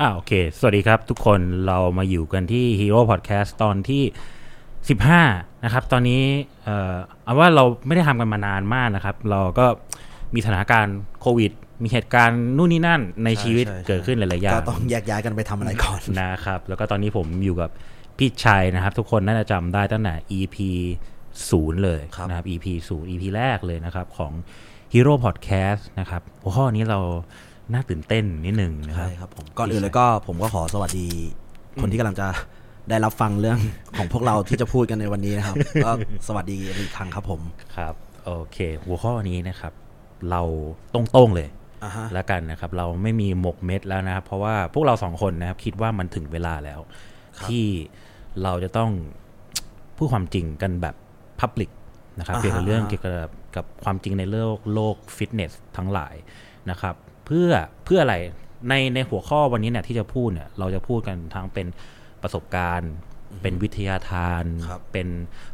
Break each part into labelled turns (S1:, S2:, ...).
S1: อ่าโอเค สวัสดีครับทุกคนเรามาอยู่กันที่ Hero Podcast ตอนที่ 15 นะครับ ตอนนี้เอ่อเอาว่าเราไม่ได้ทำกันมานานมากนะครับ เราก็มีสถานการณ์โควิด มีเหตุการณ์นู่นนี่นั่นใน
S2: ใช่
S1: ชีวิต
S2: ใช่
S1: เกิดขึ้นหลายๆอย่า
S2: ก็
S1: ง
S2: ต้องแยกย้ายกันไปทำอะไรก่อน
S1: นะครับ แล้วก็ตอนนี้ผมอยู่กับพี่ชัยนะครับ ทุกคนน่าจะจำได้ตั้งแต่ EP ศูนย์เลย
S2: ครับ
S1: นะครับ EP ศูนย์ EP แรกเลยนะครับ ของ Hero Podcast นะครับหัวข้อนี้เราน่าตื่นเต้นนิดหนึ่งนะค
S2: ใช่
S1: รับ
S2: ครับผมก่อนอื่นเลยก็ผมก็ขอสวัสดีคนที่กำลังจะได้รับฟังเรื่อง ของพวกเราที่จะพูดกันในวันนี้ นะครับ ก็สวัสดีอีกครั้งครับผม
S1: ครับโอเค หัวข้อนี้นะครับ เราตรงๆเลย
S2: อ่าฮะ
S1: แล้วกันนะครับ เราไม่มีหมกเม็ดแล้วนะครับ เพราะว่าพวกเราสองคนนะครับ คิดว่ามันถึงเวลาแล้ว ที่เราจะต้อง พูดความจริงกันแบบพับลิกนะครับเกี่ยวกับเรื่องเกี่ยวกับกับความจริงในโลกโลกฟิตเนสทั้งหลายนะครับ เพื่อเพื่ออะไรในในหัวข้อวันนี้เนี่ยที่จะพูดเนี่ยเราจะพูดกันทั้งเป็นประสบการณ์ เป็นวิทยาทาน
S2: ครับ
S1: เป็น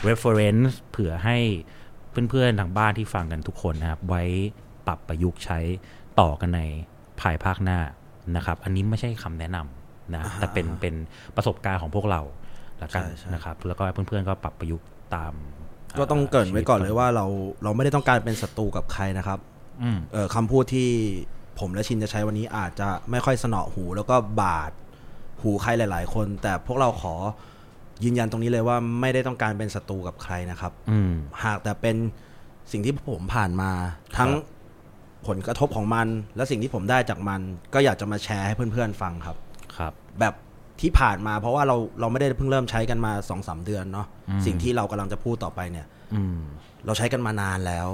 S1: reference เผื่อให้เพื่อนๆทางบ้านที่ฟังกันทุกคนนะครับ ไว้ปรับประยุกต์ใช้ต่อกันในภายภาคหน้านะครับ อันนี้ไม่ใช่คำแนะนำนะแต่เป็นเป็นประสบการณ์ของพวกเราละกัน
S2: ใช่ใช่
S1: นะครับแล้วก็ให้เพื่อนๆก็ปรับประยุกต์ตาม
S2: ก็ต้องเกรินไว้ก่อนเลยว่าเราเราไม่ได้ต้องการเป็นศัตรูกับใครนะครับ
S1: อืม
S2: เอ่อคำพูดที่ผมและชินจะใช้วันนี้อาจจะไม่ค่อยสนอหูแล้วก็บาดหูใครหลาย ๆ คน แต่พวกเราขอยืนยันตรงนี้เลยว่าไม่ได้ต้องการเป็นศัตรูกับใครนะครับ
S1: อืม
S2: หากแต่เป็นสิ่งที่ผมผ่านมา ทั้ง
S1: ครับ
S2: ผลกระทบของมัน และสิ่งที่ผมได้จากมัน ก็อยากจะมาแชร์ให้เพื่อนๆฟังครับ
S1: ครับ
S2: แบบที่ผ่านมาเพราะว่าเราเราไม่ได้เพิ่งเริ่มใช้กันมาสองสามเดือนเนาะสิ่งที่เรากำลังจะพูดต่อไปเนี่ย
S1: อืม
S2: เราใช้กันมานานแล้ว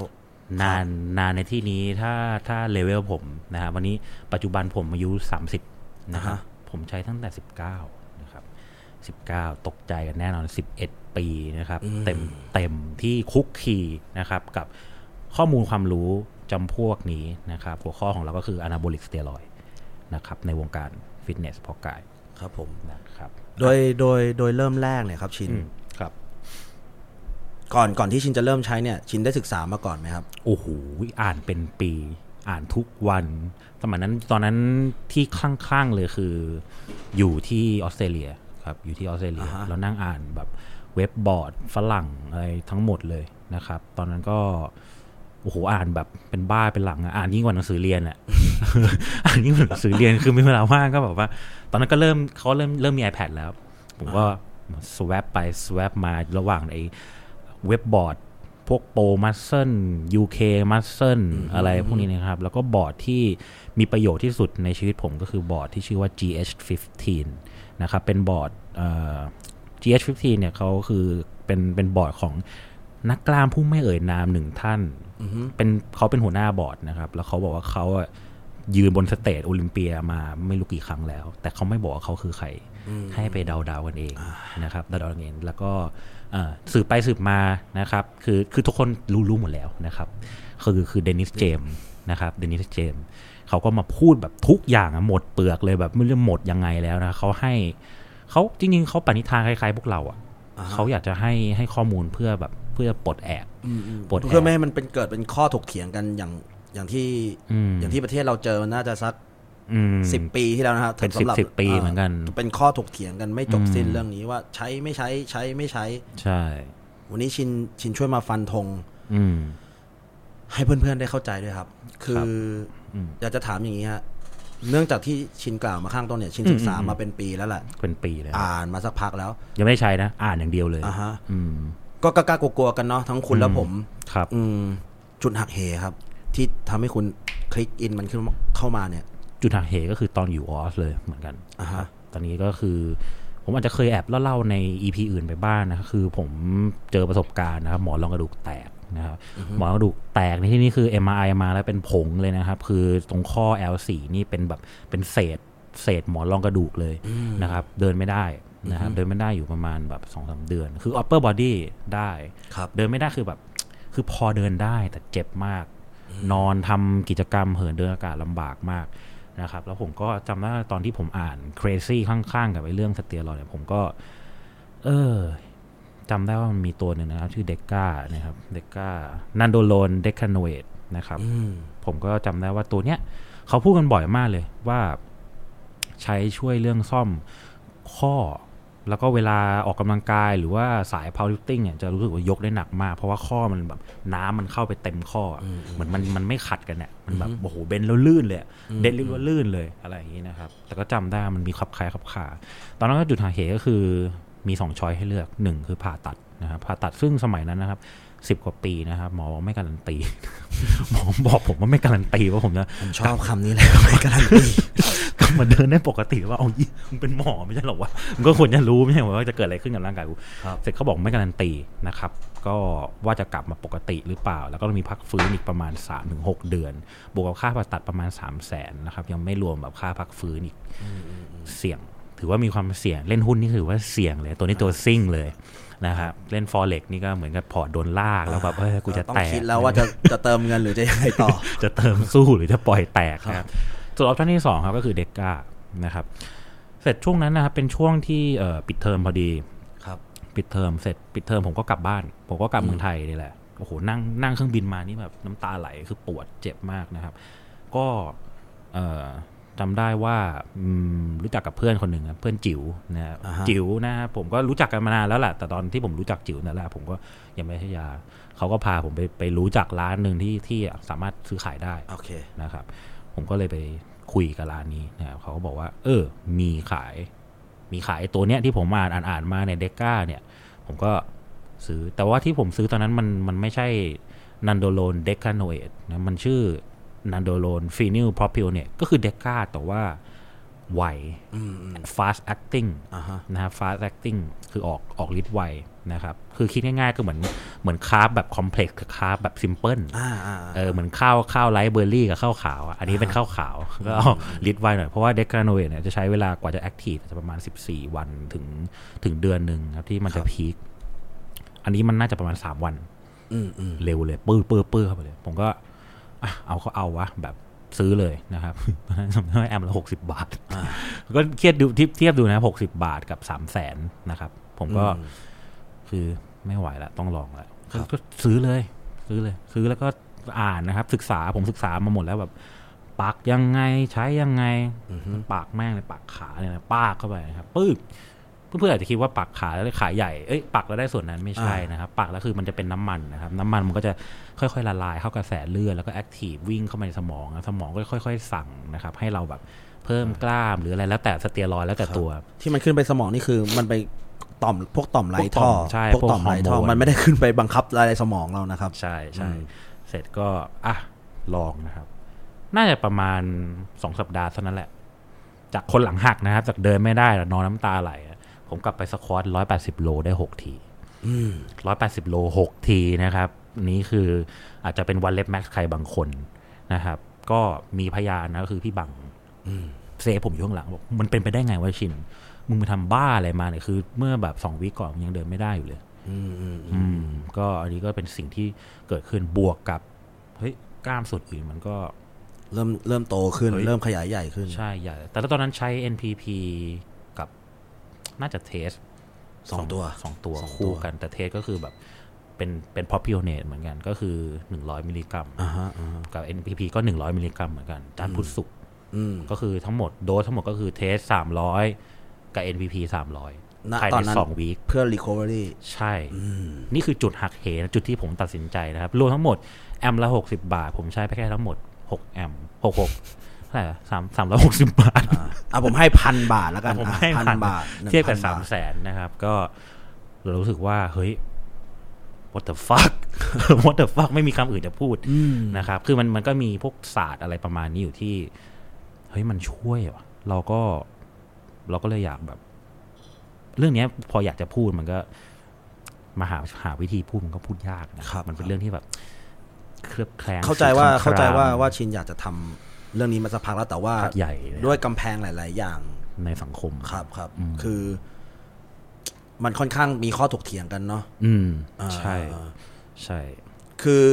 S1: นานนานในที่นี้ถ้าถ้าเลเวลผมนะฮะวันนี้ปัจจุบันผมอายุ 30 นะครับ
S2: อ่าฮะ
S1: ผมใช้ตั้งแต่ 19 นะครับ 19 ตกใจกันแน่นอน 11 ปีนะครับ เต็มเต็มที่คุกคีนะครับ กับข้อมูลความรู้จำพวกนี้นะครับ หัวข้อของเราก็คือ anabolic steroid นะครับ ในวงการฟิตเนสพอกาย
S2: ครับผม
S1: นะครับ
S2: โดยโดยโดยเริ่มแรกเนี่ยครับชิน
S1: อืมครับ
S2: ก่อนก่อนที่ชินจะเริ่มใช้เนี่ยชินได้ศึกษามาก่อนไหมครับ
S1: โอ้โห อ่านเป็นปี อ่านทุกวัน สมัยนั้น ตอนนั้นที่คลั่งๆเลยคือ อยู่ที่ออสเตรเลียครับ อยู่ที่ออสเตรเลีย
S2: อ่าฮะ
S1: แล้วนั่งอ่านแบบเว็บบอร์ดฝรั่งอะไรทั้งหมดเลยนะครับ ตอนนั้นก็ โอ้โห อ่านแบบเป็นบ้าเป็นหลังอะอ่านยิ่งกว่าหนังสือเรียนอะ อ่านยิ่งกว่าหนังสือเรียน คือมีเวลาว่างก็แบบว่า ตอนนั้นก็เริ่มเขาเริ่มเริ่มมี iPad แล้ว ผมก็สว a p ไปสว a p มาระหว่างไอ้เว็บบอร์ด พวกโปรมัสเซ UK มัสเซ e อะไรพวกนี้นะครับ แล้วก็บอร์ดที่มีประโยชน์ที่สุดในชีวิตผมก็คือบอร์ดที่ชื่อว่า GH15 นะครับ เป็นบอร์ดเอ่อ GH15 เนี่ยเขาคือเป็นเป็นบอร์ดของนักกล้ามผู้ไม่เอ่ยนามหนึ่งท่าน เป็นเขาเป็นหัวหน้าบอร์ดนะครับ แล้วเขาบอกว่าเขาอะยืนบนสเตจโอลิมเปียมาไม่รู้กี่ครั้งแล้ว แต่เขาไม่บอกว่าเขาคือใคร ให้ไปเดาๆกันเองนะครับเดาๆกันเองแล้วก็เอ่อสืบไปสืบมานะครับ คือคือทุกคนรู้รู้หมดแล้วนะครับ คือคือเดนิสเจมส์นะครับเดนิสเจมส์เขาก็มาพูดแบบทุกอย่างอะหมดเปลือกเลยแบบไม่รู้หมดยังไงแล้วนะเขาให้เขาจริงๆเขาปณิธานคล้ายๆพวกเราอะ
S2: อ่าฮะ
S1: เขาอยากจะให้ให้ข้อมูลเพื่อแบบเพื่อปลดแอกปลดแอ
S2: เพื่อก ไม่ให้มันเป็นเกิดเป็นข้อถกเถียงกันอย่างอย่างที่
S1: อืม
S2: อย่างที่ประเทศเราเจอมันน่าจะสัก
S1: อืม
S2: สิบปีที่แล้วนะครับ
S1: เป็น
S2: สำหรับ
S1: สิบสิบปี
S2: า
S1: เหมือนกัน
S2: เป็นข้อถกเถียงกันไม่จบสิ้นเรื่องนี้ว่าใช้ไม่ใช้ใช้ไม่ใช้
S1: ใช่
S2: วันนี้ชินชินช่วยมาฟันธง
S1: อืม
S2: ให้เพื่อนๆได้เข้าใจด้วยครับ คืออ
S1: ม
S2: อยากจะถามอย่างนี้ฮะเนื่องจากที่ชินกล่าวมาข้างต้นเนี่ย ชินศึกษามาเป็นปีแล้วแหละ
S1: เป็นปีเลย
S2: อ่านมาสักพักแล้ว
S1: ยังไม่ได้ใช้นะ อ่านอย่างเดียวเลย
S2: อ่ะฮะ
S1: อืม
S2: ก็กล้าๆกลัวๆกันเนาะทั้งคุณและผม
S1: ครับ
S2: อืมจุดหักเหครับ ที่ทำให้คุณคลิกอินมันขึ้นเข้ามาเนี่ย
S1: จุดหักเหก็คือตอนอยู่ออสเลยเหมือนกัน
S2: อ่าฮะ
S1: ครับตอนนี้ก็คือ ผมอาจจะเคยแอบเล่าๆในอีพีอื่นไปบ้างนะครับคือผมเจอประสบการณ์นะครับ หมอนรองกระดูกแตกนะครับหมอนรองกระดูกแตกในที่นี้คือ MRI มาแล้วเป็นผงเลยนะครับ คือตรงข้อ L4 นี่เป็นแบบเป็นเศษ เศษหมอนรองกระดูกเลยนะครับ เดินไม่ได้นะครับ เดินไม่ได้อยู่ประมาณแบบสองสามเดือน คือ upper body ได้
S2: ครับ
S1: เดินไม่ได้คือแบบ คือพอเดินได้แต่เจ็บมาก นอนทำกิจกรรมเหินเดินอากาศลำบากมากนะครับ แล้วผมก็จำได้ตอนที่ผมอ่าน crazy ข้างๆ กับไอ้เรื่องสเตียรอยด์เนี่ยผมก็ เออจำได้ว่ามันมีตัวหนึ่งนะครับ ชื่อเดก้านะครับเดก้านันโดโลนเดคานเวตนะครับ
S2: อืม
S1: ผมก็จำได้ว่าตัวเนี้ยเขาพูดกันบ่อยมากเลยว่า ใช้ช่วยเรื่องซ่อมข้อ แล้วก็เวลาออกกำลังกายหรือว่าสาย powerlifting เนี่ยจะรู้สึกว่ายกได้หนักมาก เพราะว่าข้อมันแบบน้ำมันเข้าไปเต็มข้ออะเหมือนมันมันไม่ขัดกันเนี่ยมันแบบโอ้โหเบนแล้วลื่นเลยอะเดดลิฟต์แล้วลื่นเลยอะไรอย่างนี้นะครับ แต่ก็จำได้มันมีขับคล้ายขับขาตอนนั้นก็จุดหาเหก็คือมีสองช้อยให้เลือกหนึ่งคือผ่าตัดนะครับผ่าตัดซึ่งสมัยนั้นนะครับสิบกว่าปีนะครับหมอบอกไม่การันตี หมอบอกผมว่าไม่การันตีว่าผมจะ
S2: ผมชอบคำนี้เลย ไม่การันตี
S1: กลับมาเดินได้ปกติว่าเอายี่มึงเป็นหมอไม่ใช่เหรอวะมึงก็ควรจะรู้ไม่ใช่เหรอว่าจะเกิดอะไรขึ้นกับร่างกายกู
S2: ครับ
S1: เสร็จเขาบอกไม่การันตีนะครับ ก็ว่าจะกลับมาปกติหรือเปล่า แล้วก็มีพักฟื้นอีกประมาณ 3-6 เดือน บวกกับค่าผ่าตัดประมาณ 3 0 0แสนนะครับยังไม่รวมแบบค่าพักฟื้นอีกเสี่ยง ถือว่ามีความเสี่ยงเล่นหุ้นนี่ถือว่าเสี่ยงเลย ตัวนี้ตัวซิ่งเลยนะครับเล่นฟอเร็กนี่ก็เหมือนกับพอร์ตโดนลากแล้วแบบเอ้ยกูจะ
S2: ต้อง
S1: แตก
S2: คิดแล้วว่าจะจะเติมเงินหรือจะยังไงต่อ
S1: จะเติมสู้หรือจะปล่อยแตกนะค
S2: ค
S1: รั
S2: รั
S1: บบ ส่วนออปชั่นที่สองครับก็คือเด็กกานะครับ เสร็จช่วงนั้นนะครับเป็นช่วงที่เอ่อปิดเทอมพอดี
S2: ครับ
S1: ปิดเทอมเสร็จปิดเทอมผมก็กลับบ้าน ผมก็กลับเมืองไทยนี่แหละโอ้โหนั่งนั่งเครื่องบินมานี่แบบน้ำตาไหลคือปวดเจ็บมากนะครับ ก็เอ่อจำได้ว่าอืมรู้จักกับเพื่อนคนหนึ่งครับเพื่อนจิ๋วนะครับ
S2: อ่าฮะ
S1: จิ๋วนะครับผมก็รู้จักกันมานานแล้วแหละแต่ตอนที่ผมรู้จักจิ๋วนั่นแหละผมก็ยังไม่ใช่ยาเขาก็พาผมไปไปรู้จักร้านหนึ่งที่ที่สามารถซื้อขายได้
S2: โอเค
S1: นะครับผมก็เลยไปคุยกับร้านนี้นะครับเขาก็บอกว่า เออ มีขาย มีขายไอ้ตัวเนี้ยที่ผมอ่านอ่านอ่านมาในเดก้าเนี่ย ผมก็ซื้อแต่ว่าที่ผมซื้อตอนนั้นมันมันไม่ใช่นันโดโลนเดกาโนเอตนะมันชื่อนันโดโลนฟีนิลพรอพิลเนี่ยก็คือเดก้าแต่ว่าไว
S2: อืมอืม
S1: fast acting
S2: อ่าฮะ
S1: นะครับ fast acting คือออกออกฤทธิ์ไวนะครับ คือคิดง่ายๆก็เหมือนเหมือนคาร์บแบบคอมเพล็กซ์กับคาร์บแบบซิมเพิล
S2: อ่าอ่า
S1: เออเหมือนข้าวข้าวไลท์เบอร์รี่กับข้าวขาวอ่ะอันนี้เป็นข้าวขาว ก็เอาลิตรไวหน่อย เพราะว่าเดกาโนเอทเนี่ยจะใช้เวลากว่าจะแอคทีฟจะประมาณ 14 วันถึงถึงเดือนหนึ่งครับที่มันจะพีคอันนี้มันน่าจะประมาณ 3 วัน
S2: อืมอืม
S1: เร็วเลย ปื้อปื้อปื้อเข้าไปเลย ผมก็อ่ะเอาก็เอาวะ แบบซื้อเลยนะครับ ตอนนั้นสมมติว่าแอมละหกสิบาท ก็เทียบดูเทียบเทียบดูนะหกสิบาทกับสามแสนนะครับ ผมก็
S2: อืม
S1: คือไม่ไหวละต้องลองละ
S2: ครับ
S1: ก็ซื้อเลย ซื้อเลย ซื้อแล้วก็อ่านนะครับ ศึกษาผมศึกษามาหมดแล้วแบบปักยังไงใช้ยังไงปากแม่งเลยปากขาเนี่ยนะปากเข้าไปนะครับปึ๊บเพื่อนๆอาจจะคิดว่าปักขาแล้วได้ขาใหญ่เอ้ยปักแล้วได้ส่วนนั้นไม่ใช่นะครับปักแล้วคือมันจะเป็นน้ำมันนะครับ น้ำมันมันก็จะค่อยๆละลายเข้ากระแสเลือดแล้วก็แอคทีฟวิ่งเข้ามาในสมองนะสมองก็ค่อย ๆ สั่งนะครับ ให้เราแบบเพิ่มกล้ามหรืออะไรแล้วแต่สเตียรอยด์แล้วแต่ตัว
S2: ที่มันขึ้นไปสมองนี่คือมันไปต่อมพวกต่อมไหลท่อ
S1: พวกต่อมใช่
S2: พวกต่อมไหล
S1: พวกฮ
S2: ท่อ
S1: อร์โมน
S2: มันไม่ได้ขึ้นไปบังคับอะไรสมองเรานะครับ
S1: ใช่ใช่
S2: อืม
S1: เสร็จก็อ่ะลองนะครับ น่าจะประมาณสองสัปดาห์เท่านั้นแหละ จากคนหลังหักนะครับ จากเดินไม่ได้แล้วนอนน้ำตาไหลอะผมกลับไปสควอตร้อยแปดสิบโลได้หกทีร้อยแปดสิบโลหกทีนะครับ นี้คืออาจจะเป็นวันเล็บแม็กซ์ใครบางคนนะครับ ก็มีพยานนะก็คือพี่บังเซฟผมอยู่ข้างหลังบอกมันเป็นไปได้ไงวะชิน มึงไปทำบ้าอะไรมาเนี่ยคือ เมื่อแบบสองวิก่อนมึงยังเดินไม่ได้อยู่เลย
S2: อืมอืมอืม
S1: อืมก็อันนี้ก็เป็นสิ่งที่เกิดขึ้นบวกกับเฮ้ยกล้ามส่วนอื่นมันก็
S2: เริ่มเริ่มโตขึ้น
S1: เฮ้ย
S2: เริ่มขยายใหญ่ขึ้น
S1: ใช่ใหญ่แต่ตอนนั้นใช้ NPP กับน่าจะเทส
S2: สองตัว
S1: สองตัว
S2: สองตัว
S1: คู่กันแต่เทสก็คือแบบเป็นเป็นพอพิโอเนตเหมือนกันก็คือ 100 มิลลิกรัม
S2: อ่าฮะอ่าฮะ
S1: กับ NPP ก็ 100 มิลลิกรัมเหมือนกันจานทร์พุทธสุกร์
S2: อืม
S1: ก็คือทั้งหมดโดสทั้งหมดก็คือเทส 300 กับ NPP 300
S2: ณ
S1: ภาย
S2: ตอ
S1: ใน
S2: นนั้น
S1: สองวีค
S2: เพื่อ recovery
S1: ใช่ นี่คือจุดหักเหนะจุดที่ผมตัดสินใจนะครับ รวมทั้งหมด แอมละหกสิบาท ผมใช้ไปแค่ทั้งหมดหกแอมหกหกเท่าไหร่สามสามร้อยหกสิบบาท
S2: อ่ะผมให้พันบาทแล้วกัน
S1: ผม
S2: อ่ะ
S1: ให้
S2: พัน
S1: พัน
S2: บาท
S1: เทียบกับ
S2: 1,000
S1: สามแสนนะครับ ก็เรารู้สึกว่า เฮ้ย what the fuck what the fuck ไม่มีคำอื่นจะพูดนะครับ คือมันมันก็มีพวกศาสตร์อะไรประมาณนี้อยู่ที่ เฮ้ย มันช่วยว่ะเราก็ เราก็เลยอยากแบบ เรื่องเนี้ย พออยากจะพูดมันก็ มาหาหาวิธีพูดมันก็พูดยากนะครับ มันเป็นเรื่องที่แบบ เคลือบแคลง
S2: เข้าใจว่า
S1: สื่อคำครม
S2: เข้าใจว่าว่าชินอยากจะทำเรื่องนี้มาสักพักแล้วแต่ว่า
S1: พักใหญ่เลย
S2: ด้วยกำแพงหลาย ๆ อย่าง
S1: ในสังคม
S2: ครับครับ คือ มันค่อนข้างมีข้อถกเถียงกันเนาะ
S1: อืม
S2: อ่า
S1: ใช่
S2: อ่า
S1: ใช่
S2: คือ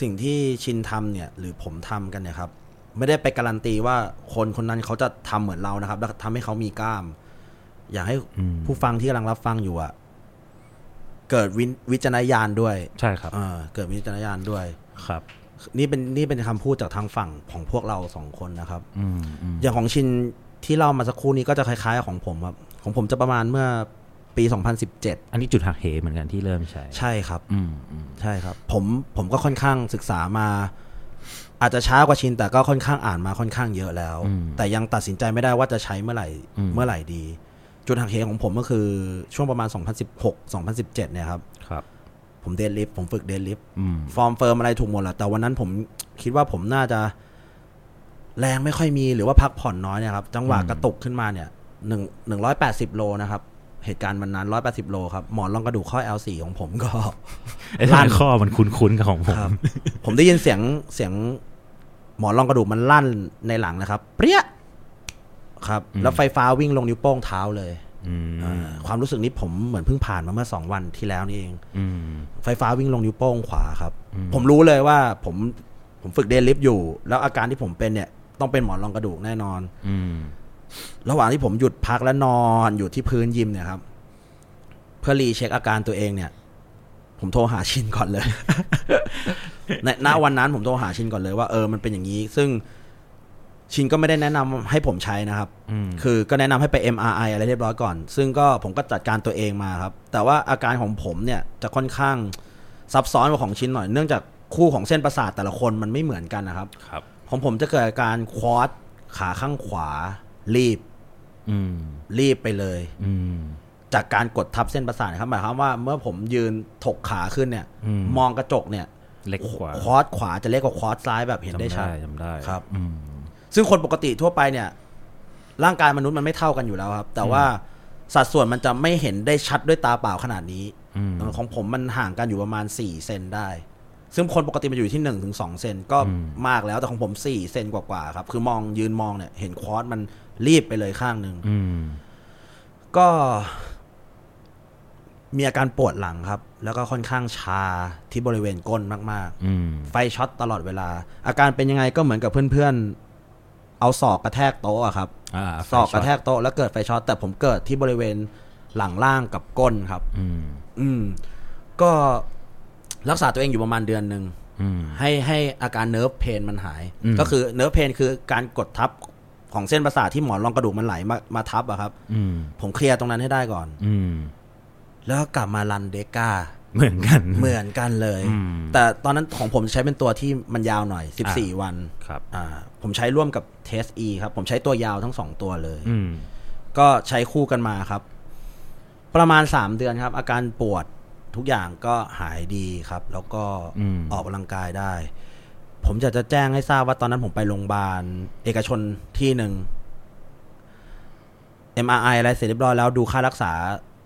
S2: สิ่งที่ชินทำเนี่ย หรือผมทำกันเนี่ยครับ ไม่ได้ไปการันตีว่าคนคนนั้นเขาจะทำเหมือนเรานะครับ แล้วทำให้เขามีกล้าม อยากให้ผู้ฟังที่กำลังรับฟังอยู่อะเกิดวินวจารณญาณด้วย
S1: ใช่ครับ
S2: เออเกิดวิจารณญาณด้วย
S1: ครับ
S2: นี่เป็นนี่เป็นคำพูดจากทางฝั่งของพวกเราสองคนนะครับ
S1: อืมอืม
S2: อย่างของชิน ที่เล่ามาสักครู่นี้ก็จะคล้ายๆ ของผมครับ ของผมจะประมาณเมื่อปี 2017
S1: อันนี้จุดหักเหเหมือนกันที่เริ่มใช้
S2: ใช่ครับ
S1: อืมอืม
S2: ใช่ครับ ผมผมก็ค่อนข้างศึกษามา อาจจะช้ากว่าชินแต่ก็ค่อนข้างอ่านมาค่อนข้างเยอะแล้ว แต่ยังตัดสินใจไม่ได้ว่าจะใช้เมื่อไหร่เมื่อไหร่ดี จุดหักเหของผมก็คือช่วงประมาณ 2016 2017 เนี่ยครับ
S1: ครับ
S2: ผมเดดลิฟผมฝึกเดดลิฟ
S1: อืม
S2: ฟอร์มเฟิร์มอะไรถูกหมดแหละแต่วันนั้นผมคิดว่าผมน่าจะแรงไม่ค่อยมีหรือว่าพักผ่อนน้อยเนี่ยครับ จังหวะกระตุกขึ้นมาเนี่ยหนึ่งหนึ่งร้อยแปดสิบโลนะครับ เหตุการณ์วันนั้นร้อยแปดสิบโลครับหมอนรองกระดูกข้อ L4 ของผมก็
S1: ไอ้ลานข้อมันคุ้นๆกับของผม
S2: ครับ ผมได้ยินเสียงเสียงหมอนรองกระดูกมันลั่นในหลังนะครับ เปรี้ยครับ แล้วไฟฟ้าวิ่งลงนิ้วโป้งเท้าเลย
S1: อืม
S2: อ่าความรู้สึกนี้ผมเหมือนเพิ่งผ่านมาเมื่อสองวันที่แล้วนี่เอง
S1: อืม
S2: ไฟฟ้าวิ่งลงนิ้วโป้งขวาครับ ผมรู้เลยว่าผมผมฝึกเดนลิฟต์อยู่ แล้วอาการที่ผมเป็นเนี่ย ต้องเป็นหมอนรองกระดูกแน่นอน
S1: อืม
S2: ระหว่างที่ผมหยุดพักและนอนอยู่ที่พื้นยิมเนี่ยครับ เพื่อรีเช็คอาการตัวเองเนี่ย ผมโทรหาชินก่อนเลย ในณวันนั้นผมโทรหาชินก่อนเลยว่าเออมันเป็นอย่างนี้ ซึ่งชินก็ไม่ได้แนะนำให้ผมใช้นะครับ
S1: อืม
S2: คือก็แนะนำให้ไป MRI อะไรเรียบร้อยก่อน ซึ่งก็ผมก็จัดการตัวเองมาครับ แต่ว่าอาการของผมเนี่ยจะค่อนข้างซับซ้อนกว่าของชินหน่อย เนื่องจากคู่ของเส้นประสาทแต่ละคนมันไม่เหมือนกันนะครับ
S1: ครับ
S2: ของผมจะเกิดอาการควอดขาข้างขวา รีบ
S1: อืม
S2: รีบไปเลย
S1: อืม
S2: จากการกดทับเส้นประสาทนะครับหมายความว่าเมื่อผมยืนถกขาขึ้นเนี่ย
S1: อืม
S2: มองกระจกเนี่ย
S1: เล็กกว่า
S2: ควอดขวาจะเล็กกว่าควอดซ้ายแบบเห็นได้ชัด
S1: จำได้
S2: ครับ
S1: อืม
S2: ซึ่งคนปกติทั่วไปเนี่ย ร่างกายมนุษย์มันไม่เท่ากันอยู่แล้วครับ แต่ว่าสัดส่วนมันจะไม่เห็นได้ชัดด้วยตาเปล่าขนาดนี้
S1: อืม
S2: ของผมมันห่างกันอยู่ประมาณ4เซนได้ ซึ่งคนปกติมันอยู่ที่1นถึงสเซนก็มากแล้วแต่ของผม4เซนกว่าๆครับ คือมองยืนมองเนี่ย เห็นควอดมันรีบไปเลยข้างหนึ่ง
S1: อืม
S2: ก็มีอาการปวดหลังครับ แล้วก็ค่อนข้างชาที่บริเวณก้นมาก
S1: อืม
S2: ๆ ไฟช็อตตลอดเวลา อาการเป็นยังไงก็เหมือนกับเพื่อนๆ เอาศอกกระแทกโต๊ะอะครับ
S1: อ่า
S2: ศอกกระแทกโต๊ะแล้วเกิดไฟช็อตแต่ผมเกิดที่บริเวณหลังล่างกับก้นครับ
S1: อืม
S2: อืม ก็รักษาตัวเองอยู่ประมาณเดือนหนึ่ง
S1: อืม
S2: ให้ให้อาการเนิร์ฟเพนมันหาย
S1: อืม
S2: ก็คือเนิร์ฟเพนคือการกดทับของเส้นประสาทที่หมอนรองกระดูกมันไหลมามาทับอะครับ
S1: อืม
S2: ผมเคลียร์ตรงนั้นให้ได้ก่อน
S1: อืม
S2: แล้วก็กลับมารันเดก้า
S1: เหมือนกัน
S2: เหมือนกันเลย
S1: อืม
S2: แต่ตอนนั้นของผมใช้เป็นตัวที่มันยาวหน่อย
S1: อ่า
S2: 14 วัน
S1: ครับ
S2: อ่าผมใช้ร่วมกับเทสอีครับ ผมใช้ตัวยาวทั้งสองตัวเลย
S1: อืม
S2: ก็ใช้คู่กันมาครับ ประมาณ 3 เดือนครับ อาการปวดทุกอย่างก็หายดีครับ แล้วก็
S1: อืม
S2: ออกกำลังกายได้ ผมอยากจะแจ้งให้ทราบว่าตอนนั้นผมไปโรงพยาบาล เอกชนที่หนึ่ง MRI อะไรเสร็จเรียบร้อยแล้วดูค่ารักษา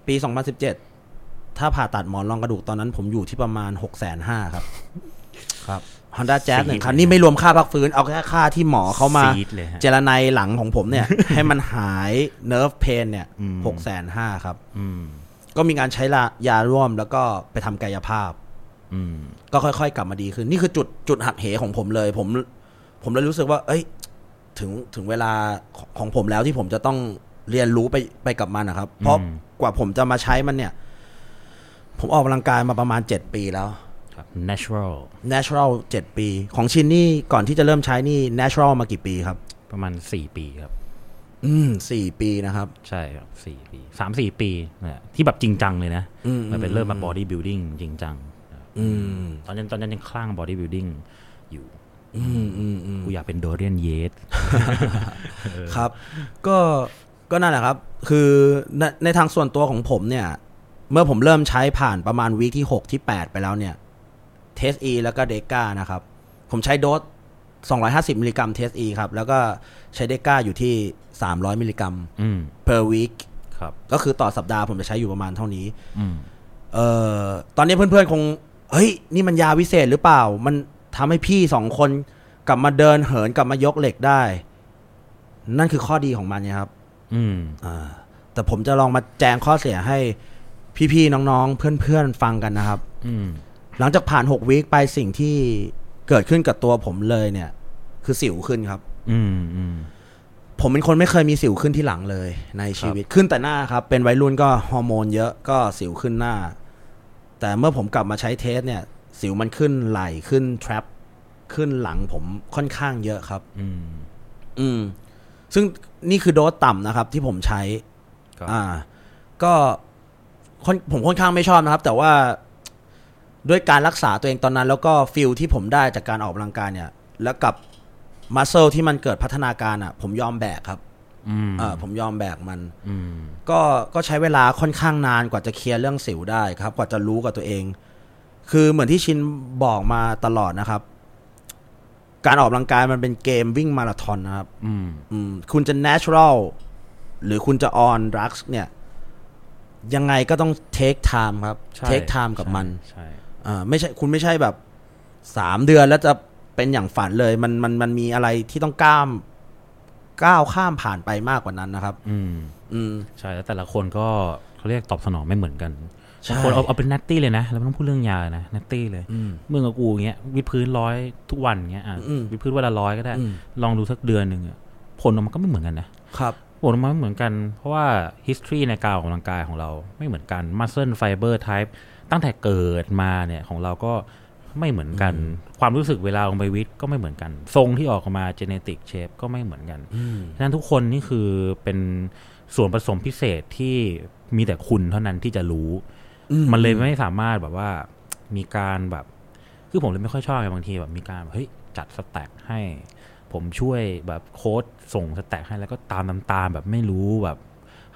S2: ปี 2017 ถ้าผ่าตัดหมอนรองกระดูกตอนนั้นผมอยู่ที่ประมาณ 6 5 0 0 0ครับ ครับ Honda Jazz หนึ่งคันนี่ไม่รวมค่าพักฟื้น เอาแค่ค่าที่หมอเขามา
S1: ซีดเลยฮะ
S2: เจรไนหลังของผม เนี่ย ให้มันหายเนิร์ฟเพนเนี่ยหกแสนห้าครับ
S1: อืม
S2: ก็มีการใช้ละยาร่วมแล้วก็ไปทำกายภาพ
S1: อืม
S2: ก็ค่อยๆ กลับมาดีขึ้น นี่คือจุดจุดหักเหของผมเลย ผม ผมเลยรู้สึกว่า เอ้ย ถึงถึงเวลาของของผมแล้วที่ผมจะต้องเรียนรู้ไปไปกับมันนะครับ เพราะ
S1: อืม
S2: กว่าผมจะมาใช้มันเนี่ย ผมออกกำลังกายมาประมาณเจ็ดปีแล้ว
S1: ครับ natural
S2: natural เจ็ดปี ของชินนี่ก่อนที่จะเริ่มใช้นี่ natural มากี่ปีครับ
S1: ประมาณสี่ปีครับ
S2: อืมสี่ปีนะครับ
S1: ใช่ครับสี่ปีสามสี่ปีเนี่ยที่แบบจริงจังเลยนะ
S2: อืม
S1: มันเป็นเริ่มมา body building จริงจังนะครับ
S2: อืม
S1: ตอนนั้นตอนนั้นยังคลั่ง body building อยู่
S2: อืมอืมอืม
S1: กูอยากเป็นโดเรียนเยส
S2: ครับ ก็ก็นั่นแหละครับ คือในในทางส่วนตัวของผมเนี่ย เมื่อผมเริ่มใช้ผ่านประมาณวีคที่ 6 ที่ 8 ไปแล้วเนี่ยเทสอีแล้วก็เดก้านะครับ ผมใช้โดส250 มิลลิกรัมเทสอีครับ แล้วก็ใช้เดก้าอยู่ที่ 300 มิลลิกรัม
S1: อืม
S2: per week
S1: ครับ
S2: ก็คือต่อสัปดาห์ผมจะใช้อยู่ประมาณเท่านี้
S1: อืม
S2: เอ่อตอนนี้เพื่อนๆคง เฮ้ย นี่มันยาวิเศษหรือเปล่า มันทำให้พี่สองคนกลับมาเดินเหินกลับมายกเหล็กได้ นั่นคือข้อดีของมันเนี่ยครับ
S1: อืม
S2: อ่าแต่ผมจะลองมาแจงข้อเสียให้พี่ๆน้องๆ เพื่อนๆ ฟังกันนะครับ
S1: อืม
S2: หลังจากผ่าน6วีคไปสิ่งที่เกิดขึ้นกับตัวผมเลยเนี่ย คือสิวขึ้นครับ
S1: อืม อืม
S2: ผมเป็นคนไม่เคยมีสิวขึ้นที่หลังเลยในชีวิตขึ้นแต่หน้าครับ เป็นวัยรุ่นก็ฮอร์โมนเยอะก็สิวขึ้นหน้า แต่เมื่อผมกลับมาใช้เทสเนี่ย สิวมันขึ้นไหล่ขึ้นทรัพขึ้นหลังผมค่อนข้างเยอะครับ
S1: อืม
S2: อืม ซึ่งนี่คือโดสต่ำนะครับ ที่ผมใช้
S1: ครับ
S2: อ่า ก็ค่อนผมค่อนข้างไม่ชอบนะครับ แต่ว่าด้วยการรักษาตัวเองตอนนั้น แล้วก็ฟิลที่ผมได้จากการออกกำลังกายเนี่ย แล้วกับมัสเซลที่มันเกิดพัฒนาการอ่ะ ผมยอมแบกครับ
S1: อืม
S2: เออผมยอมแบกมัน
S1: อืม
S2: ก็ก็ใช้เวลาค่อนข้างนานกว่าจะเคลียร์เรื่องสิวได้ครับ กว่าจะรู้กับตัวเอง คือเหมือนที่ชินบอกมาตลอดนะครับ การออกกำลังกายมันเป็นเกมวิ่งมาราธอนนะครับ
S1: อืม
S2: อืมคุณจะ natural หรือคุณจะ on drugs เนี่ย ยังไงก็ต้อง take time ครับ
S1: ใช่
S2: take time กับมัน
S1: ใช่
S2: อ่าไม่ใช่คุณไม่ใช่แบบสามเดือนแล้วจะเป็นอย่างฝันเลย มันมันมันมีอะไรที่ต้องก้ามก้าวข้ามผ่านไปมากกว่านั้นนะครับ
S1: อืม
S2: อืม
S1: ใช่แล้วแต่ละคนก็เขาเรียกตอบสนองไม่เหมือนกัน
S2: ใช่
S1: บางคนเอาเอาเป็นนัตตี้เลยนะเราไม่ต้องพูดเรื่องยานะนัตตี้เลย
S2: อืม
S1: มึงกับกูอย่างเงี้ยวิดพื้นร้อยทุกวันอย่างเงี้ยอ่ะ
S2: อืม
S1: วิดพื้นวันละร้อยก็ได้
S2: อืม
S1: ลองดูสักเดือนหนึ่งอะผลออกมาก็ไม่เหมือนกันนะครับ ผลออกมาไม่เหมือนกันเพราะว่า history ในการออกกำลังกายของเราไม่เหมือนกัน muscle fiber type ตั้งแต่เกิดมาเนี่ยของเราก็ไม่เหมือนกัน ความรู้สึกเวลาลงไปวิทย์ก็ไม่เหมือนกัน ทรงที่ออกมา genetic shape ก็ไม่เหมือนกัน
S2: อืม
S1: ฉะนั้นทุกคนนี่คือเป็นส่วนผสมพิเศษที่มีแต่คุณเท่านั้นที่จะรู้
S2: อืม
S1: มันเลยไม่สามารถแบบว่ามีการแบบ คือผมเลยไม่ค่อยชอบไงบางทีแบบมีการแบบเฮ้ยจัดสแต็กให้ ผมช่วยแบบโค้ดส่งสแต็กให้แล้วก็ตามตามตามๆแบบไม่รู้แบบ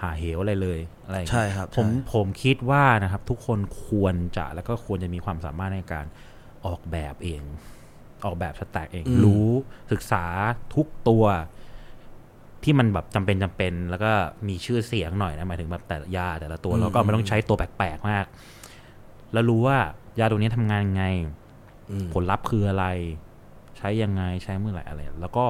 S1: หาเหวอะไรเลยอะไรอย่างเงี้ย
S2: ใช่ครับ
S1: ผม
S2: ใช่
S1: ผมคิดว่านะครับ ทุกคนควรจะแล้วก็ควรจะมีความสามารถในการออกแบบเอง ออกแบบสแต็กเอง
S2: อืม
S1: รู้ศึกษาทุกตัว ที่มันแบบจำเป็นจำเป็น แล้วก็มีชื่อเสียงหน่อยนะหมายถึงแบบแต่ละยาแต่ละตัวแล้วก็ไม่ต้องใช้ตัวแปลกๆมาก แล้วรู้ว่ายาตัวนี้ทำงานยังไง
S2: อืม
S1: ผลลัพธ์คืออะไร ใช้ยังไงใช้เมื่อไหร่อะไร แล้วก็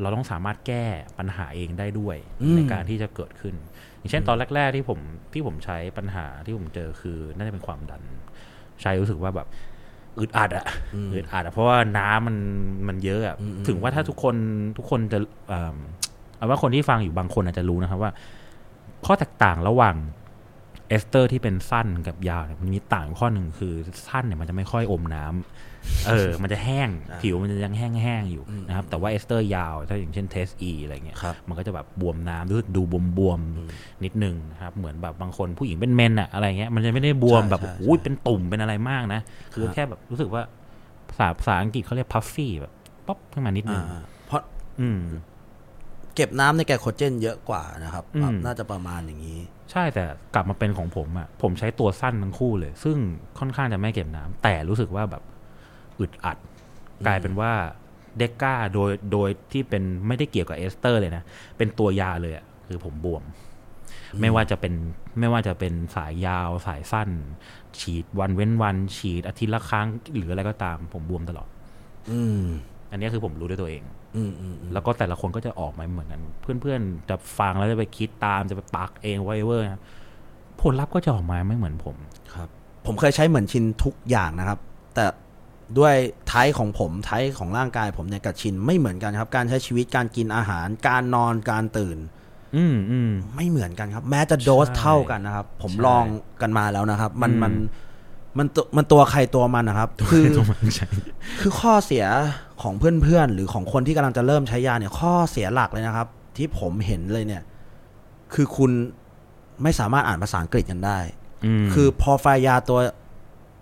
S1: เราต้องสามารถแก้ปัญหาเองได้ด้วย
S2: อืม
S1: ในการที่จะเกิดขึ้น อย่างเช่นตอนแรก ๆ ที่ผมที่ผมใช้ปัญหาที่ผมเจอคือน่าจะเป็นความดัน ใช้รู้สึกว่าแบบอึดอัดอะอึดอัดอะเพราะว่าน้ำมันมันเยอะอะถึงว่าถ้าทุกคนทุกคนจะเอิ่มเอาว่าคนที่ฟังอยู่บางคนอาจจะรู้นะครับว่า ข้อแตกต่างระหว่าง เอสเตอร์ที่เป็นสั้นกับยาวเนี่ยมันมีต่างข้อหนึ่งคือสั้นเนี่ยมันจะไม่ค่อยอมน้ำเอ อ มันจะแห้ง ผิวมันจะยังแห้งๆอยู่นะครับ แต่ว่าเอสเตอร์ยาว ถ้าอย่างเช่นเทสอีอะไรเงี้ย
S2: ครับ
S1: มันก็จะแบบบวมน้ำดูดูบวมบวมๆนิดนึงนะครับ เหมือนแบบบางคนผู้หญิงเป็นเมนอะอะไรเงี้ยมันจะไม่ได้บวม
S2: ใช่
S1: แบบ
S2: ใช่ใช่
S1: อุ้ยเป็นตุ่มเป็นอะไรมากนะ คือแค่แบบรู้สึกว่าภาษาภาษาอังกฤษเขาเรียกพัฟฟี่แบบป๊อปขึ้นมานิดนึ
S2: อ่างเพราะ
S1: อืม
S2: เก็บน้ำในแกลโคเจนเยอะกว่านะครับ
S1: อืม
S2: น่าจะประมาณอย่างนี้
S1: ใช่แต่กลับมาเป็นของผมอะ่ะผมใช้ตัวสั้นทั้งคู่เลย ซึ่งค่อนข้างจะไม่เก็บน้ำแต่รู้สึกว่าแบบอึดอัด กลายเป็นว่าเดก้าโดยโดยที่เป็นไม่ได้เกี่ยวกับเอสเตอร์เลยนะ เป็นตัวยาเลยอะ่ะคือผมบวม ไม่ว่าจะเป็นไม่ว่าจะเป็นสายยาวสายสั้น ฉีดวันเว้นวัน ฉีดอาทิตย์ละครั้งหรืออะไรก็ตาม ผมบวมตลอด
S2: อืม
S1: อันนี้คือผมรู้ด้วยตัวเอง
S2: อืมอืมอืม
S1: แล้วก็แต่ละคนก็จะออกมาเหมือนกัน เพื่อนๆ จะฟังแล้วจะไปคิดตามจะไปปักเองไวเวอร์นะผลลัพธ์ก็จะออกมาไม่เหมือนผม
S2: ครับ ผมเคยใช้เหมือนชินทุกอย่างนะครับ แต่ด้วยไทป์ของผมไทป์ของร่างกายผมเนี่ยกับชินไม่เหมือนกันครับ การใช้ชีวิตการกินอาหาร การนอนการตื่น
S1: อืมอืม
S2: ไม่เหมือนกันครับ แม้จะโดส
S1: ใช่
S2: เท่ากันนะครับ ผม
S1: ใช่
S2: ลองกันมาแล้วนะครับ มัน
S1: อืม
S2: มันมันตัวมันตัวใครตัวมันนะครับ คือ
S1: ใช่
S2: คือข้อเสียของเพื่อนๆ หรือของคนที่กำลังจะเริ่มใช้ยาเนี่ย ข้อเสียหลักเลยนะครับ ที่ผมเห็นเลยเนี่ย คือคุณไม่สามารถอ่านภาษาอังกฤษกันได้
S1: อืม
S2: คือพอไฟล์ยาตัว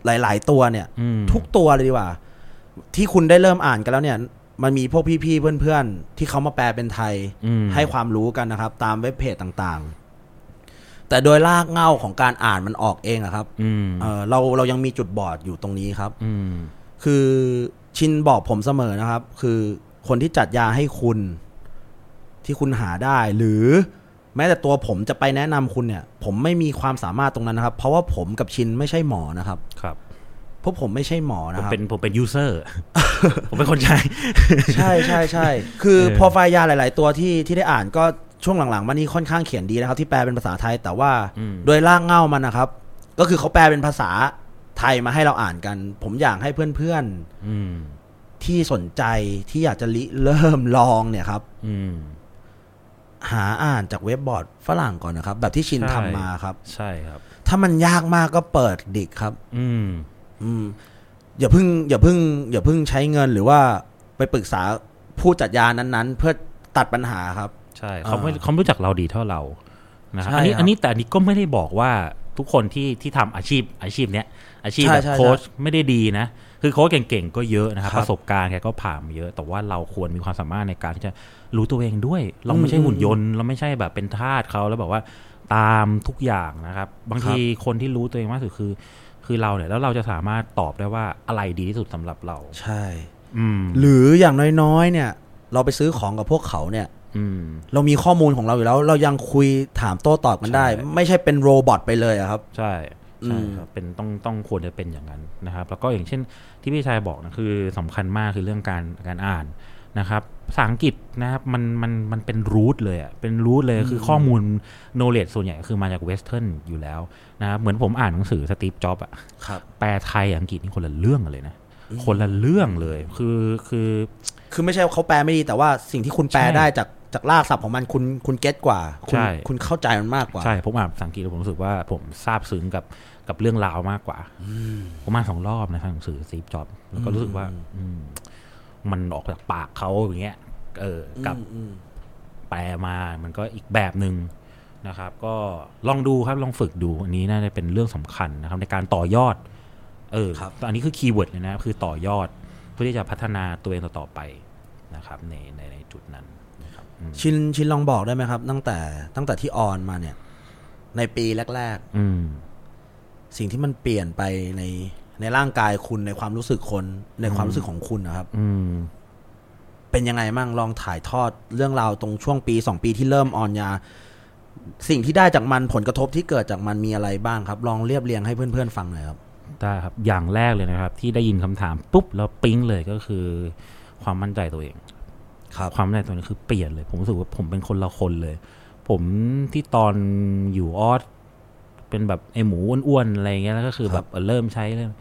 S2: หลาย ๆ ตัวเนี่ย
S1: ม
S2: ทุกตัวเลยดีกว่า ที่คุณได้เริ่มอ่านกันแล้วเนี่ย มันมีพวกพี่ๆเพื่อนๆ ที่เขามาแปลเป็นไทย
S1: อืม
S2: ให้ความรู้กันนะครับ ตามเว็บเพจต่างๆ แต่โดยลากเหง่าของการอ่านมันออกเองอะครับ
S1: อืม
S2: เอ่อเราเรายังมีจุดบอดอยู่ตรงนี้ครับ
S1: อืม
S2: คือชินบอกผมเสมอนะครับ คือคนที่จัดยาให้คุณ ที่คุณหาได้ หรือแม้แต่ตัวผมจะไปแนะนำคุณเนี่ย ผมไม่มีความสามารถตรงนั้นนะครับ เพราะว่าผมกับชินไม่ใช่หมอนะครับ
S1: ครับ
S2: เพราะผมไม่ใช่หมอ
S1: ผม
S2: นะครับ
S1: เป็นผมเป็นยู เซอร์ ผมเป็นคนใช้
S2: ใช่ใช่ใช่ คือ
S1: เออ
S2: พอไฟล์ยาหลาย ๆ ตัวที่ที่ได้อ่านก็ช่วงหลัง ๆ มานี่ค่อนข้างเขียนดีนะครับ ที่แปลเป็นภาษาไทยแต่ว่าโดยล่างเหง่ามันนะครับ ก็คือเขาแปลเป็นภาษาไทยมาให้เราอ่านกัน ผมอยากให้เพื่อน ๆ
S1: อืม
S2: ที่สนใจที่อยากจะริเริ่มลองเนี่ยครับ
S1: อืม
S2: หาอ่านจากเว็บบอร์ดฝรั่งก่อนนะครับ แบบที่ชิน
S1: ใช่
S2: ทำมาครับ
S1: ใช่ครับ
S2: ถ้ามันยากมากก็เปิดดิกครับ
S1: อืม
S2: อืม อย่าเพิ่ง อย่าเพิ่ง อย่าเพิ่งใช้เงินหรือว่าไปปรึกษาผู้จัดยานั้นๆ เพื่อ ตัดปัญหาครับ
S1: ใช่เขาไม่
S2: อ่า
S1: เขาไม่รู้จักเราดีเท่าเรานะครับ
S2: ใช่
S1: อันนี้
S2: ครับ
S1: อันนี้แต่อันนี้ก็ไม่ได้บอกว่าทุกคนที่ที่ทำอาชีพอาชีพเนี้ยอาชีพ
S2: ใช่
S1: แบบ
S2: ใช่
S1: โค้ชไม่ได้ดีนะ คือโค้ชเก่งๆก็เยอะนะครับ
S2: ค
S1: ป
S2: รับ
S1: ระสบการณ์แกก็ผ่านมาเยอะ แต่ว่าเราควรมีความสามารถในการที่จะรู้ตัวเองด้วย เราไม่ใช่
S2: อืม
S1: หุ่นยนต์ เราไม่ใช่แบบเป็นทาสเขาแล้วแบบว่าตามทุกอย่างนะครับ บาง
S2: ครับ
S1: ทีคนที่รู้ตัวเองมากที่สุดคือ คือเราเนี่ยแล้วเราจะสามารถตอบได้ว่าอะไรดีที่สุดสำหรับเรา
S2: ใช่
S1: อืม
S2: หรืออย่างน้อยๆเนี่ย เราไปซื้อของกับพวกเขาเนี่ย
S1: อืม
S2: เรามีข้อมูลของเราอยู่แล้ว เรายังคุยถามโต้ตอบกันได้
S1: ใช่
S2: ไม่ใช่เป็นโรบอทไปเลยอะครับ
S1: ใช่
S2: อื
S1: ใช่
S2: ม
S1: ครับเป็นต้องต้องควรจะเป็นอย่างนั้นนะครับ แล้วก็อย่างเช่นที่พี่ชายบอกนะคือสำคัญมากคือเรื่องการการอ่านนะครับภาษาอังกฤษนะครับมันมันมันเป็นรูทเลยอ่ะเป็นรูทเลยคือข้อมูลโนเลดส่วนใหญ่คือมาจากเวสเทิร์นอยู่แล้วนะครับเหมือนผมอ่านหนังสือสตีฟจ็อบอะ
S2: ครับ
S1: แปลไทยอังกฤษนี่คนละเรื่องกันเลยนะ คนละเรื่องเลยคือคือ
S2: คือไม่ใช่ว่าเขาแปลไม่ดีแต่ว่าสิ่งที่คุณแปล
S1: ใช่
S2: ได้จากจากลากศัพท์ของมันคุณคุณเก็ตกว่า คุณ
S1: ใช่
S2: คุณเข้าใจมันมากกว่า
S1: ใช่ ผมอ่านภาษาอังกฤษแล้วผมรู้สึกว่าผมซาบซึ้งกับกับเรื่องราวมากกว่าผมอ่านสองรอบนะครับหนังสือซีฟจ็อบแล้วก็รู้สึกว่า อืม มันออกจากปากเขาอย่างเงี้ย เออ กับแปลมามันก็อีกแบบหนึ่งนะครับ ก็ลองดูครับลองฝึกดู อันนี้น่าจะเป็นเรื่องสำคัญนะครับ ในการต่อยอด เออ
S2: ครับ
S1: อันนี้คือคีย์เวิร์ดเลยนะครับคือต่อยอดเพื่อที่จะพัฒนาตัวเองต่อๆไปนะครับ ในในในจุดนั้นนะครับอืม
S2: ชินชินลองบอกได้ไหมครับ ตั้งแต่ตั้งแต่ที่ออนมาเนี่ย ในปีแรก
S1: อืม
S2: ๆ สิ่งที่มันเปลี่ยนไปในในร่างกายคุณในความรู้สึกคนในความรู้สึกของคุณนะครับ
S1: อืม
S2: เป็นยังไงมั่งลองถ่ายทอดเรื่องราวตรงช่วงปีสองปีที่เริ่มออนยา สิ่งที่ได้จากมันผลกระทบที่เกิดจากมันมีอะไรบ้างครับ ลองเรียบเรียงให้เพื่อนๆฟังหน่อยครับ
S1: ได้ครับ อย่างแรกเลยนะครับ ที่ได้ยินคำถามปุ๊บแล้วปิ๊งเลยก็คือ ความมั่นใจตัวเอง
S2: ครับ
S1: ความมั่นใจตัวนี้คือเปลี่ยนเลย ผมรู้สึกว่าผมเป็นคนละคนเลย ผมที่ตอนอยู่ออสเป็นแบบไอหมูอ้วนๆอะไรอย่างเงี้ยแล้วก็คือ
S2: ครับ
S1: แบบเออเริ่มใช้เริ่ม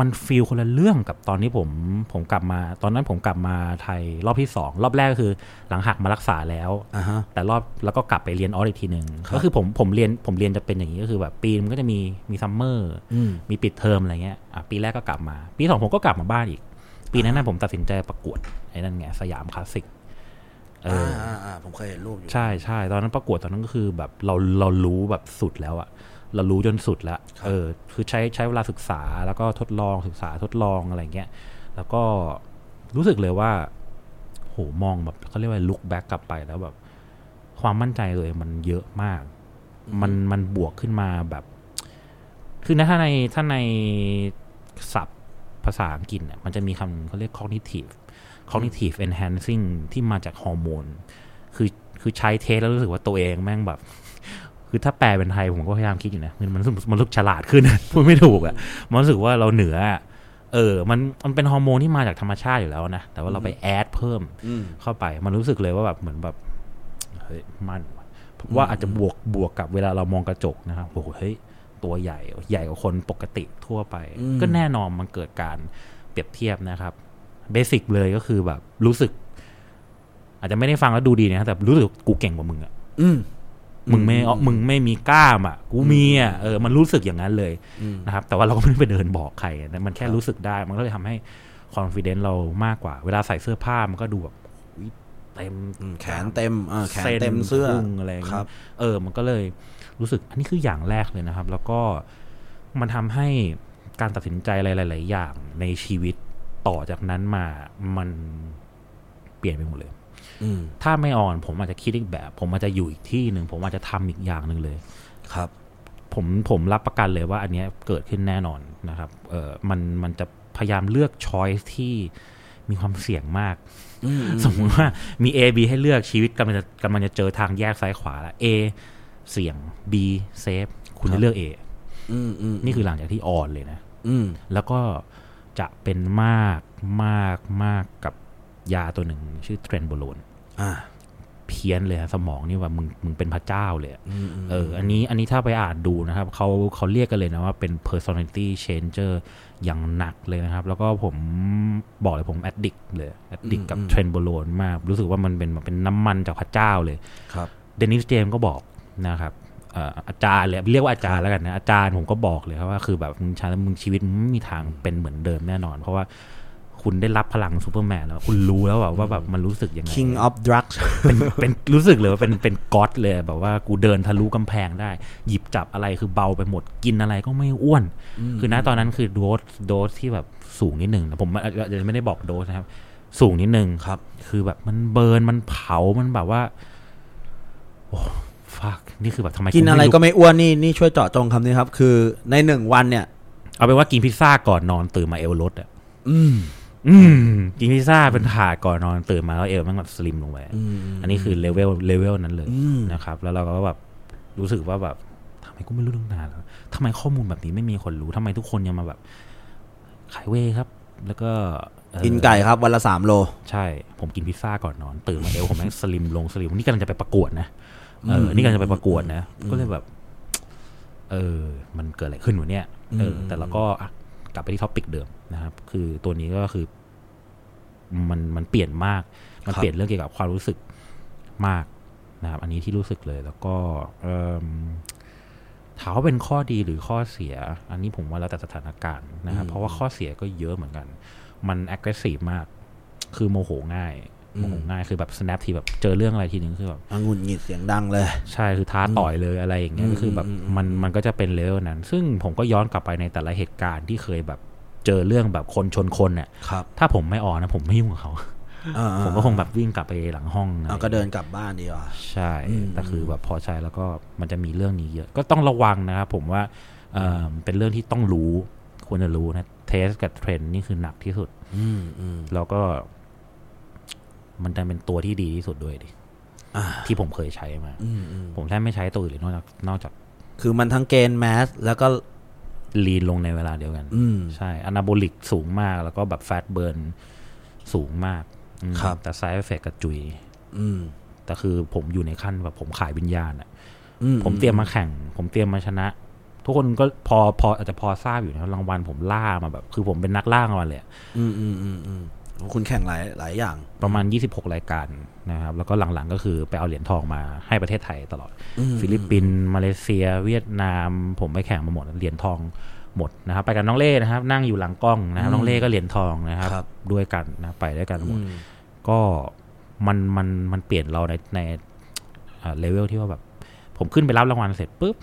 S1: มันฟีลคนละเรื่องกับตอนที่ผมผมกลับมา ตอนนั้นผมกลับมาไทยรอบที่สองรอบแรกก็คือหลังหักมารักษาแล้ว
S2: อ่าฮะ
S1: แต่รอบแล้วก็กลับไปเรียนออสอีกทีหนึ่ง
S2: ครับ
S1: ก็คือผมผมเรียนผมเรียนจะเป็นอย่างนี้ก็คือแบบปีมันก็จะมีมีซัมเมอร์
S2: อืม
S1: มีปิดเทอมอะไรเงี้ยอ่ะปีแรกก็กลับมา ปีสองผมก็กลับมาบ้านอีก ปีนั้นนะผมตัดสินใจประกวดไอ้นั่นไงสยามคลาสสิก เอออ
S2: อ่าๆๆผมเคยเห็นรูปอยู่
S1: ใช่ใช่ตอนนั้นประกวดตอนนั้นก็คือแบบเราเรารู้แบบสุดแล้วอะเรารู้จนสุดแล้ว เออ คือใช้ใช้เวลาศึกษาแล้วก็ทดลองศึกษาทดลองอะไรเงี้ย แล้วก็รู้สึกเลยว่า โหมองแบบเขาเรียกว่าลุกแบ็กกลับไปแล้วแบบ ความมั่นใจตัวเองมันเยอะมาก มันมันบวกขึ้นมาแบบ คือนะถ้าในถ้าในศัพท์ภาษาอังกฤษเนี่ยมันจะมีคำเขาเรียก cognitive cognitive enhancing ที่มาจากฮอร์โมน คือคือใช้เทสแล้วรู้สึกว่าตัวเองแม่งแบบ คือถ้าแปลเป็นไทยผมก็พยายามคิดอยู่นะ มันมันรู้สึกมันรู้สึกฉลาดขึ้น พูดไม่ถูกอะ่ะ มันรู้สึกว่าเราเหนืออะเออ มันมันเป็นฮอร์โมนที่มาจากธรรมชาติอยู่แล้วนะ แต่ว่าเราไปแอดเพิ่ม
S2: อืม
S1: เข้าไปมันรู้สึกเลยว่าแบบเหมือนแบบเฮ้ยมันว่ะผมว่าอาจจะบวกบวกกับเวลาเรามองกระจกนะครับโอ้โหเฮ้ยตัวใหญ่ใหญ่กว่าคนปกติทั่วไป
S2: อืม
S1: ก็แน่นอนมันเกิดการเปรียบเทียบนะครับเบสิกเลยก็คือแบบรู้สึก อาจจะไม่ได้ฟังแล้วดูดีนะครับแต่รู้สึกกูเก่งกว่ามึงอะ
S2: อืม
S1: มึงไม่เอามึงไม่มีกล้ามอ่ะ กูมีอ่ะ เออ มันรู้สึกอย่างนั้นเลย
S2: อืม
S1: นะครับ แต่ว่าเราก็ไม่ได้ไปเดินบอกใครนะมันแค่
S2: ครับ
S1: รู้สึกได้ มันก็เลยทำให้ความ confidence เรามากกว่า เวลาใส่เสื้อผ้ามันก็ดูแบบอุ๊ยเต็ม
S2: อืมแขนเต็มอ่าแขน
S1: ส้
S2: เต็มเสื้อ
S1: พุงอะไรอย่าง
S2: ครั
S1: เงี้
S2: บ
S1: ยเออ มันก็เลยรู้สึก อันนี้คืออย่างแรกเลยนะครับ แล้วก็มันทำให้การตัดสินใจอะไรหลาย ๆ อย่างในชีวิตต่อจากนั้นมา มันเปลี่ยนไปหมดเลย
S2: อืม
S1: ถ้าไม่อ่อนผมอาจจะคิดอีกแบบ ผมอาจจะอยู่อีกที่หนึ่งผมอาจจะทำอีกอย่างหนึ่งเลย
S2: ครับ
S1: ผมผมรับประกันเลยว่าอันเนี้ยเกิดขึ้นแน่นอนนะครับ เออมันมันจะพยายามเลือกช้อยที่มีความเสี่ยงมาก
S2: อืม
S1: สมมุติว่ามี A B ให้เลือกชีวิตกำลังจะกำลังจะเจอทางแยกซ้ายขวาละ A เสี่ยง B เซฟคุณ
S2: ครับ
S1: จะเลือก A
S2: อืมอืม
S1: นี่คือหลังจากที่ออนเลยนะ
S2: อืม
S1: แล้วก็จะเป็นมากมากมากกับยาตัวหนึ่ง ชื่อเทรนโบโลน
S2: อ่า
S1: เพี้ยนเลยฮะสมองนี่ว่ามึงมึงเป็นพระเจ้าเลยอะเออ อันนี้อันนี้ถ้าไปอ่านดูนะครับเขาเขาเรียกกันเลยนะว่าเป็น personality changer อย่างหนักเลยนะครับ แล้วก็ผมบอกเลยผม addict เลย addict กับ
S2: อืม
S1: เทรนโบโลนมาก รู้สึกว่ามันเป็นมันเป็นน้ำมันจากพระเจ้าเลย
S2: ครับ
S1: เดนิสเจมส์ก็บอกนะครับเอ่ออาจารย์เลยเรียกว่าอาจารย์แล้วกันนะอาจารย์ผมก็บอกเลยครับว่าคือแบบมึงใช้แล้วมึงชีวิตมึงไม่มีทางเป็นเหมือนเดิมแน่นอน เพราะว่า คุณได้รับพลังซูเปอร์แมนแล้ว คุณรู้แล้วอะว่าแบบมันรู้สึกยังไง
S2: King of Drugs
S1: เป็น เป็นรู้สึกเลยว่าเป็นเป็นก๊อตเลยแบบว่ากูเดินทะลุกำแพงได้ หยิบจับอะไรคือเบาไปหมดกินอะไรก็ไม่อ้วน คือณตอนนั้นคือโดสโดสที่แบบสูงนิดหนึ่งนะผมอาจจะไม่ได้บอกโดสนะครับ สูงนิดหนึ่ง
S2: ครับ
S1: คือแบบมันเบิร์นมันเผามันแบบว่า โอ้ฟักนี่คือแบบทำไม
S2: กินอะไร
S1: ม่
S2: ก็ไม่อ้วนนี่นี่ช่วยเจาะจงคำนี้ครับ คือในหนึ่งวันเนี่ย
S1: เอาเป็นว่ากินพิซซ่าก่อนนอนตื่นมาเอวลดอ่ะ
S2: อืม
S1: อืมกินพิซซ่าเป็นถาดก่อนนอนตื่นมาแล้วเอวมันแบบสลิมลงไป อันนี้คือเลเวลเลเวลนั้นเลย
S2: อืม
S1: นะครับ แล้วเราก็แบบรู้สึกว่าแบบทำไมกูไม่รู้เรื่องนานแล้วทำไมข้อมูลแบบนี้ไม่มีคนรู้ทำไมทุกคนยังมาแบบ ขายเวย์ครับ แล้วก็เอ่อ
S2: กินไก่ครับวันละสามโล
S1: ใช่ ผมกินพิซซ่าก่อนนอน ตื่นมาเอวผมแม่ งสลิมลงสลิมนี่กำลังจะไปประกวดนะเอออนี่กำลังจะไปประกวดนะ ก็เลยแบบ เออ มันเกิดอะไรขึ้นวะเนี่ยเอออ
S2: ม
S1: แต่เราก็อ่ะกลับไปที่ท็อปิกเดิมนะครับ คือตัวนี้ก็คือ มันมันเปลี่ยนมาก มันเปลี่ยนเรื่องเกี่ยวกับความรู้สึกมากนะครับ อันนี้ที่รู้สึกเลย แล้วก็เอิ่มถามว่าเป็นข้อดีหรือข้อเสีย อันนี้ผมว่าแล้วแต่สถานการณ์นะครับ เพราะว่าข้อเสียก็เยอะเหมือนกัน มัน aggressive มาก คือโมโหง่ายโมโหง่ายคือแบบ snap ทีแบบเจอเรื่องอะไรทีหนึ่งคือแบบ
S2: อ่ะหงุดหงิดเสียงดังเลย
S1: ใช่คือท้าต่อยเลยอะไรอย่างเงี้ย
S2: อืม
S1: คือแบบ
S2: อืมอืม
S1: มันมันก็จะเป็นเลเวลนั้น ซึ่งผมก็ย้อนกลับไปในแต่ละเหตุการณ์ที่เคยแบบเจอเรื่องแบบคนชนคนเนี่ย
S2: ครับ
S1: ถ้าผมไม่ออกนะผมไม่ยุ่งกับเขา
S2: อ่าๆ
S1: ผมก็คงแบบวิ่งกลับไปหลังห้องอะไร
S2: อ่ะก็เดินกลับบ้านดีกว่า
S1: ใช่แต่คือแบบพอใช้แล้วก็มันจะมีเรื่องนี้เยอะ ก็ต้องระวังนะครับผมว่าเอ่อเป็นเรื่องที่ต้องรู้ควรจะรู้นะเทสกับเทรนด์นี่คือหนักที่สุด
S2: อืมอืม
S1: แล้วก็ มันจะเป็นตัวที่ดีที่สุดด้วยดิ
S2: อ่า
S1: ที่ผมเคยใช้มา
S2: อืมอืม
S1: ผมแทบไม่ใช้ตัวอื่นเลยนอกจากนอกจาก
S2: คือมันทั้งเกณฑ์แมสแล้วก็
S1: ลีนลงในเวลาเดียวกัน
S2: อืม
S1: ใช่อนาโบลิกสูงมาก แล้วก็แบบแฟตเบิร์นสูงมากอืม
S2: ครับ
S1: แต่ไซเอฟเฟกกระจุย
S2: อืม
S1: แต่คือผมอยู่ในขั้นแบบผมขายวิญญาณอะ
S2: อืม
S1: ผมเตรียมมาแข่ง ผมเตรียมมาชนะ ทุกคนก็พอพออาจจะพอทราบอยู่นะรางวัลผมล่ามาแบบ คือผมเป็นนักล่ารางวัลเลยอะ
S2: อืมอืมอืมอืมคุณแข่งหลายหลายอย่าง
S1: ประมาณ 26 รายการนะครับ แล้วก็หลังๆก็คือไปเอาเหรียญทองมาให้ประเทศไทยตลอด
S2: อืม
S1: ฟิลิปปินส์มาเลเซีย เวียดนาม ผมไปแข่งมาหมดเหรียญทองหมดนะครับไปกับน้องเล่นะครับ นั่งอยู่หลังกล้องนะครับน้องเล่ก็เหรียญทองนะครับ
S2: ครับ
S1: ด้วยกันนะไปด้วยกันหม
S2: อื
S1: ด
S2: ม
S1: ก็มันมันมันเปลี่ยนเราในในเลเวลที่ว่าแบบ ผมขึ้นไปรับรางวัลเสร็จปุ๊บ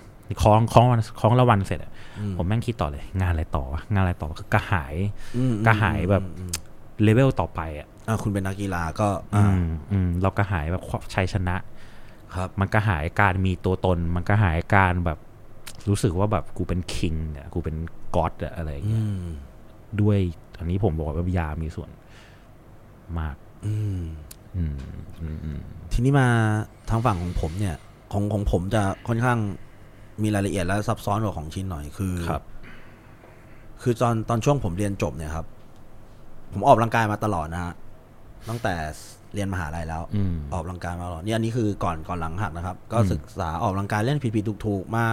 S1: คล้องคล้องรางวัลคล้องรางวัลเสร็จอะผมแม่งคิดต่อเลย งานอะไรต่อวะงานอะไรต่อคือกระหาย
S2: อืมอืม
S1: กระหายแบบเลเวลต่อไปอ่ะ
S2: อ่ะคุณเป็นนักกีฬาก็
S1: อื
S2: อ่าม
S1: อืมเรากระหายแบบชัยชนะ
S2: ครับ
S1: มันก็หายการมีตัวตน มันก็หายการแบบรู้สึกว่าแบบกูเป็นคิงอะกูเป็นก็อดอะอะไรอย่าง
S2: อื
S1: เงี้ย
S2: ม
S1: ด้วยอันนี้ผมบอกว่าวิทยามีส่วนมาก
S2: อืม
S1: อืมอืมอืม
S2: ทีนี้มาทางฝั่งของผมเนี่ย ของของผมจะค่อนข้างมีรายละเอียดและซับซ้อนกว่าของชินหน่อยคือ
S1: ครับ
S2: คือตอนตอนช่วงผมเรียนจบเนี่ยครับ ผมออกกำลังกายมาตลอดนะฮะตั้งแต่เรียนมหาลัยแล้ว
S1: อืม
S2: ออกกำลังกายมาตลอดเนี่ยอันนี้คือก่อนก่อนหลังหักนะครับ ก็
S1: อืม
S2: ศึกษาออกกำลังกายเล่นผิดๆถูกๆมา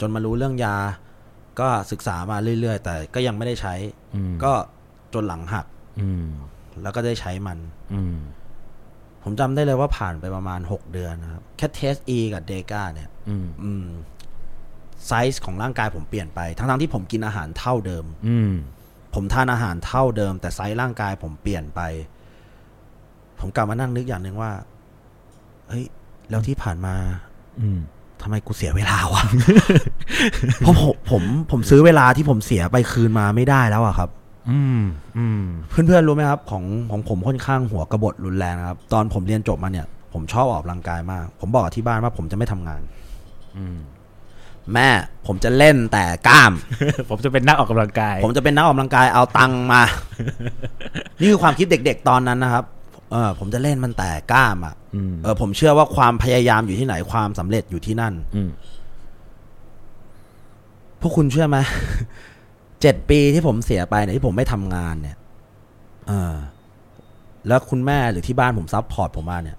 S2: จนมารู้เรื่องยา ก็ศึกษามาเรื่อยๆ แต่ก็ยังไม่ได้ใช้
S1: อืม
S2: ก็จนหลังหัก
S1: อืม
S2: แล้วก็ได้ใช้มัน
S1: อืม
S2: ผมจำได้เลยว่าผ่านไปประมาณ 6 เดือนนะครับ แค่เทส E กับเดกาเนี่ย
S1: อืม
S2: อืมไซส์ของร่างกายผมเปลี่ยนไป ทั้งๆที่ผมกินอาหารเท่าเดิม
S1: อืม
S2: ผมทานอาหารเท่าเดิม แต่ไซส์ร่างกายผมเปลี่ยนไป ผมกลับมานั่งนึกอย่างหนึ่งว่า เฮ้ย แล้วที่ผ่านมา
S1: อืม
S2: ทำไมกูเสียเวลาวะ เพราะผมผมผมซื้อเวลาที่ผมเสียไปคืนมาไม่ได้แล้วอะครับ
S1: อืมอืม
S2: เพื่อนๆรู้ไหมครับ ของของผมค่อนข้างหัวกระบฏรุนแรงนะครับ ตอนผมเรียนจบมาเนี่ย ผมชอบออกกำลังกายมาก ผมบอกกับที่บ้านว่าผมจะไม่ทำงาน
S1: อืม
S2: แม่ผมจะเล่นแต่กล้าม
S1: ผมจะเป็นนักออกกำลังกาย
S2: ผมจะเป็นนักออกกำลังกายเอาตังค์ มา นี่คือความคิดเด็ก ๆ ตอนนั้นนะครับ เออ ผมจะเล่นมันแต่กล้ามอ่ะ
S1: อืม
S2: เออผมเชื่อว่าความพยายามอยู่ที่ไหนความสำเร็จอยู่ที่นั่น
S1: อืม
S2: พวกคุณเชื่อไหม เจ็ดปีที่ผมเสียไปเนี่ยที่ผมไม่ทำงานเนี่ยเออแล้วคุณแม่หรือที่บ้านผมซัพพอร์ตผมมาเนี่ย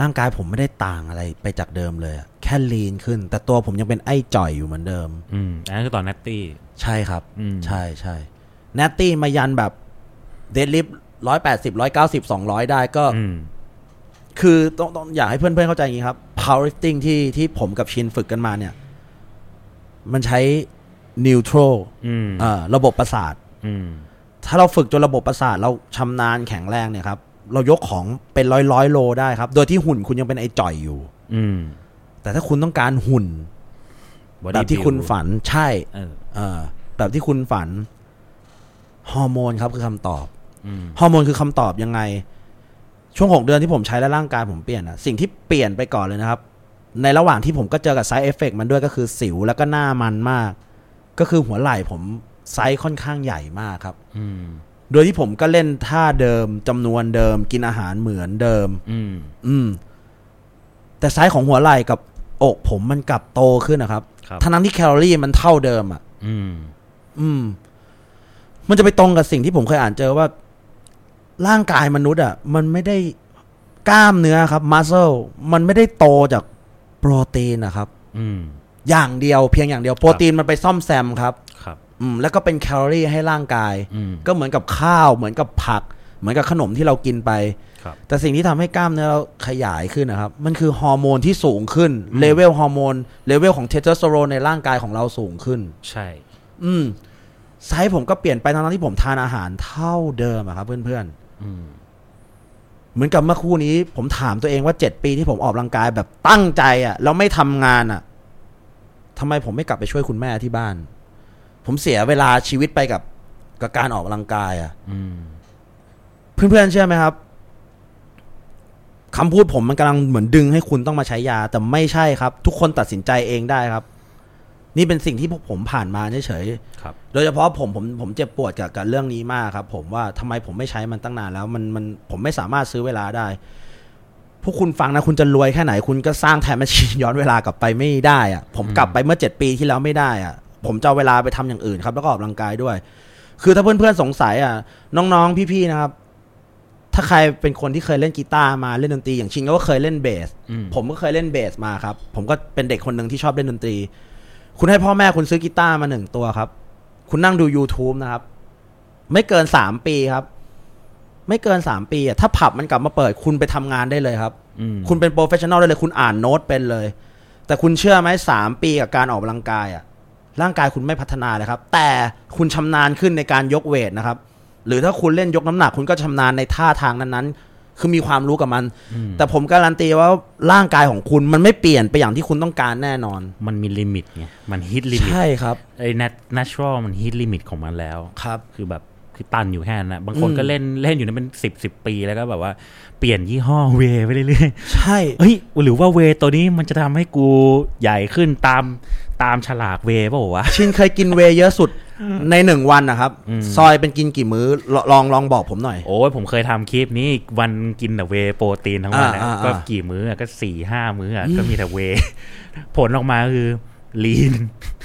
S2: ร่างกายผมไม่ได้ต่างอะไรไปจากเดิมเลยอะแค่ลีนขึ้น แต่ตัวผมยังเป็นไอ้จ่อยอยู่เหมือนเดิม
S1: อืมอันนั้นคือตอนนัตตี้
S2: ใช่ครับ
S1: อืม
S2: ใช่ใช่แนตตี้มายันแบบเดดลิฟร้อยแปดสิบร้อยเก้าสิบสองร้อยได้ก็
S1: อืม
S2: คือต้องต้องอยากให้เพื่อนๆเข้าใจอย่างนี้ครับ powerlifting ที่ที่ผมกับชินฝึกกันมาเนี่ย มันใช้ neutral
S1: อืม
S2: เอ่อระบบประสาท
S1: อืม
S2: ท ถ้าเราฝึกจนระบบประสาทเราชำนาญแข็งแรงเนี่ยครับ เรายกของเป็นร้อยร้อยๆโลได้ครับ โดยที่หุ่นคุณยังเป็นไอ้จ่อยอยู่
S1: อืม
S2: แต่ถ้าคุณต้องการหุ่น
S1: Body
S2: แบบที่
S1: build
S2: คุณฝันใช่
S1: เออ
S2: เออแบบที่คุณฝัน ฮอร์โมนครับคือคำตอบ
S1: อืม
S2: ฮอร์โมนคือคำตอบยังไง ช่วงหกเดือนที่ผมใช้และร่างกายผมเปลี่ยนอะสิ่งที่เปลี่ยนไปก่อนเลยนะครับ ในระหว่างที่ผมก็เจอกับไซเอฟเฟกมันด้วยก็คือสิวแล้วก็หน้ามันมาก ก็คือหัวไหล่ผมไซส์ค่อนข้างใหญ่มากครับ
S1: อืม
S2: โดยที่ผมก็เล่นท่าเดิมจำนวนเดิม กินอาหารเหมือนเดิม
S1: อืม
S2: อืม แต่ไซส์ของหัวไหล่กับอกผมมันกลับโตขึ้นนะครับ
S1: ครับ
S2: ทั้งนั้นที่แคลอรี่มันเท่าเดิมอะ
S1: อืม
S2: อืม มันจะไปตรงกับสิ่งที่ผมเคยอ่านเจอว่า ร่างกายมนุษย์อ่ะ มันไม่ได้กล้ามเนื้อครับมัสเซลมันไม่ได้โตจากโปรตีนนะครับ
S1: อืม
S2: อย่างเดียวเพียงอย่างเดียวโปรตีนมันไปซ่อมแซมครับ
S1: ครับ
S2: อืม แล้วก็เป็นแคลอรี่ให้ร่างกาย
S1: อืม
S2: ก็เหมือนกับข้าว เหมือนกับผัก เหมือนกับขนมที่เรากินไป
S1: ครับ
S2: แต่สิ่งที่ทำให้กล้ามเนื้อเราขยายขึ้นนะครับ มันคือฮอร์โมนที่สูงขึ้นเลเวลฮอร์โมนเลเวลของเทสโทสเตอโรนในร่างกายของเราสูงขึ้น
S1: ใช่
S2: อืมไซส์ผมก็เปลี่ยนไปทั้งๆที่ผมทานอาหารเท่าเดิมอะครับเพื่อน
S1: อืม
S2: ๆ เหมือนกับเมื่อครู่นี้ ผมถามตัวเองว่าเจ็ดปีที่ผมออกกำลังกายแบบตั้งใจอะแล้วไม่ทำงานอะทำไมผมไม่กลับไปช่วยคุณแม่ที่บ้าน ผมเสียเวลาชีวิตไปกับกับการออกกำลังกายอะ
S1: อืม
S2: เพื่อนๆเชื่อไหมครับคำพูดผมมันกำลังเหมือนดึงให้คุณต้องมาใช้ยา แต่ไม่ใช่ครับ ทุกคนตัดสินใจเองได้ครับ นี่เป็นสิ่งที่พวกผมผ่านมาเฉยๆ
S1: ครับ
S2: โดยเฉพาะผมผมผมเจ็บปวดกับกับเรื่องนี้มากครับ ผมว่าทำไมผมไม่ใช้มันตั้งนานแล้วมันมันผมไม่สามารถซื้อเวลาได้ พวกคุณฟังนะคุณจะรวยแค่ไหน คุณก็สร้างแทนมชชีนย้อนเวลากลับไปไม่ได้อะผมกลับไปเมื่อ 7 ปีที่แล้วไม่ได้อะผมจะเอาเวลาไปทำอย่างอื่นครับ แล้วก็ออกกำลังกายด้วย คือถ้าเพื่อนๆสงสัยอ่ะน้องๆพี่ๆนะครับ ถ้าใครเป็นคนที่เคยเล่นกีตาร์มาเล่นดนตรีอย่างชินก็เคยเล่นเบส
S1: อืม
S2: ผมก็เคยเล่นเบสมาครับ ผมก็เป็นเด็กคนหนึ่งที่ชอบเล่นดนตรี คุณให้พ่อแม่คุณซื้อกีตาร์มาหนึ่งตัวครับ คุณนั่งดู YouTube นะครับ ไม่เกินสามปีครับ ไม่เกินสามปีอะถ้าผับมันกลับมาเปิด คุณไปทำงานได้เลยครับ
S1: อืม
S2: คุณเป็นโปรเฟชชั่นอลได้เลย คุณอ่านโน้ตเป็นเลย แต่คุณเชื่อไหมสามปีกับการออกกำลังกายอะร่างกายคุณไม่พัฒนาเลยครับ แต่คุณชำนาญขึ้นในการยกเวทนะครับ หรือถ้าคุณเล่นยกน้ำหนัก คุณก็ชำนาญในท่าทางนั้นๆ คือมีความรู้กับมัน
S1: อืม
S2: แต่ผมการันตีว่าร่างกายของคุณมันไม่เปลี่ยนไปอย่างที่คุณต้องการแน่นอน
S1: มันมีลิมิตไง มันฮิตลิมิต
S2: ใช่ครับ
S1: ไอ้ nat- natural มันฮิตลิมิตของมันแล้ว
S2: ครับ
S1: คือแบบคือตันอยู่แค่นั้นนะบางคน
S2: อืม
S1: ก็เล่นเล่นอยู่นั้นเป็นสิบสิบปีแล้วก็แบบว่าเปลี่ยนยี่ห้อเวย์ไปเรื่อย
S2: ใช่
S1: ๆเฮ้ยหรือว่าเวย์ตัวนี้มันจะทำให้กูใหญ่ขึ้นตามตามฉลากเวย์เปล่าวะ
S2: ชินเคยกินเวย์เยอะสุดในหนึ่งวันนะครับ ซอยเป็นกินกี่มื้อลลองลองบอกผมหน่อย
S1: โอ้ยผมเคยทำคลิปนี้วันกินแต่เวย์โปรตีนทั้งวันนะ
S2: อ่าอ่าอ่า
S1: ก็กี่มื้ออะก็สี่ห้ามื้ออะก็มีแต่เวย์ ผลออกมาคือลีน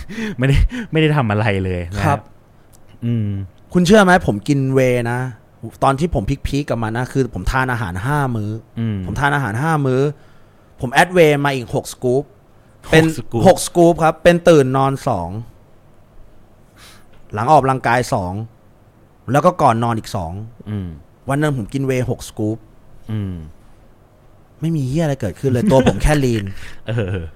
S1: ไม่ได้ไม่ได้ทำอะไรเลยนะครับ อืม
S2: คุณเชื่อไหมผมกินเวย์นะ ตอนที่ผมพิกพีกกับมันนะ คือผมทานอาหารห้ามื้ออ
S1: อืม
S2: ผมทานอาหารห้ามื้อ ผมแอดเวย์มาอีกหกสกู๊ปเป็น
S1: สกู๊ป
S2: หกสกู๊ปครับ เป็นตื่นนอนสองหลังออกกำลังกายสองแล้วก็ก่อนนอนอีกสอง
S1: อืม
S2: วันนั้นผมกินเวย์หกสกู๊ป
S1: อืม
S2: ไม่มีเฮียอะไรเกิดขึ้นเลย ตัวผมแค่ลีน
S1: เออ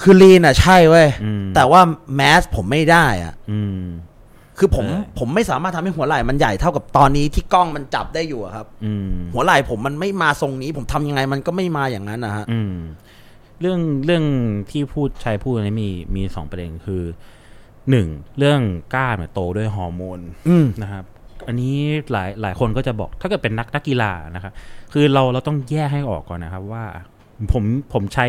S2: คือลีนอ่ะใช่เว้ย
S1: อืม
S2: แต่ว่าแมสผมไม่ได้อ่ะ
S1: อืม
S2: คือผม
S1: เออ
S2: ผมไม่สามารถทำให้หัวไหล่มันใหญ่เท่ากับตอนนี้ที่กล้องมันจับได้อยู่อะครับ
S1: อืม
S2: หัวไหล่ผมมันไม่มาทรงนี้ ผมทำยังไงมันก็ไม่มาอย่างนั้นนะฮะ
S1: อืม เรื่องเรื่องที่พูดชายพูดอันนี้มีมีสองประเด็นคือหนึ่งเรื่องกล้ามเนี่ยโตด้วยฮอร์โมน
S2: อืม
S1: นะครับอันนี้หลายหลายคนก็จะบอกถ้าเกิดเป็นนักนักกีฬานะครับคือเราเราต้องแยกให้ออกก่อนนะครับว่าผมผมใช้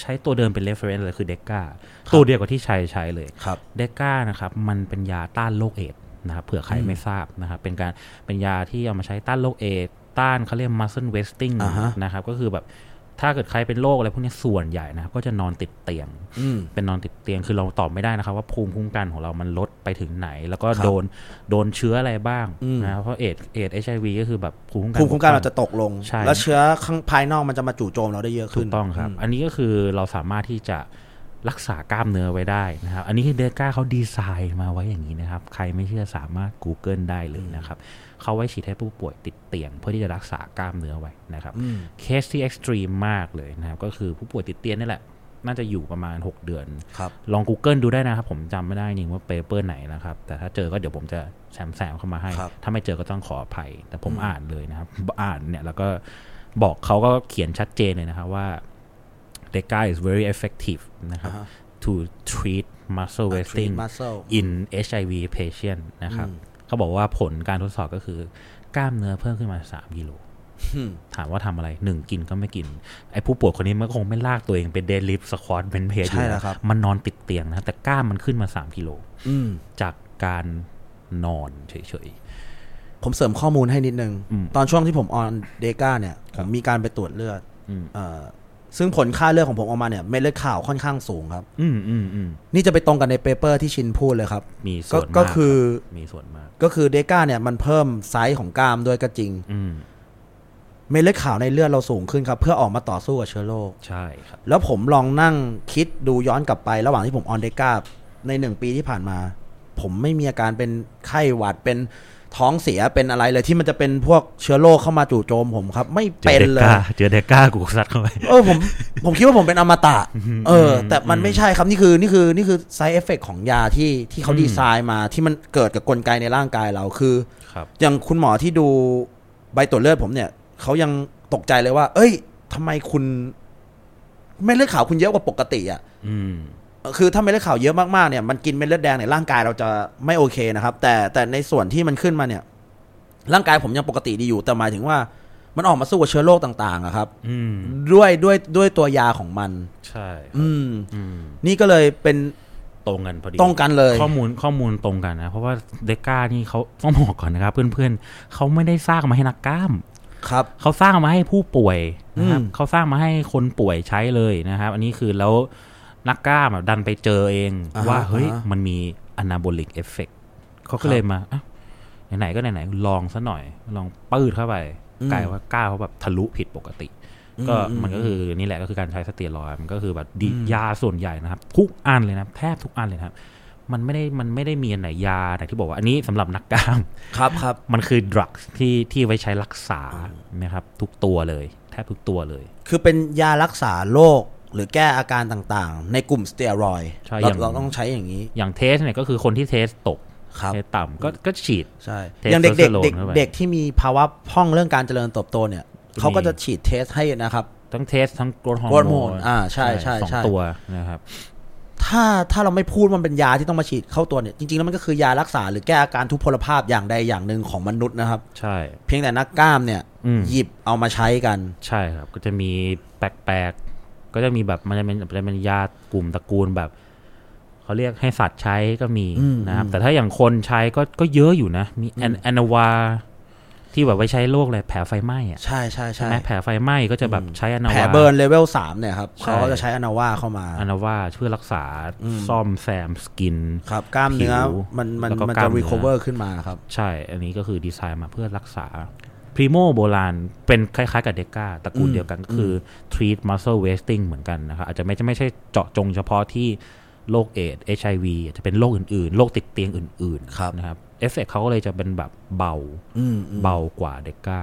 S1: ใช้ตัวเดิมเป็น reference เลยคือเดก้า
S2: ครับ
S1: ตัวเดียวกับที่ใช้ใช้เลย
S2: ครับ
S1: เดก้านะครับมันเป็นยาต้านโรคเอดส์นะครับเผื่อใครไม่ทราบนะครับเป็นการเป็นยาที่เอามาใช้ต้านโรคเอดส์ต้านเขาเรียก muscle wasting
S2: อ่าฮะ
S1: นะครับก็คือแบบถ้าเกิดใครเป็นโรคอะไรพวกนี้ส่วนใหญ่นะครับก็จะนอนติดเตียง
S2: อืม
S1: เป็นนอนติดเตียงคือเราตอบไม่ได้นะครับ ว่าภูมิคุ้มกันของเรามันลดไปถึงไหน แล้วก็
S2: ครับ
S1: โดนโดนเชื้ออะไรบ้าง
S2: อืม
S1: นะครับเพราะเอดเอดเอชไอวีก็คือแบบภูมิคุ้มกัน
S2: ภูมิคุ้มกันเราจะตกลง
S1: ใช่
S2: แล้วเชื้อข้างภายนอกมันจะมาจู่โจมเราได้เยอะ
S1: ถู
S2: ขึ้น
S1: กต้องครับ อันนี้ก็คือเราสามารถที่จะรักษากล้ามเนื้อไว้ได้นะครับ อันนี้คือเดก้าเขาดีไซน์มาไว้อย่างนี้นะครับ ใครไม่เชื่อสามารถ Google ได้เลยนะครับเขาไว้ฉีดให้ผู้ป่วยติดเตียง เพื่อที่จะรักษากล้ามเนื้อไว้นะครับ
S2: อืม
S1: เคสที่เอ็กซ์ตรีมมากเลยนะครับ ก็คือผู้ป่วยติดเตียงนี่แหละ น่าจะอยู่ประมาณ 6 เดือน
S2: ครับ
S1: ลอง Google ดูได้นะครับ ผมจำไม่ได้จริงว่าเปเปอร์ไหนนะครับ แต่ถ้าเจอก็เดี๋ยวผมจะแซมแซมเข้ามาให้
S2: ครับ
S1: ถ้าไม่เจอก็ต้องขออภัย แต่ผมอ่านเลยนะครับ อ่านเนี่ยแล้วก็บอกเขาก็เขียนชัดเจนเลยนะครับว่า the guy is very effective นะครับ to treat muscle wasting
S2: Treat muscle
S1: in HIV patient นะครับเขาบอกว่าผลการทดสอบก็คือกล้ามเนื้อเพิ่มขึ้นมา 3กิโล
S2: อืม
S1: ถามว่าทำอะไรหนึ่งกินก็ไม่กิน ไอ้ผู้ป่วยคนนี้มันก็คงไม่ลากตัวเองเป็นเดลิฟสควอตเป็นเพจอ
S2: ใช่
S1: ยู่
S2: แล้
S1: นะ
S2: วครับ
S1: มันนอนติดเตียงนะแต่กล้ามมันขึ้นมา 3 กิโล
S2: อืม
S1: จากการนอนเฉย
S2: ผมเสริมข้อมูลให้นิดนึง
S1: อืม
S2: ตอนช่วงที่ผมออนเดก้าเนี่ย ผมมีการไปตรวจเลือด
S1: อืม
S2: เอ่อซึ่งผลค่าเลือดของผมออกมาเนี่ยเม็ดเลือดขาวค่อนข้างสูงครับ
S1: ๆ อืมอืมอืม
S2: นี่จะไปตรงกันในเปเปอร์ที่ชินพูดเลยครับ
S1: มีส่
S2: ก็
S1: วนมาก
S2: ก็คือ
S1: รับมีส่วนมาก
S2: ก็คือเดก้าเนี่ยมันเพิ่มไซส์ของกล้ามด้วยก็จริง
S1: อืม
S2: เม็ดเลือดขาวในเลือดเราสูงขึ้นครับ เพื่อออกมาต่อสู้กับเชื้อโรค
S1: ใช่ครับ
S2: แล้วผมลองนั่งคิดดูย้อนกลับไประหว่างที่ผมออนเดก้าในหนึ่งปีที่ผ่านมา ผมไม่มีอาการเป็นไข้หวัดเป็นท้องเสียเป็นอะไรเลยที่มันจะเป็นพวกเชื้อโรคเข้ามาจู่โจมผมครับ ไม่
S1: เจ
S2: เป็
S1: อน เด
S2: เลย
S1: ก้าเจอเดก้ากูซัดเข้าไป
S2: เออผมผมคิดว่าผมเป็นอมต ะ เออ แต่มันไม่ใช่ครับนี่คือนี่คือนี่คือไซเอฟเฟกของยาที่ที่เขาดีไซน์มาที่มันเกิดกับกลไกในร่างกายเราคือ
S1: ครับ
S2: อย่างคุณหมอที่ดูใบตรวจเลือดผมเนี่ยเขายังตกใจเลยว่า เอ้ยทำไมคุณเม็ดเลือดขาวคุณเยอะกว่าปกติอ่ะ
S1: อืม
S2: เออคือถ้าเม็ดเลือดขาวเยอะมากๆเนี่ยมันกินเม็ดเลือดแดงในร่างกายเราจะไม่โอเคนะครับ แต่แต่ในส่วนที่มันขึ้นมาเนี่ย ร่างกายผมยังปกติดีอยู่ แต่หมายถึงว่า มันออกมาสู้กับเชื้อโรคต่างๆอะครับ
S1: อืม
S2: ด้วยด้วยด้วยตัวยาของมัน
S1: ใช่ครับ
S2: อืม
S1: อืม
S2: นี่ก็เลยเป็น
S1: ตรงกันพอดี
S2: ตรงกันเลย
S1: ข้อมูลข้อมูลตรงกันนะ เพราะว่าเดก้านี่เขาต้องบอกก่อนนะครับ เพื่อนๆเขาไม่ได้สร้างมาให้นักกล้าม
S2: ครับ
S1: เขาสร้างมาให้ผู้ป่วยนะครับ
S2: อืม
S1: เขาสร้างมาให้คนป่วยใช้เลยนะครับ อันนี้คือแล้วนักกล้ามอะดันไปเจอเอง
S2: อ่าฮะ
S1: ว่าเฮ้ย
S2: อ่าฮะ
S1: มันมีอนาโบลิกเอฟเฟกเขา
S2: ครั
S1: ก็
S2: บ
S1: เลยมาอ่ะไหนๆก็ไหนๆลองซะหน่อย ลองปืดเข้าไป
S2: อืม
S1: กลายว่ากล้ามเขาแบบทะลุผิดปกติ
S2: อืม
S1: ก็
S2: อืม
S1: มันก็คือนี่แหละก็คือการใช้สเตียรอยด์มันก็คือแบบดียาส่วนใหญ่นะครับ ทุกอันเลยนะครับ แทบทุกอันเลยนะครับ มันไม่ได้มันไม่ได้มีอันไหนยาไหนที่บอกว่าอันนี้สำหรับนักกล้าม
S2: ครับครับ
S1: มันคือดรักที่ที่ไว้ใช้รักษานะครับ ทุกตัวเลย แทบทุกตัวเลย
S2: คือเป็นยารักษาโรคหรือแก้อาการต่างๆ ในกลุ่มสเตียรอยด์
S1: ใช่
S2: เรา
S1: อย่าง
S2: เราต้องใช้อย่างนี้
S1: อย่างเทสเนี่ยก็คือคนที่เทสตก
S2: ครับ
S1: เทสต่ำก็ก็ฉีด
S2: ใช่
S1: เทส
S2: อย่างเด็กๆเด็ก
S1: โทสเทอโรน
S2: เด็ก
S1: เข้าไป
S2: เด็กที่มีภาวะพร่องเรื่องการเจริญเติบโตเนี่ย
S1: มี
S2: เขาก็จะฉีดเทสให้นะครับ
S1: ทั้งเทสทั้งโกรทฮอ
S2: growth
S1: ร์โม
S2: hormone
S1: น
S2: อ่าใช่ใช่
S1: สอง
S2: ใช่
S1: ตัวนะครับ
S2: ถ้าถ้าเราไม่พูดมันเป็นยาที่ต้องมาฉีดเข้าตัวเนี่ย จริงๆ แล้วมันก็คือยารักษาหรือแก้อาการทุพพลภาพอย่างใดอย่างหนึ่งของมนุษย์นะครับ
S1: ใช่
S2: เพียงแต่นักกล้ามเนี่ย
S1: อืม
S2: หยิบเอามาใช้กัน
S1: ใช่ครับ ก็จะมีแปลกๆ ก็จะมีแบบมันจะเป็นมันจะเป็นยากลุ่มตระกูลแบบ เขาเรียกให้สัตว์ใช้ก็มี
S2: อืม
S1: นะครับ
S2: อืม
S1: แต่ถ้าอย่างคนใช้ก็ก็เยอะอยู่นะ มีแอนแอนาวา ที่แบบไว้ใช้โรคอะไรแผลไฟไหม้อะ
S2: ใช่ใช่
S1: ใช่
S2: ใช่
S1: ไหมแผลไฟไหม้ก็จะแบบใช้แอนา
S2: แผล
S1: วา
S2: เบิร์นเลเวลสามเนี่ยครับ
S1: ใช่
S2: เขาก็จะใช้อนาว่าเข้ามา
S1: อานาว่าเพื่อรักษาซ่อมแซมสกิน
S2: ครับกล้ามเนื้อ
S1: ผิว
S2: มันมัน
S1: แล้วก็
S2: มัน
S1: กล้า
S2: จะ
S1: มเนื้
S2: รี
S1: อ
S2: คอเวอร์ขึ้นมาครับ
S1: ใช่ อันนี้ก็คือดีไซน์มาเพื่อรักษาพรีโมโบราณเป็นคล้ายๆกับเดก้าตระกูลเดียวกันก็คือ treat muscle wasting เหมือนกันนะครับ อาจจะไม่ไม่ใช่เจาะจงเฉพาะที่โรคเอดส์ HIV อาจจะเป็นโรคอื่นๆ โรคติดเตียงอื่น
S2: ครับ
S1: นะครับเอฟเฟกเขาก็เลยจะเป็นแบบเบา
S2: อืมอืม
S1: เบากว่าเดก้า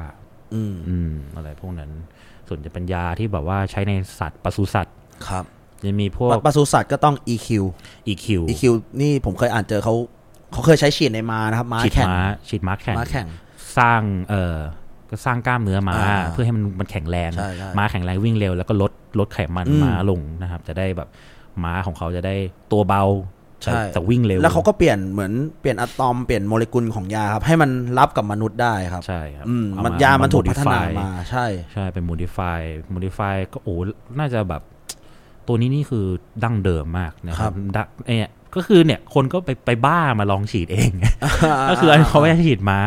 S2: อืม
S1: อืมอะไรพวกนั้น ส่วนจะเป็นยาที่แบบว่าใช้ในสัตว์ปศุสัตว์
S2: ครับ
S1: จะมีพวก
S2: ปศุสัตว์ก็ต้อง EQ
S1: EQ
S2: EQ นี่ผมเคยอ่านเจอเขาเขาเคยใช้ฉีดในม้านะครับม้า
S1: ฉีด
S2: แข่ง
S1: ม้าฉีดม้าแข่ง
S2: ม้าแข่ง
S1: สร้างเออก็สร้างกล้ามเนื้อมา
S2: อ่า
S1: เพื่อให้มันมันแข็งแรง
S2: ใช่ใช่
S1: ม้าแข็งแรงวิ่งเร็วแล้วก็ลดลดไขมัน
S2: อืม
S1: ม้าลงนะครับ จะได้แบบม้าของเขาจะได้ตัวเบา
S2: ใช่
S1: แต่แต่วิ่งเร็ว
S2: แล้วเขาก็เปลี่ยนเหมือนเปลี่ยนอะตอมเปลี่ยนโมเลกุลของยาครับ ให้มันรับกับมนุษย์ได้ครับ
S1: ใช่ครับ
S2: อืม
S1: เอ
S2: มันยามันถูกพัฒนา
S1: โดิฟย
S2: มาใช่
S1: ใช่เป็น modify modify ก็โอ้น่าจะแบบ ตัวนี้นี่คือดั้งเดิมมากนะค
S2: ครั
S1: รับบ ดะเนี่ยก็คือเนี่ยคนก็ไปไปบ้ามาลองฉีดเอง ก็คืออันนี้เขาไม่ได้ฉีดม้า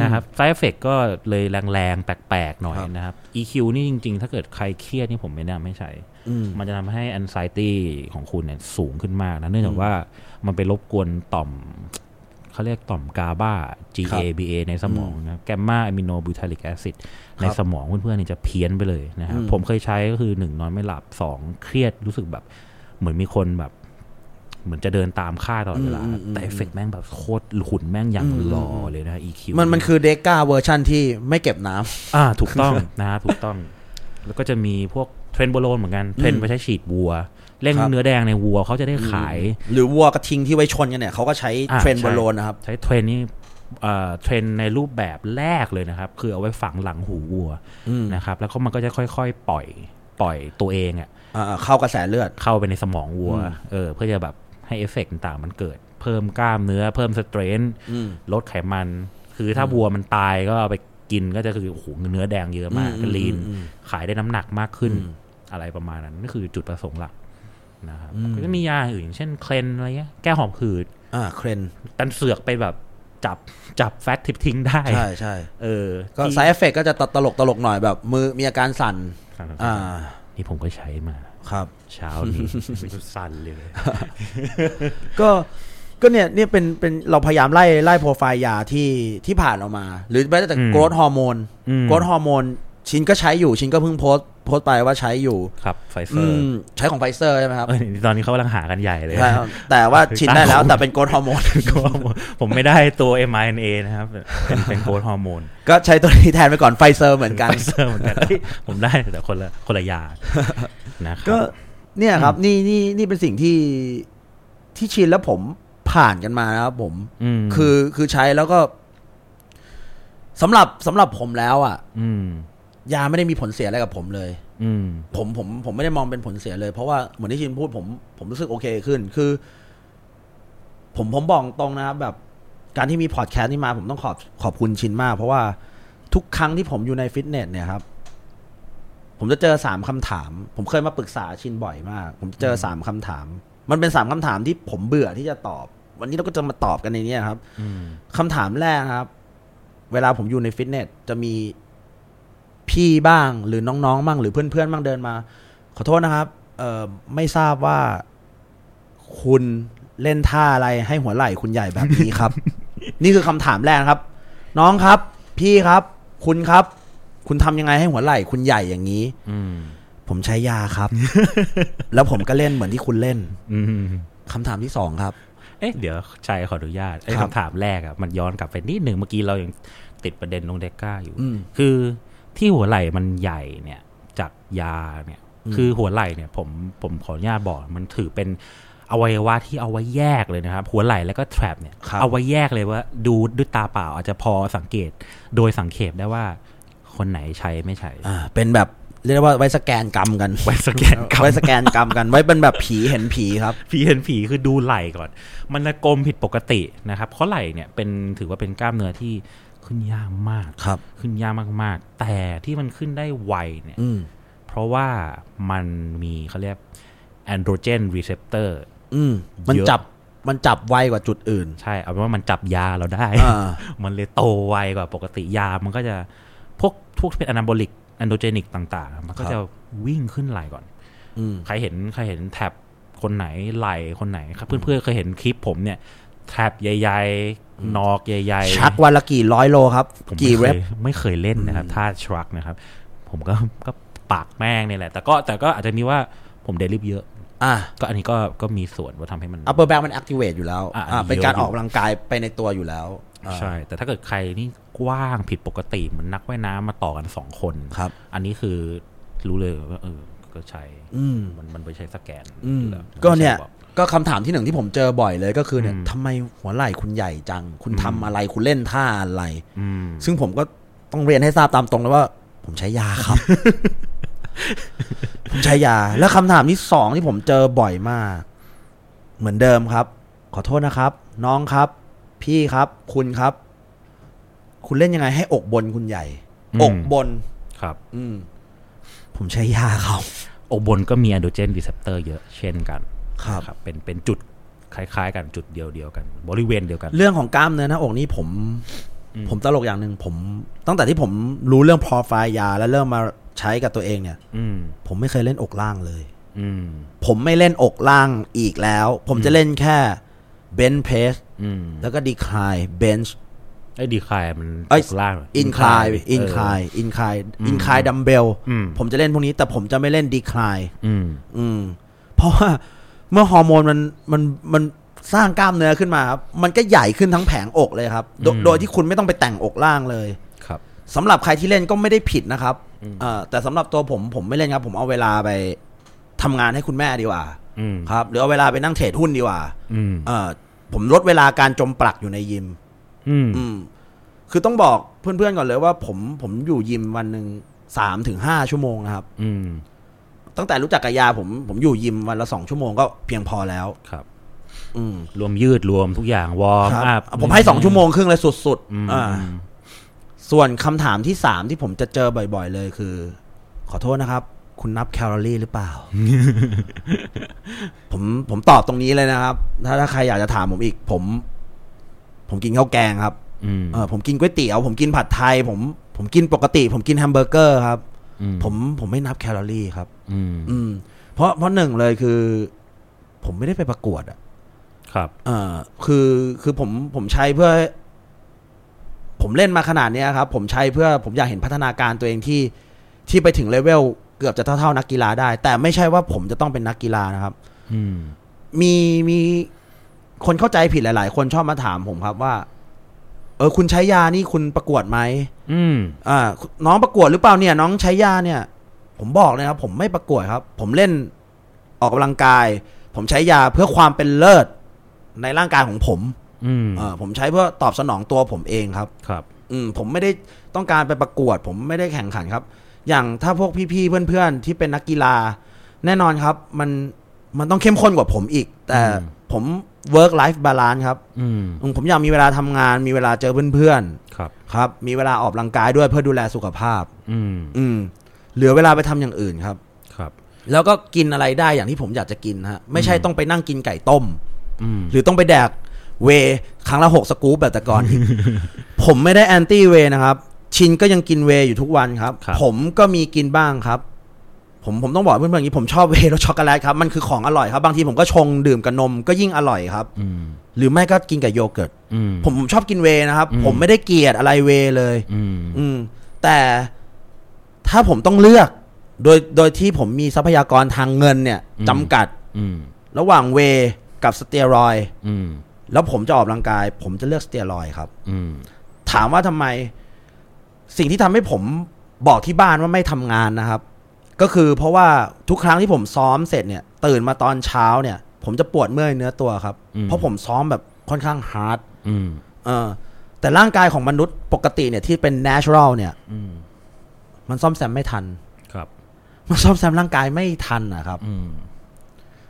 S1: นะครับ side effect ก็เลยแรงๆ แปลกๆ หน่อย
S2: ครับ
S1: นะครับ EQ นี่จริงๆ ถ้าเกิดใครเครียดนี่ผมไม่แนะนำให้ใช้
S2: อืม
S1: มันจะทำให้ anxiety ของคุณเนี่ยสูงขึ้นมากนะ เนื่องจากว่ามันไปรบกวนต่อม เขาเรียกต่อมกาบา GABA ในสมองนะแกมมาอะมิโนบูทาริกแอซิดในสมองเพื่อนๆเนี่ยจะเพี้ยนไปเลยนะครับ ผมเคยใช้ก็คือหนึ่งนอนไม่หลับสองเครียดรู้สึกแบบ เหมือนมีคนแบบ เหมือนจะเดินตามค่าตลอดเวลา แต่เอฟเฟกต์แม่งแบบโคตรหุ่นแม่งอย่างหล่อเลยนะ EQ
S2: มันมันคือเดก้าเวอร์ชั่นที่ไม่เก็บน้ำ
S1: อ่า ถูกต้อง นะฮะถูกต้อง แล้วก็จะมีพวก เทรนโบโลนเหมือนกันเทรนไปใช้ฉีดวัว เร่ง
S2: ครับ
S1: เนื้อแดงในวัวเขาจะได้ขาย
S2: หรือวัวกระทิงที่ไว้ชนกันเนี่ยเขาก็ใช้
S1: อ่า
S2: เทรน
S1: ใช่
S2: บอลโลนนะครับ
S1: ใช้เทรนนี่เอ่อเทรนในรูปแบบแรกเลยนะครับ คือเอาไว้ฝังหลังหูวัว
S2: อืม
S1: นะครับ แล้วก็มันก็จะค่อยๆ ปล่อยปล่อยตัวเองอะ
S2: อ่าเข้ากระแสเลือด
S1: เข้าไปในสมองวัว
S2: อืม
S1: เออเพื่อจะแบบให้เอฟเฟกต์ต่างๆมันเกิด เพิ่มกล้ามเนื้อ เพิ่มสเตรนท์
S2: อืม
S1: ลดไขมัน คือถ้าวัวมันตายก็เอาไปกินก็จะคือโอ้โหเนื้อแดงเยอะมาก
S2: อืม
S1: ก็ลีน
S2: อืมอืม
S1: ขายได้น้ำหนักมากขึ้น
S2: อืม
S1: อะไรประมาณนั้นนั่นคือจุดประสงค์หลักนะครับ
S2: อืม
S1: ก็จะมียาอื่นอย่างเช่นเคลนอะไรเงี้ยแก้หอบหืด
S2: อ่าเครน
S1: ดันเสือกไปแบบจับจับแฟตทิปทิ้งได้
S2: ใช่ใช่
S1: เออ
S2: ก็
S1: ที่
S2: ไซเอฟเฟกก็จะตลกตลกๆหน่อยแบบ มือมีอาการสั่น
S1: ครับ
S2: อ่า
S1: นี่ผมก็ใช้มา
S2: ครับ
S1: เช้านี้ สั่นเลย
S2: ก็ก็เนี่ยเนี่ยเป็นเป็นเราพยายามไล่ไล่โปรไฟล์ยาที่ที่ผ่านออกมา หรือแม้แต่โกรทฮอร์โมน
S1: อืม
S2: โกรทฮอร์โมนชินก็ใช้อยู่ชินก็เพิ่งโพสต์โพสต์ไปว่าใช้อยู่
S1: ครับไฟเซอ
S2: อื
S1: ร์
S2: มใช้ของไฟเซอร์ใช่ไหมครับ
S1: เออนี่ตอนนี้เขากำลังหากันใหญ่เลย
S2: ใช่ครับแต่ว่าชินได้แล้ว
S1: ตาม
S2: แต่เป็นโกรทฮอร์โมน
S1: ก็ผมไม่ได้ตัว m i n a นะครับ เป็นเป็นโค้ดฮอร์โมน
S2: ก็ใช้ตัวนี้แทนไปก่อนไฟเซอร์เหมือนกัน
S1: ไฟเซอร์เหมือนกันเอ้ยผมได้แต่คนละคนละยานะค
S2: ก็
S1: รับ
S2: เนี่ยครับนี่นี่นี่เป็นสิ่งที่ที่ชินแล้วผมผ่านกันมานะครับผม
S1: ม
S2: คือคือใช้แล้วก็สำหรับสำหรับผมแล้วอ่ะ
S1: อืม
S2: ยาไม่ได้มีผลเสียอะไรกับผมเลย
S1: อืม
S2: ผมผมผมไม่ได้มองเป็นผลเสียเลย เพราะว่าเหมือนที่ชินพูดผมผมรู้สึกโอเคขึ้น คือ ผมผมบอกตรงนะครับแบบการที่มีพอดแคสต์นี่มา ผมต้องขอบขอบคุณชินมาก เพราะว่าทุกครั้งที่ผมอยู่ในฟิตเนสเนี่ยครับ ผมจะเจอสามคำถาม ผมเคยมาปรึกษาชินบ่อยมาก ผมเจอสามคำถาม มันเป็นสามคำถามที่ผมเบื่อที่จะตอบ วันนี้เราก็จะมาตอบกันในเนี้ยครับ
S1: อืม
S2: คำถามแรกครับ เวลาผมอยู่ในฟิตเนสจะมีพี่บ้างหรือน้องๆบ้างหรือเพื่อนๆบ้างเดินมา ขอโทษนะครับ เอ่อไม่ทราบว่าคุณเล่นท่าอะไรให้หัวไหล่คุณใหญ่แบบนี้ครับ นี่คือคำถามแรกนะครับ น้องครับ พี่ครับ คุณครับ คุณทำยังไงให้หัวไหล่คุณใหญ่อย่างนี้
S1: อืม
S2: ผมใช้ยาครับ แล้วผมก็เล่นเหมือนที่คุณเล่น
S1: อืม
S2: คำถามที่สองครับ
S1: เอ๊ะเดี๋ยวชัยขออนุญาตไอ้
S2: ครับ
S1: คำถามแรกอะมันย้อนกลับไปนิดหนึ่งเมื่อกี้เรายังติดประเด็นตรงเดก้าอยู่
S2: อืม
S1: คือที่หัวไหล่มันใหญ่เนี่ยจากยาเนี่ย
S2: อืม
S1: คือหัวไหล่เนี่ย ผมผมขออนุญาตบอกมันถือเป็นอวัยวะที่เอาไว้แยกเลยนะครับ หัวไหล่แล้วก็แทรปเนี่ย
S2: ครับ
S1: เอาไว้แยกเลยว่าดูด้วยตาเปล่าอาจจะพอสังเกตโดยสังเขปได้ว่าคนไหนใช้ไม่ใช้
S2: อ่า เป็นแบบเรียกได้ว่าไว้สแกนกรรมกัน
S1: ไว้สแกนกรรม
S2: ไว้สแกนกรรมกันไว้เป็นแบบผีเห็นผีครับ
S1: ผีเห็นผีคือดูไหล่ก่อน มันจะกลมผิดปกตินะครับเพราะไหล่เนี่ยเป็นถือว่าเป็นกล้ามเนื้อที่ขึ้นยากมาก
S2: ครับ
S1: ขึ้นยากมากๆ แต่ที่มันขึ้นได้ไวเนี่ย
S2: อืม
S1: เพราะว่ามันมีเขาเรียกแอนโดรเจนรีเซปเตอร์
S2: อืม มัน
S1: เยอะ
S2: จับมันจับไวกว่าจุดอื่น
S1: ใช่เอาเป็นว่ามันจับยาเราได้
S2: อ่า
S1: มันเลยโตไวกว่าปกติยา มันก็จะพวกพวกที่เป็นอนาโบลิกแอนโดรเจนิกต่างๆ มันก็
S2: ครับ
S1: จะวิ่งขึ้นไหล่ก่อน
S2: อืม
S1: ใครเห็นใครเห็นแท็บคนไหนไหลคนไหนครับ เพื่อนๆเคยเห็นคลิปผมเนี่ยแท็บใหญ่ๆนอกใหญ่ๆ
S2: ชักวันละกี่ร้อยโลครับ
S1: ผม
S2: กี่
S1: ไม่
S2: เร
S1: เค
S2: ป
S1: ยไม่เคยเล่นนะครับท่าชักนะครับ ผมก็ ก็ปากแม่งเนี่ยแหละ แต่ก็แต่ก็อาจจะมีว่าผมเดลิฟเยอะ
S2: อ่ะ
S1: ก็อันนี้ก็ก็มีส่วนว่าทำให้มัน
S2: อัปเปอร์แบ็มันแอคทีเวตอยู่แล้ว
S1: อ่ะ
S2: อ่า
S1: เยอะ
S2: เป็นการ
S1: อยู่
S2: ออกกำลังกายไปในตัวอยู่แล้วอ่า
S1: ใช่ แต่ถ้าเกิดใครนี่กว้างผิดปกติเหมือนนักว่ายน้ำมาต่อกันสองคน
S2: ครับ
S1: อันนี้คือรู้เลยว่าเออก็ใช้
S2: อืม
S1: มันมันไปใช้สแกน
S2: อืม
S1: อยู่แล้ว
S2: ก็เนี่ย
S1: ไม่ใช่แบบ
S2: ก็คำถามที่หนึ่งที่ผมเจอบ่อยเลยก็คือเนี่ย
S1: อืม
S2: ทำไมหัวไหล่คุณใหญ่จัง คุณทำอะไร คุณเล่นท่าอะไร
S1: อืม
S2: ซึ่งผมก็ต้องเรียนให้ทราบตามตรงเลยว่า ผมใช้ยา ครับ ผมใช้ยา แล้วคำถามที่สองที่ผมเจอบ่อยมาก เหมือนเดิมครับ ขอโทษนะครับ น้องครับ พี่ครับ คุณครับ คุณเล่นยังไง ให้อกบนคุณใหญ่
S1: อืม
S2: อกบน
S1: ครับ
S2: อืม ผมใช้ยาครับ
S1: อกบนก็มีแอนโดรเจนรีเซปเตอร์เยอะเช่นกัน
S2: ครับ
S1: นะครับเป็นเป็นจุดคล้ายๆ กันจุดเดียวเดียวกัน บริเวณเดียวกัน
S2: เรื่องของกล้ามเนื้อหน้าอกนี่ผม ผมตลกอย่างหนึ่งผม ตั้งแต่ที่ผมรู้เรื่องพอไฟยา แล้วเริ่มมาใช้กับตัวเองเนี่ย
S1: อืม
S2: ผมไม่เคยเล่นอกล่างเลย
S1: อืม
S2: ผมไม่เล่นอกล่างอีกแล้ว ผมจะเล่นแค่เบนเพส
S1: อืม
S2: แล้วก็ดีคลายเบนช์
S1: ไอ้ดีคลายมัน
S2: เอ้ย
S1: กล่างหย
S2: อินคลายอิน
S1: incline
S2: คลายอินคลายอินคลายดัมเบล
S1: อืม
S2: ผมจะเล่นพวกนี้ แต่ผมจะไม่เล่นดีคลาย
S1: อืม
S2: อืม เพราะ ว่าเมื่อฮอร์โมนมันมันมันสร้างกล้ามเนื้อขึ้นมาครับ มันก็ใหญ่ขึ้นทั้งแผงอกเลยครับ โดย
S1: อืม
S2: โดยที่คุณไม่ต้องไปแต่งอกล่างเลย
S1: ครับ
S2: สำหรับใครที่เล่นก็ไม่ได้ผิดนะครับ เอ่อแต่สำหรับตัวผมผมไม่เล่นครับ ผมเอาเวลาไปทำงานให้คุณแม่ดีกว่า
S1: อืม
S2: ครับ หรือเอาเวลาไปนั่งเทรดหุ้นดีกว่า
S1: อืม
S2: เอ่อผมลดเวลาการจมปลักอยู่ในยิม
S1: อืม
S2: อืม คือต้องบอกเพื่อนๆก่อนเลยว่า ผมผมอยู่ยิมวันหนึ่งสามถึงห้าชั่วโมงนะครับ
S1: อืม
S2: ตั้งแต่รู้จักกับยาผมผมอยู่ยิมวันละสองชั่วโมงก็เพียงพอแล้ว
S1: ครับ
S2: อืม
S1: รวมยืดรวมทุกอย่างวอร์ม
S2: ครับ
S1: อัพ
S2: ผมให้สองชั่วโมงครึ่งเลยสุด
S1: อืม
S2: ๆอ่าส่วนคำถามที่สามที่ผมจะเจอบ่อย ๆ เลยคือ ขอโทษนะครับ คุณนับแคลอรี่หรือ เปล่า ผมผมตอบตรงนี้เลยนะครับ ถ้าถ้าใครอยากจะถามผมอีก ผม ผมกินข้าวแกงครับ
S1: อืม
S2: เออผมกินก๋วยเตี๋ยว ผมกินผัดไทย ผมผมกินปกติ ผมกินแฮมเบอร์เกอร์ครับ
S1: อืม
S2: ผมผมไม่นับแคลอรี่ครับ
S1: อืม
S2: อืม เพราะเพราะหนึ่งเลยคือ ผมไม่ได้ไปประกวดอ่ะ
S1: ครับ
S2: เออคือคือผมผมใช้เพื่อ ผมเล่นมาขนาดเนี้ยครับ ผมใช้เพื่อผมอยากเห็นพัฒนาการตัวเองที่ที่ไปถึงเลเวลเกือบจะเท่าๆนักกีฬาได้ แต่ไม่ใช่ว่าผมจะต้องเป็นนักกีฬานะครับ
S1: อืม
S2: มีมีคนเข้าใจผิดหลาย ๆ คนชอบมาถามผมครับว่า เออ คุณใช้ยานี่คุณประกวดไหม
S1: อืม
S2: อ่าน้องประกวดหรือเปล่าเนี่ย น้องใช้ยาเนี่ย ผมบอกเลยครับ ผมไม่ประกวดครับ ผมเล่นออกกำลังกาย ผมใช้ยาเพื่อความเป็นเลิศในร่างกายของผม
S1: อืม
S2: เออผมใช้เพื่อตอบสนองตัวผมเองครับ
S1: ครับ
S2: อืมผมไม่ได้ต้องการไปประกวด ผมไม่ได้แข่งขันครับ อย่างถ้าพวกพี่ๆเพื่อนๆ ที่เป็นนักกีฬา แน่นอนครับ มันมันต้องเข้มข้นกว่าผมอีก แต่
S1: อืม
S2: ผม work life balance ครับ
S1: อืม
S2: อืมผมอยากมีเวลาทำงาน มีเวลาเจอเพื่อน
S1: ครับ
S2: ๆครับ มีเวลาออกกำลังกายด้วยเพื่อดูแลสุขภาพ
S1: อืม
S2: อืมเหลือเวลาไปทำอย่างอื่นครับ
S1: ครับ
S2: แล้วก็กินอะไรได้อย่างที่ผมอยากจะกินฮะไม่ใช่ต้องไปนั่งกินไก่ต้ม
S1: อืม
S2: หรือต้องไปแดกเวย์ครั้งละหกสกู๊ปแบบแต่ ก่อนอีก ผมไม่ได้แอนตี้เวย์นะครับ ชินก็ยังกินเวย์อยู่ทุกวันครับ
S1: ครับ
S2: ผมก็มีกินบ้างครับ ผมผมต้องบอกเพื่อนๆอย่างนี้ผมชอบเวย์รสช็อกโกแลตครับมันคือของอร่อยครับ บางทีผมก็ชงดื่มกับนมก็ยิ่งอร่อยครับ
S1: อืม
S2: หรือไม่ก็กินกับโยเกิร์ต
S1: อืม
S2: ผมผมชอบกินเวย์นะครับ
S1: อืม
S2: ผมไม่ได้เกลียดอะไรเวย์เลย
S1: อืม
S2: อืมแต่ถ้าผมต้องเลือกโดยโดยที่ผมมีทรัพยากรทางเงินเนี่ยจำกัด
S1: อืม
S2: ระหว่างเวย์กับสเตียรอยด์
S1: อืม
S2: แล้วผมจะออกกำลังกาย ผมจะเลือกสเตียรอยด์ครับ
S1: อืม
S2: ถามว่าทำไม สิ่งที่ทำให้ผมบอกที่บ้านว่าไม่ทำงานนะครับ ก็คือเพราะว่าทุกครั้งที่ผมซ้อมเสร็จเนี่ย ตื่นมาตอนเช้าเนี่ย ผมจะปวดเมื่อยเนื้อตัวครับ เพราะผมซ้อมแบบค่อนข้างฮาร์ด
S1: อืม
S2: เออ แต่ร่างกายของมนุษย์ปกติเนี่ยที่เป็น natural เนี่ย
S1: อืม
S2: มันซ่อมแซมไม่ทัน
S1: ครับ
S2: มันซ่อมแซมร่างกายไม่ทันนะครับ
S1: อืม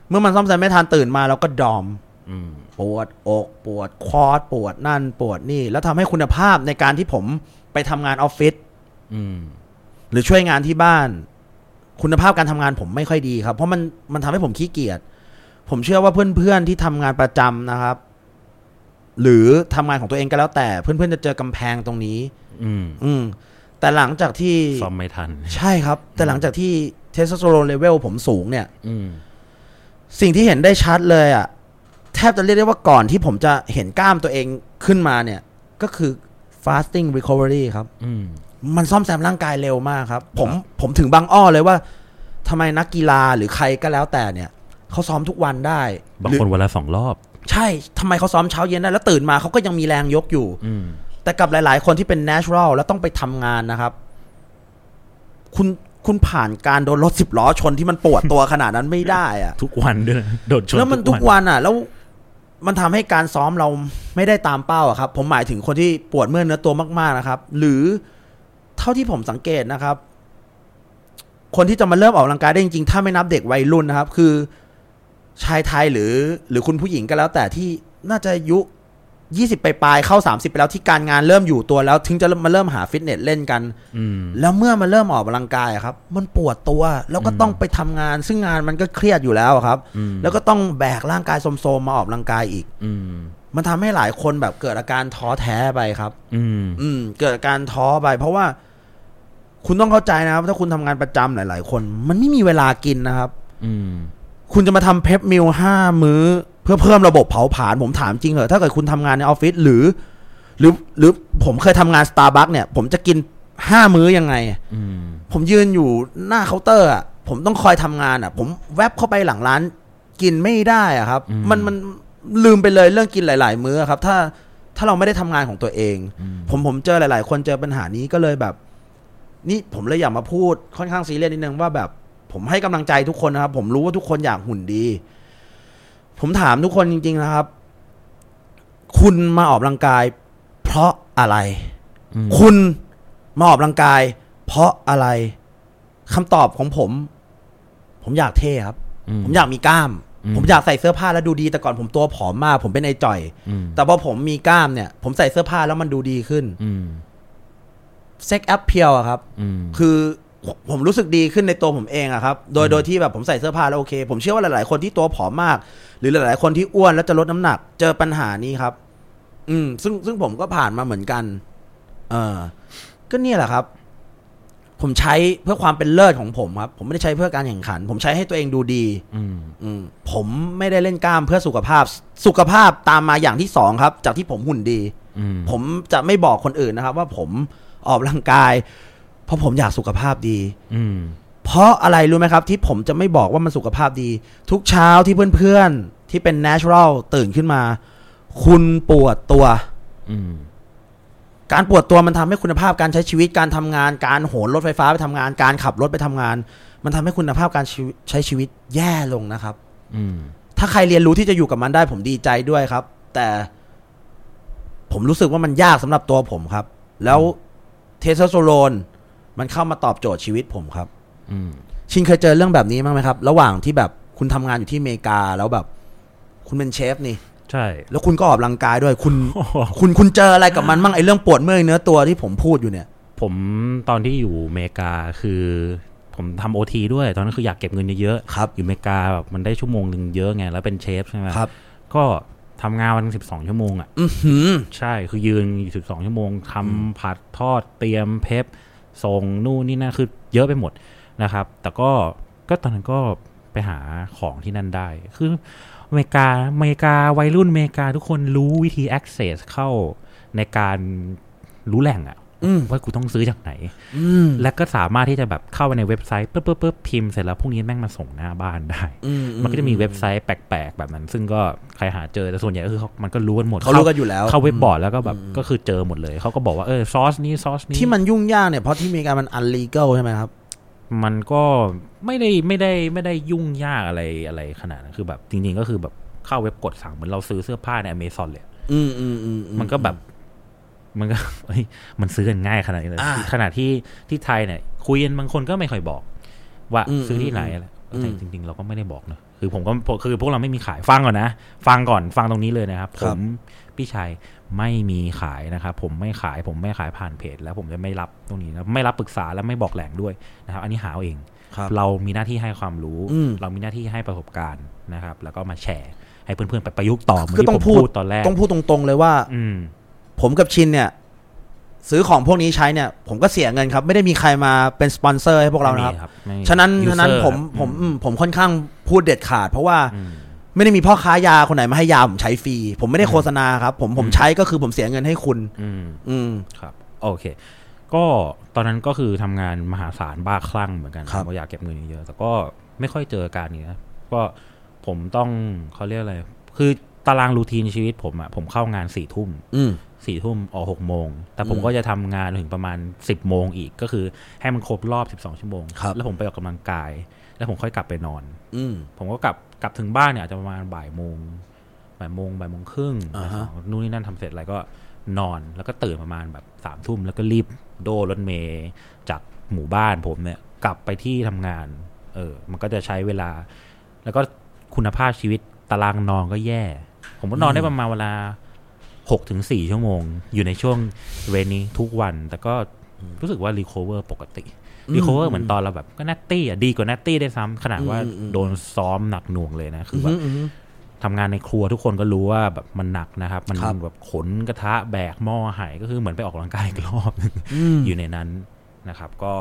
S2: เมื่อมันซ่อมแซมไม่ทันตื่นมาเราก็ดอม
S1: อืม
S2: ปวดอกปวดคอร์สปวดนั่นปวดนี่ แล้วทำให้คุณภาพในการที่ผมไปทำงานออฟฟิศ
S1: อืม
S2: หรือช่วยงานที่บ้าน คุณภาพการทำงานผมไม่ค่อยดีครับ เพราะมันมันทำให้ผมขี้เกียจผมเชื่อว่าเพื่อนๆที่ทำงานประจำนะครับ หรือทำงานของตัวเองก็แล้วแต่ เพื่อนๆจะเจอกำแพงตรงนี้
S1: อืม
S2: อืมแต่หลังจากที่
S1: ซ่อมไม่ทัน
S2: ใช่ครับ แต่หลังจากที่เทสโทสเตอโรนเลเวลผมสูงเนี่ย
S1: อืม
S2: สิ่งที่เห็นได้ชัดเลยอะ่ะ แทบจะเรียกได้ว่าก่อนที่ผมจะเห็นกล้ามตัวเองขึ้นมาเนี่ย ก็คือ fasting recovery ครับ
S1: อืม
S2: มันซ่อมแซมร่างกายเร็วมากครับ ผมผมถึงบางอ้อเลยว่าทำไมนักกีฬาหรือใครก็แล้วแต่เนี่ย เขาซ้อมทุกวันได้
S1: บาง
S2: หรือ
S1: คนวันละสองรอบ
S2: ใช่ทำไมเขาซ้อมเช้าเย็นได้ แล้วตื่นมาเขาก็ยังมีแรงยกอยู่
S1: อืม
S2: แต่กับหลาย ๆ คนที่เป็น natural แล้วต้องไปทำงานนะครับ คุณคุณผ่านการโดนรถสิบล้อชนที่มันปวดตัวขนาดนั้นไม่ได้อะ
S1: ทุกวันด้วยนะโดดชน
S2: แล้วมันทุกวันอ่ะ แล้วมันทำให้การซ้อมเราไม่ได้ตามเป้าอะครับ ผมหมายถึงคนที่ปวดเมื่อยเนื้อตัวมากๆนะครับ หรือเท่าที่ผมสังเกตนะครับ คนที่จะมาเริ่มออกกำลังกายได้จริงๆ ถ้าไม่นับเด็กวัยรุ่นนะครับ คือชายไทยหรือ หรือคุณผู้หญิงก็แล้ว แต่ที่น่าจะอายุยี่สิบไปปลายๆเข้าสามสิบไปแล้วที่การงานเริ่มอยู่ตัวแล้ว ถึงจะมาเริ่มหาฟิตเนสเล่นกัน
S1: อืม
S2: แล้วเมื่อมันเริ่มออกกำลังกายอะครับ มันปวดตัว แล้วก็ต้องไปทำงาน ซึ่งงานมันก็เครียดอยู่แล้วอะครับ
S1: อืม
S2: แล้วก็ต้องแบกร่างกายโทรมๆมาออกกำลังกายอีก
S1: อืม
S2: มันทำให้หลายคนแบบเกิดอาการท้อแท้ไปครับ
S1: อืม
S2: อืม เกิดอาการท้อไป เพราะว่า คุณต้องเข้าใจนะครับ ถ้าคุณทำงานประจำหลาย ๆ คน มันไม่มีเวลากินนะครับ
S1: อืม
S2: คุณจะมาทำเพปมิลห้ามื้อ เพื่อเพิ่มระบบเผาผลาญผมถามจริงเหอะถ้าเกิดคุณทำงานในออฟฟิศหรือ หรือหรือผมเคยทำงานสตาร์บัคเนี่ยผมจะกินห้ามื้อยังไง
S1: อืม
S2: ผมยืนอยู่หน้าเคาน์เตอร์อ่ะผมต้องคอยทำงานอ่ะ ผมแวบเข้าไปหลังร้าน กินไม่ได้อ่ะครับ
S1: อืม
S2: มันมันลืมไปเลยเรื่องกินหลาย ๆ มื้อครับ ถ้าถ้าเราไม่ได้ทำงานของตัวเอง
S1: อืม
S2: ผมผมเจอหลาย ๆ คนเจอปัญหานี้ก็เลยแบบ นี่ผมเลยอยากมาพูดค่อนข้างซีเรียสนิดนึงว่าแบบผมให้กำลังใจทุกคนนะครับ ผมรู้ว่าทุกคนอยากหุ่นดี ผมถามทุกคนจริง ๆนะครับ คุณมาออกกำลังกาย เพราะอะไร
S1: อืม
S2: คุณมาออกกำลังกาย เพราะอะไรคำตอบของผม ผมอยากเท่ครับ
S1: อืม
S2: ผมอยากมีกล้าม
S1: อืม
S2: ผมอยากใส่เสื้อผ้าแล้วดูดี แต่ก่อนผมตัวผอมมาก ผมเป็นไอจ่อย
S1: อืม
S2: แต่พอผมมีกล้ามเนี่ย ผมใส่เสื้อผ้าแล้วมันดูดีขึ้น
S1: อืม
S2: เซ็กแอปเพียวอะครับ
S1: อืม
S2: คือผมรู้สึกดีขึ้นในตัวผมเองอะครับ โดยโดยที่แบบผมใส่เสื้อผ้าแล้วโอเค ผมเชื่อว่าหลายๆ คนที่ตัวผอมมาก หรือหลาย ๆ คนที่อ้วนแล้วจะลดน้ำหนัก เจอปัญหานี้ครับ อืม ซึ่งซึ่งผมก็ผ่านมาเหมือนกัน เออก็เนี่ยแหละครับ ผมใช้เพื่อความเป็นเลิศของผมครับ ผมไม่ได้ใช้เพื่อการแข่งขัน ผมใช้ให้ตัวเองดูดี
S1: อืม
S2: อืมผมไม่ได้เล่นกล้ามเพื่อสุขภาพ สุขภาพตามมาอย่างที่สองครับ จากที่ผมหุ่นดี
S1: อืม
S2: ผมจะไม่บอกคนอื่นนะครับ ว่าผมออกกำลังกาย เพราะผมอยากสุขภาพดี
S1: อืม
S2: เพราะอะไรรู้ไหมครับ ที่ผมจะไม่บอกว่ามันสุขภาพดี ทุกเช้าที่เพื่อนๆ ที่เป็น natural ตื่นขึ้นมา คุณปวดตัว
S1: อืม
S2: การปวดตัวมันทำให้คุณภาพการใช้ชีวิตการทำงาน การโหนรถไฟฟ้าไปทำงาน การขับรถไปทำงาน มันทำให้คุณภาพการชีวิตใช้ชีวิตแย่ลงนะครับ
S1: อืม
S2: ถ้าใครเรียนรู้ที่จะอยู่กับมันได้ผมดีใจด้วยครับ แต่ผมรู้สึกว่ามันยากสำหรับตัวผมครับ แล้วเทสโซโลนมันเข้ามาตอบโจทย์ชีวิตผมครับ
S1: อืม
S2: ชินเคยเจอเรื่องแบบนี้บ้างไหมครับ ระหว่างที่แบบคุณทำงานอยู่ที่อเมริกาแล้วแบบ คุณเป็นเชฟนี่
S1: ใช่
S2: แล้วคุณก็ออกกำลังกายด้วย คุณ
S1: โอ้โห
S2: คุณคุณเจออะไรกับมันบ้างไอ้เรื่องปวดเมื่อยเนื้อตัวที่ผมพูดอยู่เนี่ย
S1: ผมตอนที่อยู่อเมริกาคือผมทำโอทีด้วย ตอนนั้นคืออยากเก็บเงินเยอะ
S2: ครับ
S1: ๆอยู่อเมริกาแบบมันได้ชั่วโมงหนึ่งเยอะไง แล้วเป็นเชฟใช่ไหม
S2: ครับ
S1: ก็ทำงานวันหนึ่งสิบสองชั่วโมงอ่ะ
S2: อือหือ
S1: ใช่คือยืนอยู่สิบสองชั่วโมงทำผัดทอดเตรียมเพปส่งนู่นนี่นั่นคือเยอะไปหมดนะครับ แต่ก็ก็ตอนนั้นก็ไปหาของที่นั่นได้ คืออเมริกาอเมริกาวัยรุ่นอเมริกาทุกคนรู้วิธี access เข้าในการรู้แหล่งอะ
S2: อืม
S1: ว่ากูต้องซื้อจากไหน
S2: อืม
S1: และก็สามารถที่จะแบบเข้าไปในเว็บไซต์ปุ๊บปุ๊บปุ๊บพิมพ์เสร็จแล้วพวกนี้แม่งมาส่งหน้าบ้านได้
S2: อืม
S1: มันก็จะมีเว็บไซต์แปลกๆแบบนั้น ซึ่งก็ใครหาเจอแต่ส่วนใหญ่ก็คือเขามันก็รู้กันหมด
S2: เขารู้กันอยู่แล้ว
S1: เข้าเว็บบอร์ดแล้วก็แบบก็คือเจอหมดเลย เขาก็บอกว่าเออซอสนี้ซอสนี้
S2: ที่มันยุ่งยากเนี่ยเพราะที่อเมริกามันอันลีเกลใช่ไหมครับ
S1: มันก็ไม่ได้ไม่ได้ไม่ได้ยุ่งยากอะไรอะไรขนาดนั้นคือแบบจริงๆก็คือแบบเข้าเว็บกดสั่งเหมือนเราซื้อเสื้อผ้าในอเมซอนเลย
S2: อืมอืมอืม
S1: มันก็แบบ มันก็ เอ้ยมันซื้อกันง่ายขนาดนี้เลย
S2: อ่า
S1: ขนาดที่ที่ไทยเนี่ย คุยกันบางคนก็ไม่ค่อยบอก ว่า
S2: อืม
S1: ซื้อที่ไหน
S2: อืม
S1: อะไร
S2: อืม
S1: แต่จริง ๆ เราก็ไม่ได้บอกเนอะคือผมก็คือพวกเราไม่มีขายฟังก่อนนะฟังก่อนฟังตรงนี้เลยนะครับ ผมพี่ชัยไม่มีขายนะครับผมไม่ขายผมไม่ขายผ่านเพจ แล้วผมจะไม่รับตรงนี้นะไม่รับปรึกษาและไม่บอกแหล่งด้วยนะครับ อันนี้หาเอาเอง
S2: ครับ
S1: เรามีหน้าที่ให้ความรู้
S2: อืม
S1: เรามีหน้าที่ให้ประสบการณ์นะครับ แล้วก็มาแชร์ ให้เพื่อนๆไปประยุกต์ต่อเหมือน
S2: ก็
S1: ที่
S2: ต้
S1: ผ
S2: อง
S1: ม
S2: พูด
S1: พูดตอนแรก
S2: ต้องพูดตรงๆเลยว่า
S1: อืม
S2: ผมกับชินเนี่ย ซื้อของพวกนี้ใช้เนี่ย ผมก็เสียเงินครับ ไม่ได้มีใครมาเป็นสปอนเซอร์ให้พวกเรานะครับ
S1: ไม่มี
S2: ฉะนั้น
S1: ไม่มี
S2: ฉะนั้น
S1: user
S2: ผมผมอืมผมค่อนข้างพูดเด็ดขาด เพราะว่า
S1: อืม
S2: ไม่ได้มีพ่อค้ายาคนไหนมาให้ยาผมใช้ฟรีผมไม่ได้โฆษณาครับ ผมผมใช้ก็คือผมเสียเงินให้คุณ
S1: อืม
S2: อืม
S1: ครับ โอเค ก็ตอนนั้นก็คือทำงานมหาศาลบ้าคลั่งเหมือนกัน
S2: ครับ
S1: เพาะอยากเก็บเงินเยอะๆแต่ก็ไม่ค่อยเจอการนี้นะก็ผมต้องเขาเรียกอะไร คือตารางรูทีนชีวิตผมอะผมเข้างานสี่ทุ่ม
S2: อืม
S1: สี่ทุ่มออกหกโมง แต่ผม
S2: อืม
S1: ก็จะทำงานถึงประมาณสิบโมงอีกก็คือให้มันครบรอบสิบสองชั่วโมง
S2: ครับ
S1: แล้วผมไปออกกำลังกาย แล้วผมค่อยกลับไปนอน
S2: อืม
S1: ผมก็กลับกลับถึงบ้านเนี่ยอาจจะประมาณบ่ายโมงบ่ายโมงบ่ายโมงครึ่ง
S2: อ่าฮะ
S1: บ่ายสองนู่นนี่นั่นทำเสร็จอะไรก็นอนแล้วก็ตื่นประมาณแบบสามทุ่มแล้วก็รีบโดรถเมย์จากหมู่บ้านผมเนี่ยกลับไปที่ทำงาน เออ มันก็จะใช้เวลา แล้วก็คุณภาพชีวิตตารางนอนก็แย่ ผมก็นอนได้ประมาณเวลาหกถึงสี่ชั่วโมง อยู่ในช่วงเรนนี้ทุกวัน แต่ก็รู้สึกว่ารีคอเวอร์ปกติ รีคอเวอร์เหมือนตอนเราแบบก็นัตตี้อ่ะดีกว่านัตตี้ได้วยซ้ำขนาดว่า
S2: อืมอืม
S1: โดนซ้อมหนักหน่วงเลยนะ คือ
S2: อื
S1: แบบ
S2: มอืม
S1: ทำงานในครัวทุกคนก็รู้ว่าแบบมันหนักนะครับ มัน
S2: ครับ
S1: แบบขนกระทะแบกหม้อหายก็คือเหมือนไปออกกำลังกายอีกรอบหนึง
S2: อืม
S1: อยู่ในนั้นนะครับ ก็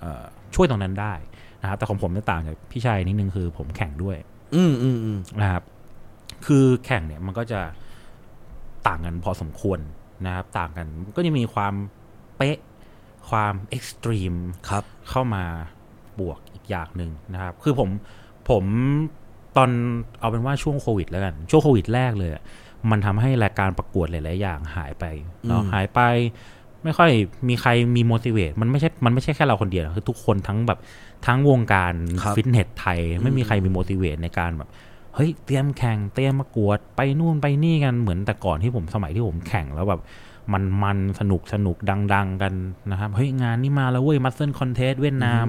S1: เอ่อช่วยตรงนั้นได้นะครับ แต่ของผมจะต่างจากพี่ชายนิดนึงคือผมแข่งด้วย
S2: อืมอืมอืม
S1: นะครับ คือแข่งเนี่ยมันก็จะต่างกันพอสมควรนะครับ ต่างกันก็จะมีความเป๊ะ ความเอ็กซ์ตรีม
S2: ครับ
S1: เข้ามาบวกอีกอย่างหนึ่งนะครับ คือผมผมตอนเอาเป็นว่าช่วงโควิดแล้วกัน ช่วงโควิดแรกเลยอะมันทำให้รายการประกวดหลาย ๆ อย่างหายไปเนาะหายไป ไม่ค่อยมีใครมี motivate มันไม่ใช่มันไม่ใช่แค่เราคนเดียวนะคือทุกคนทั้งแบบทั้งวงการ
S2: ครับ
S1: ฟิตเนสไทย ไม่มีใครมี motivate ในการแบบเฮ้ยเตรียมแข่งเตรียมประกวดไปนู่นไปนี่กันเหมือนแต่ก่อนที่ผมสมัยที่ผมแข่งแล้วแบบมันมันสนุกสนุกดัง ๆ กันนะครับเฮ้ยงานนี้มาแล้วเว้ยมัสเซิลคอนเทสเวียดนาม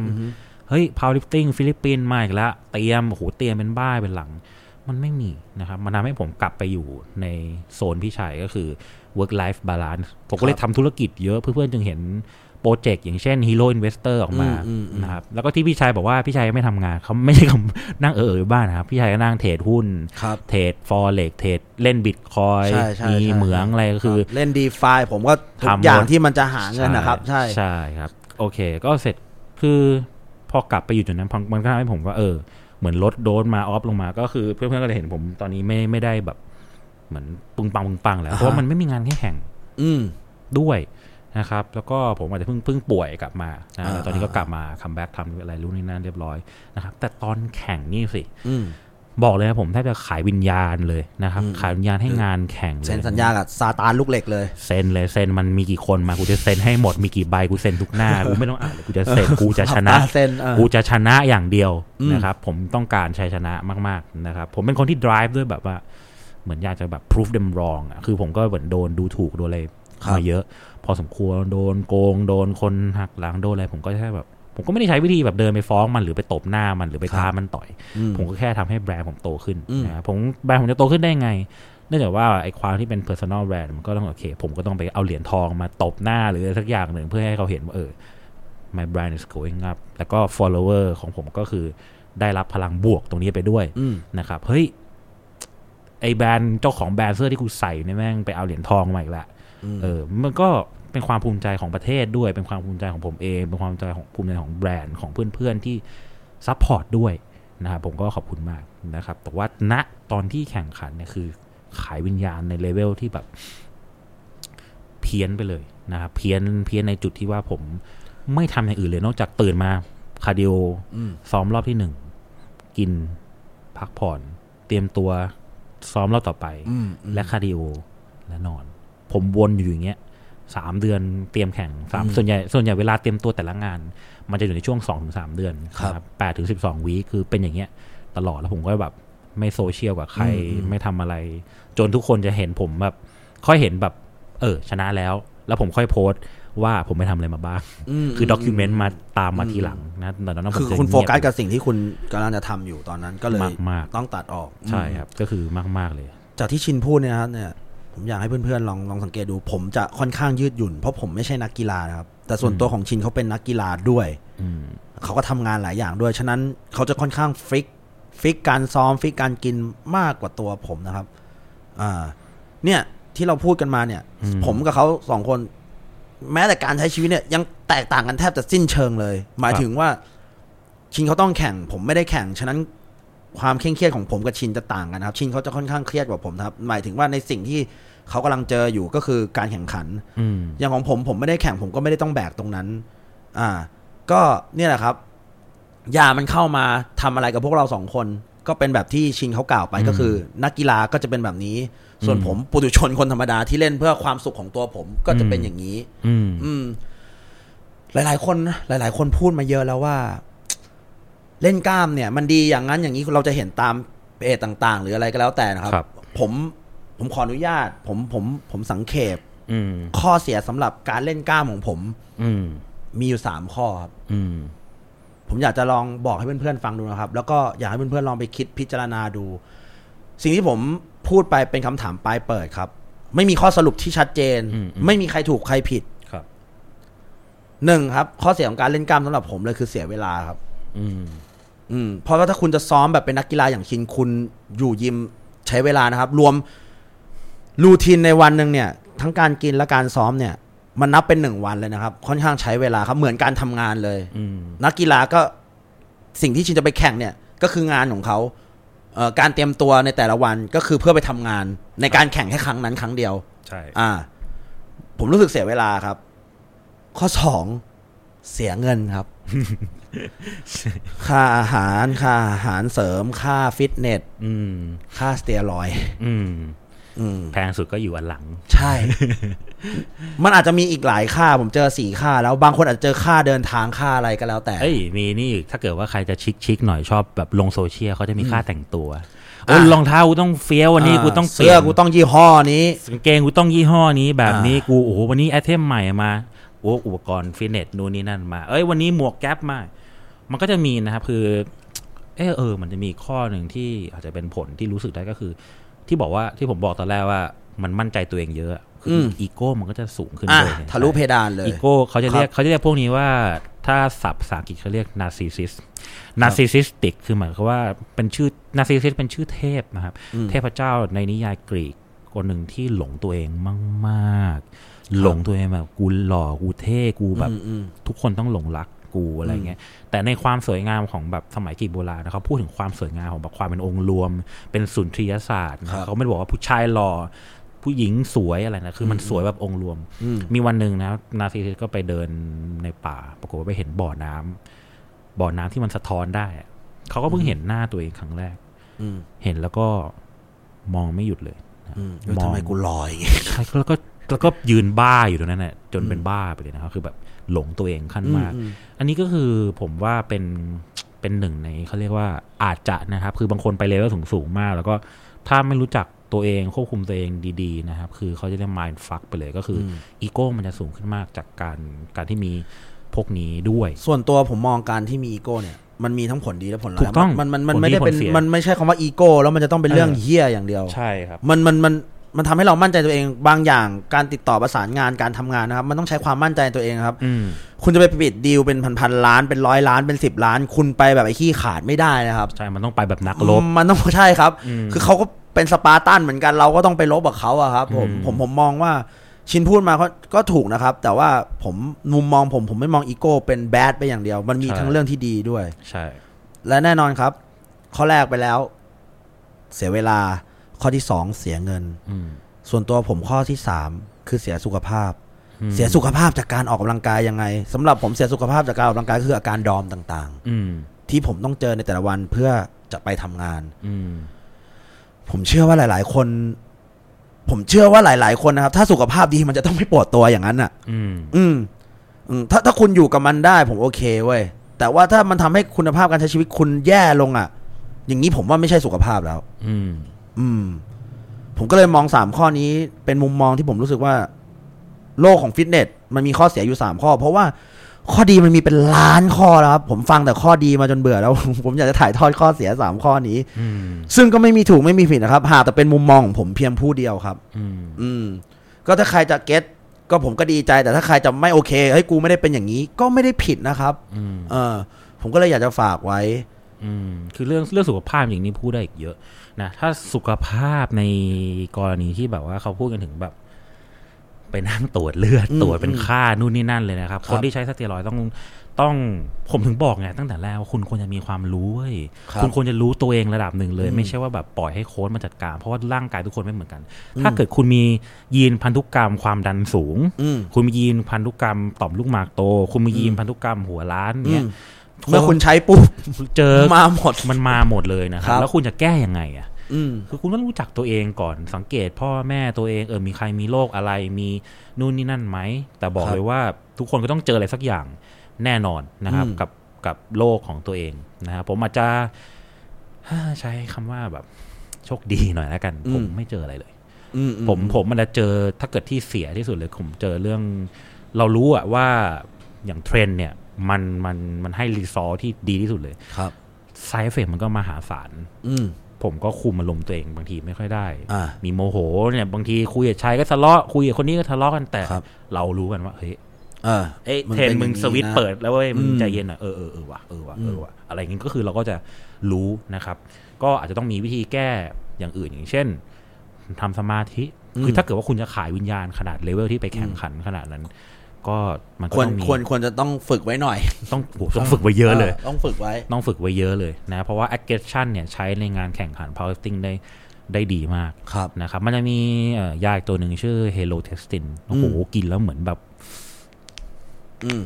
S1: เฮ้ยพาวลิฟติ้งฟิลิปปินส์มาอีกแล้วเตรียมโอ้โหเตรียมเป็นบ้าเป็นหลัง มันไม่มีนะครับ มันทำให้ผมกลับไปอยู่ในโซนพี่ชัยก็คือ work life balance ผมก็เลยทำธุรกิจเยอะเพื่อนๆจึงเห็นโปรเจกต์อย่างเช่น hero investor ออกมา
S2: อืมอืมอืม
S1: นะครับแล้วก็ที่พี่ชัยบอกว่าพี่ชัยไม่ทำงานเขาไม่ใช่คำ นั่งเออๆอยู่บ้านนะครับ พี่ชัยก็นั่งเทรดหุ้น
S2: ครับ
S1: เทรดฟอเร็กเทรดเล่นบิตคอย
S2: ใช่ใช่
S1: มี
S2: ใช่
S1: เหมืองอะไรก็คือ
S2: รับเล่นดีฟาผมก็ทุก
S1: ทำ
S2: อย่า
S1: ห
S2: ง
S1: มด
S2: ที่มันจะหาเงินนะครับ ใช่
S1: ใช่ครับ โอเค ก็เสร็จคือพอกลับไปอยู่จุดนั้นพังมันก็ทำให้ผมว่าเออ เหมือนลดโดสมาออฟลงมาก็คือเพื่อนๆก็เลยเห็นผมตอนนี้ไม่ไม่ได้แบบ เหมือนปึงปังปึงปังแล้ว
S2: อ่า
S1: เพ
S2: ฮะ
S1: ราะว่ามันไม่มีงานให้แข่ง
S2: อืม
S1: ด้วยนะครับ แล้วก็ผมอาจจะเพิ่งเพิ่งป่วยกลับมานะ
S2: อ่า
S1: แล้วตอนนี้ก็กลับมาคัมแบ็กทำอะไรรู้นี่นั่นเรียบร้อยนะครับ แต่ตอนแข่งนี่สิ
S2: อืม
S1: บอกเลยนะผมแทบจะขายวิญญาณเลยนะครับ
S2: อืม
S1: ขายวิญญาณให้งานแข่งเลย
S2: เซ็นสัญญากับซาตานลูกเหล็กเลย
S1: เซ็นเลยเซ็นมันมีกี่คนมากูจะเซ็นให้หมดมีกี่ใบกูเซ็นทุกหน้า กูไม่ต้องอ่านเลยกูจะเซ็นกูจะชนะ
S2: หลับตาเซ็นเออ
S1: กูจะชนะอย่างเดียว
S2: อืม
S1: นะครับ ผมต้องการชัยชนะมากๆนะครับ ผมเป็นคนที่ drive ด้วยแบบว่า เหมือนอยากจะแบบ prove them wrong อะคือผมก็เหมือนโดนดูถูกโดนอะไร
S2: ครับ
S1: มาเยอะ พอสมควรโดนโกงโดนคนหักหลังโดนอะไรผมก็แค่แบบ ผมก็ไม่ได้ใช้วิธีแบบเดินไปฟ้องมันหรือไปตบหน้ามันหรือไปท้ามันต่อย
S2: อืม
S1: ผมก็แค่ทำให้แบรนด์ผมโตขึ้น
S2: อืม
S1: นะครับผมแบรนด์ผมจะโตขึ้นได้ไง เนื่องจากว่าไอ้ความที่เป็น personal brand มันก็ต้องโอเค ผมก็ต้องไปเอาเหรียญทองมาตบหน้าหรืออะไรสักอย่างหนึ่งเพื่อให้เขาเห็นว่าเออ my brand is going up แล้วก็ follower ของผมก็คือได้รับพลังบวกตรงนี้ไปด้วย
S2: อืม
S1: นะครับเฮ้ยไอ้แบรนด์เจ้าของแบรนด์เสื้อที่กูใส่เนี่ยแม่งไปเอาเหรียญทองมาอีกละ
S2: อืม
S1: เออ มันก็เป็นความภูมิใจของประเทศด้วย เป็นความภูมิใจของผมเอง เป็นความภูมิใจของภูมิใจของแบรนด์ของเพื่อนๆที่ ซัพพอร์ตด้วยนะครับผมก็ขอบคุณมากนะครับ แต่ว่าณตอนที่แข่งขันเนี่ยคือ ขายวิญญาณในเลเวลที่แบบ เพี้ยนไปเลยนะครับเพี้ยนเพี้ยนในจุดที่ว่าผมไม่ทำอย่างอื่นเลย นอกจากตื่นมาคาร์ดิโออ
S2: ม
S1: ซ้อมรอบที่หนึ่ง กินพักผ่อน เตรียมตัวซ้อมรอบต่อไป
S2: อืมอืม
S1: และคาร์ดิโอและนอน ผมวนอยู่อย่างเงี้ยสามเดือนเตรียมแข่งสามส่วนใหญ่ส่วนใหญ่เวลาเตรียมตัวแต่ละงาน มันจะอยู่ในช่วงสองถึงสามเดือน
S2: ครับ
S1: แปดถึงสิบสองวีคคือเป็นอย่างเงี้ย ตลอดแล้วผมก็แบบไม่โซเชียลกับใครไม่ทำอะไร จนทุกคนจะเห็นผมแบบ ค่อยเห็นแบบ เออ ชนะแล้ว แล้วผมค่อยโพสต์ว่าผมไปทำอะไรมาบ้าง
S2: ม
S1: คือด็อกิเมนต์มาตามมาทีหลังนะแต่ตอนนั้นผม
S2: คือ
S1: จะ
S2: คุณโฟกัส
S1: เงีย
S2: กับสิ่งที่คุณกำลังจะทำอยู่ตอนนั้นก็เลย
S1: มากๆ
S2: ต้องตัดออก
S1: ใช่
S2: อืม
S1: ครับ ก็คือมาก ๆ เลย
S2: จากที่ชินพูดเนี่ยนะครับเนี่ยผมอยากให้เพื่อนๆลองลองสังเกตดู ผมจะค่อนข้างยืดหยุ่นเพราะผมไม่ใช่นักกีฬานะครับ แต่ส่วนตัวของชินเขาเป็นนักกีฬาด้วย
S1: อืม
S2: เขาก็ทำงานหลายอย่างด้วย ฉะนั้นเขาจะค่อนข้างฟิกฟิกการซ้อมฟิกการกินมากกว่าตัวผมนะครับ อ่า เนี่ยที่เราพูดกันมาเนี่ย
S1: อืม
S2: ผมกับเขาสองคน แม้แต่การใช้ชีวิตเนี่ย ยังแตกต่างกันแทบจะสิ้นเชิงเลย หมายถึงว่า ชินเขาต้องแข่ง ผมไม่ได้แข่ง ฉะนั้นความเคร่งเครียดของผมกับชินจะต่างกันนะครับ ชินเขาจะค่อนข้างเครียดกว่าผมนะครับ หมายถึงว่าในสิ่งที่เขากำลังเจออยู่ก็คือการแข่งขัน
S1: อืม
S2: อย่างของผมผมไม่ได้แข่งผมก็ไม่ได้ต้องแบกตรงนั้น อ่า ก็เนี่ยแหละครับ ยามันเข้ามาทำอะไรกับพวกเราสองคน ก็เป็นแบบที่ชินเขากล่าวไปก็คือ นักกีฬาก็จะเป็นแบบนี้ ส่วนผมปุถุชนคนธรรมดาที่เล่นเพื่อความสุขของตัวผมก็จะเป็นอย่างนี้
S1: อืม
S2: อืม หลาย ๆ คน หลาย ๆ คนพูดมาเยอะแล้วว่า เล่นกล้ามเนี่ย มันดีอย่างนั้นอย่างนี้เราจะเห็นตามเพจต่าง ๆ หรืออะไรก็แล้วแต่นะครับ
S1: ครับ
S2: ผมผมขออนุญาต ผมผมผมสังเขป
S1: อืม
S2: ข้อเสียสำหรับการเล่นกล้ามของผม
S1: อืม
S2: มีอยู่ 3 ข้อครับ
S1: อืม
S2: ผมอยากจะลองบอกให้เพื่อนๆฟังดูนะครับ แล้วก็อยากให้เพื่อนๆลองไปคิดพิจารณาดู สิ่งที่ผมพูดไปเป็นคำถามปลายเปิดครับ ไม่มีข้อสรุปที่ชัดเจน
S1: อืมอืม
S2: ไม่มีใครถูกใครผิด
S1: ครับ
S2: หนึ่งครับ ข้อเสียของการเล่นกล้ามสำหรับผมเลยคือเสียเวลาครับ
S1: อืม
S2: อืมเพราะว่าถ้าคุณจะซ้อมแบบเป็นนักกีฬาอย่างชินคุณอยู่ยิมใช้เวลานะครับ รวมรูทีนในวันหนึ่งเนี่ย ทั้งการกินและการซ้อมเนี่ย มันนับเป็นหนึ่งวันเลยนะครับ ค่อนข้างใช้เวลาครับ เหมือนการทำงานเลย
S1: อืม
S2: นักกีฬาก็สิ่งที่ชินจะไปแข่งเนี่ย ก็คืองานของเขาเอ่อการเตรียมตัวในแต่ละวันก็คือเพื่อไปทำงาน ในการแข่งแค่ครั้งนั้นครั้งเดียว
S1: ใช่
S2: อ่า ผมรู้สึกเสียเวลาครับ ข้อสองเสียเงินครับ ค่าอาหาร ค่าอาหารเสริม ค่าฟิตเนส
S1: อืม
S2: ค่าสเตียรอยด์
S1: อืม
S2: อืม
S1: แพงสุดก็อยู่อันหลัง
S2: ใช่ มันอาจจะมีอีกหลายค่า ผมเจอสี่ค่า แล้วบางคนอาจจะเจอค่าเดินทางค่าอะไรก็แล้วแต่
S1: เอ้ยมีนี่อีกถ้าเกิดว่าใครจะชิคชิคๆหน่อยชอบแบบลงโซเชียลเขาจะมีค่าแต่งตัวโอ้ย
S2: อ่ะ
S1: รองเท้ากูต้องเฟี้ยววันนี้กูต้องป
S2: เสื้
S1: ลี่ย
S2: อน กูต้องยี่ห้อนี้
S1: กางเกงกูต้องยี่ห้อนี้แบบนี้
S2: อ่า
S1: กูโอ้โหวันนี้ไอเทมใหม่มาโอ้อุปกรณ์ฟิตเนสนู่นนี่นั่นมา เอ้ยวันนี้หมวกแก๊ปมา มันก็จะมีนะครับคือ เออเออ มันจะมีข้อหนึ่งที่อาจจะเป็นผลที่รู้สึกได้ก็คือ ที่บอกว่าที่ผมบอกตอนแรกว่ามันมั่นใจตัวเองเยอะคือออีโก้มันก็จะสูงขึ้น
S2: อ่ะ
S1: ด้วย
S2: ทะลุเพดานเลย
S1: อีโก้เขาจะเรียก
S2: ครับ
S1: เขาจะเรียกพวกนี้ว่าถ้าศัพท์ภาษาอังกฤษเขาเรียกนาร์ซิสิสนาร์ซิสิสติกคือหมายความว่าเป็นชื่อนาร์ซิสิสเป็นชื่อเทพนะครับ เทพเจ้าในนิยายกรีกคนหนึ่งที่หลงตัวเองมากๆ หลงตัวเองแบบกูหล่อกูเท่กูแบบ ทุกคนต้องหลงรักกูอะไรเงี้ย แต่ในความสวยงามของแบบสมัยกรีกโบราณนะเขาพูดถึงความสวยงามของแบบความเป็นองค์รวม เป็นสุนทรียศาสตร์นะครับ เขาไม่ได้บอกว่าผู้ชายหล่อผู้หญิงสวยอะไรนะคือมันสวยแบบองค์รวม
S2: อืม
S1: มีวันหนึ่งนะนาซีซิสก็ไปเดินในป่า ปรากฏว่าไปเห็นบ่อน้ำบ่อน้ำที่มันสะท้อนได้อะเขาก็เพิ่งเห็นหน้าตัวเองครั้งแรก
S2: อืม
S1: เห็นแล้วก็มองไม่หยุดเลยนะ
S2: อืมเออทำไมกูลอยอย่างงี้
S1: ใช่แล้วก็แล้วก็ยืนบ้าอยู่ตรงนั้นแหละจนเป็นบ้าไปเลยนะครับคือแบบหลงตัวเองขั้นมาก
S2: อืมอืม
S1: อันนี้ก็คือผมว่าเป็นเป็นหนึ่งในเขาเรียกว่าอาจจะนะครับ คือบางคนไปเลเวลสูงสูงๆมาก แล้วก็ถ้าไม่รู้จักตัวเองควบคุมตัวเองดีๆนะครับ คือเขาจะได้ mind fuck ไปเลยก็คือออีโก้มันจะสูงขึ้นมากจากการการที่มีพวกนี้ด้วย
S2: ส่วนตัวผมมองการที่มีอีโก้เนี่ย มันมีทั้งผลดีและผลร้าย
S1: ถูกต้อง
S2: มันมันมัน
S1: ผลดี
S2: ไม่ได้เป็
S1: ผ
S2: น
S1: ลเสีย
S2: มันไม่ใช่คำว่าอีโก้แล้วมันจะต้องเป็นเรื่อง
S1: เออ
S2: เฮี้ยอย่างเดียว
S1: ใช่ครับ
S2: มันมันมันมันทำให้เรามั่นใจตัวเองบางอย่างการติดต่อประสานงานการทำงานนะครับ มันต้องใช้ความมั่นใจตัวเองครับ
S1: อืม
S2: คุณจะไปปิดดีลเป็นพันพันๆล้านเป็นร้อยล้านเป็นสิบล้าน คุณไปแบบไอ้ขี้ขาดไม่ได้นะครับ
S1: ใช่มันต้องไปแบบนักรบ
S2: มันต้อง ใช่ครับ
S1: อืม
S2: คือเขาก็เป็นสปาร์ตันเหมือนกันเราก็ต้องไปลบกับเขาอะครับผม
S1: อืม
S2: ผมผมมองว่าชินพูดมาก็ก็ถูกนะครับ แต่ว่าผมมุมมองผมผมไม่มองอีโก้เป็นแบดไปอย่างเดียว มันมีทั้งเรื่องที่ดีด้วย
S1: ใช่
S2: และแน่นอนครับ ข้อแรกไปแล้ว เสียเวลาข้อที่สองเสียเงิน
S1: อืม
S2: ส่วนตัวผมข้อที่สามคือเสียสุขภาพ
S1: อืม
S2: เสียสุขภาพจากการออกกำลังกายยังไงสำหรับผมเสียสุขภาพจากการออกกำลังกายคืออาการดอมต่าง
S1: อืม
S2: ๆ ที่ผมต้องเจอในแต่ละวันเพื่อจะไปทำงาน
S1: อืม
S2: ผมเชื่อว่าหลาย ๆ คน ผมเชื่อว่าหลาย ๆ คนนะครับ ถ้าสุขภาพดีมันจะต้องไม่ปวดตัวอย่างนั้นอ่ะ
S1: อืม
S2: อืมอืมถ้าถ้าคุณอยู่กับมันได้ ผมโอเคเว้ยแต่ว่าถ้ามันทำให้คุณภาพการใช้ชีวิตคุณแย่ลงอ่ะ อย่างนี้ผมว่าไม่ใช่สุขภาพแล้ว
S1: อืม
S2: อืม ผมก็เลยมองสามข้อนี้เป็นมุมมองที่ผมรู้สึกว่า โลกของฟิตเนสมันมีข้อเสียอยู่สามข้อ เพราะว่าข้อดีมันมีเป็นล้านข้อแล้วครับ ผมฟังแต่ข้อดีมาจนเบื่อแล้ว ผมอยากจะถ่ายทอดข้อเสียสามข้อนี้
S1: อืม
S2: ซึ่งก็ไม่มีถูกไม่มีผิดนะครับ หากแต่เป็นมุมมองของผมเพียงผู้เดียวครับ
S1: อืม
S2: อืม ก็ถ้าใครจะเก็ตก็ผมก็ดีใจ แต่ถ้าใครจะไม่โอเคเฮ้ยกูไม่ได้เป็นอย่างนี้ ก็ไม่ได้ผิดนะครับ
S1: อืม
S2: เออ ผมก็เลยอยากจะฝากไว้
S1: อืมคือเรื่องเรื่องสุขภาพอย่างนี้พูดได้อีกเยอะนะถ้าสุขภาพในกรณีที่แบบว่าเขาพูดกันถึงแบบ ไปนั่งตรวจเลือด
S2: อืม
S1: ตรวจเป็นค่านู่นนี่นั่นเลยนะครับ
S2: ครั
S1: ค
S2: บ
S1: นที่ใช้สเตียรอยด์ต้องต้องผมถึงบอกไงตั้งแต่แรกว่าคุณควรจะมีความรู้เว้ย
S2: ครับ
S1: คุณควรจะรู้ตัวเองระดับหนึ่งเลย
S2: อืม
S1: ไม่ใช่ว่าแบบปล่อยให้โค้ชมาจัดการ เพราะว่าร่างกายทุกคนไม่เหมือนกัน ถ้าเกิดคุณมียีนพันธุกรรมความดันสูง
S2: อืม
S1: คุณมียีนพันธุกรรมต่อมลูกหมากโต คุณมียีนพันธุกรรมหัวล้านเนี่ย
S2: เมื่อคุณใช้ปุ๊บ
S1: เจอ
S2: มาหมด
S1: มันมาหมดเลยนะครั
S2: ครับ บ
S1: แล้วคุณจะแก้ยังไงอ่ะ
S2: อืม
S1: คือคุณต้องรู้จักตัวเองก่อนสังเกตพ่อแม่ตัวเองเออมีใครมีโรคอะไรมีนู่นนี่นั่นไหม แต่บอก
S2: ครับ
S1: เลยว่าทุกคนก็ต้องเจออะไรสักอย่างแน่นอนนะครับ
S2: อืม
S1: กับกับโรคของตัวเองนะครับผมอาจจะ ใช้คำว่าแบบโชคดีหน่อยแล้วกัน ผมไม่เจออะไรเลย
S2: อือื
S1: ผมผมมันจะเจอถ้าเกิดที่เสียที่สุดเลยผมเจอเรื่อง เรารู้อะว่าอย่างเทรนด์เนี่ย มันมันมันให้รีซอสที่ดีที่สุดเลย
S2: ครับ
S1: ไซเฟกมันก็มหาศาล
S2: อืม
S1: ผมก็คุมอารมณ์ตัวเองบางทีไม่ค่อยได้
S2: อ่า
S1: มีโมโหเนี่ยบางทีคุยกับชายก็ทะเลาะคุยกับคนนี้ก็ทะเลาะกันแต่
S2: ครับ
S1: เรารู้กันว่าเฮ้ย
S2: เออ
S1: เอ้ย
S2: มึง
S1: เทรน
S2: เป็น
S1: มึง
S2: อย่างนี้
S1: สวิตช์
S2: นะ
S1: เปิดแล้วเว้ยมึง
S2: อืม
S1: ใจเย็นหน่อยเออเออเออว่ะเออว่ะเออว่ะอะไรอย่างงี้ก็คือเราก็จะรู้นะครับ ก็อาจจะต้องมีวิธีแก้อย่างอื่นอย่างเช่นทำสมาธิ คือถ้าเกิดว่าคุณจะขายวิญญาณขนาดเลเวลที่ไปแข่งขันขนาดนั้น ก็มันก็
S2: ควร
S1: ต้องมี
S2: ควรควรจะต้องฝึกไว้หน่อย
S1: ต้องโอ้โหต้องฝึกไว้เยอะเลย
S2: ต้องฝึกไว้
S1: ต้องฝึกไว้เยอะเลยนะ เพราะว่า aggression เนี่ยใช้ในงานแข่งขัน powerlifting ได้ได้ดีมาก
S2: ครับ
S1: นะครับ มันจะมีเอ่อยาอีกตัวหนึ่งชื่อ Hello Testin โอ้โห กินแล้วเหมือนแบบ
S2: อืม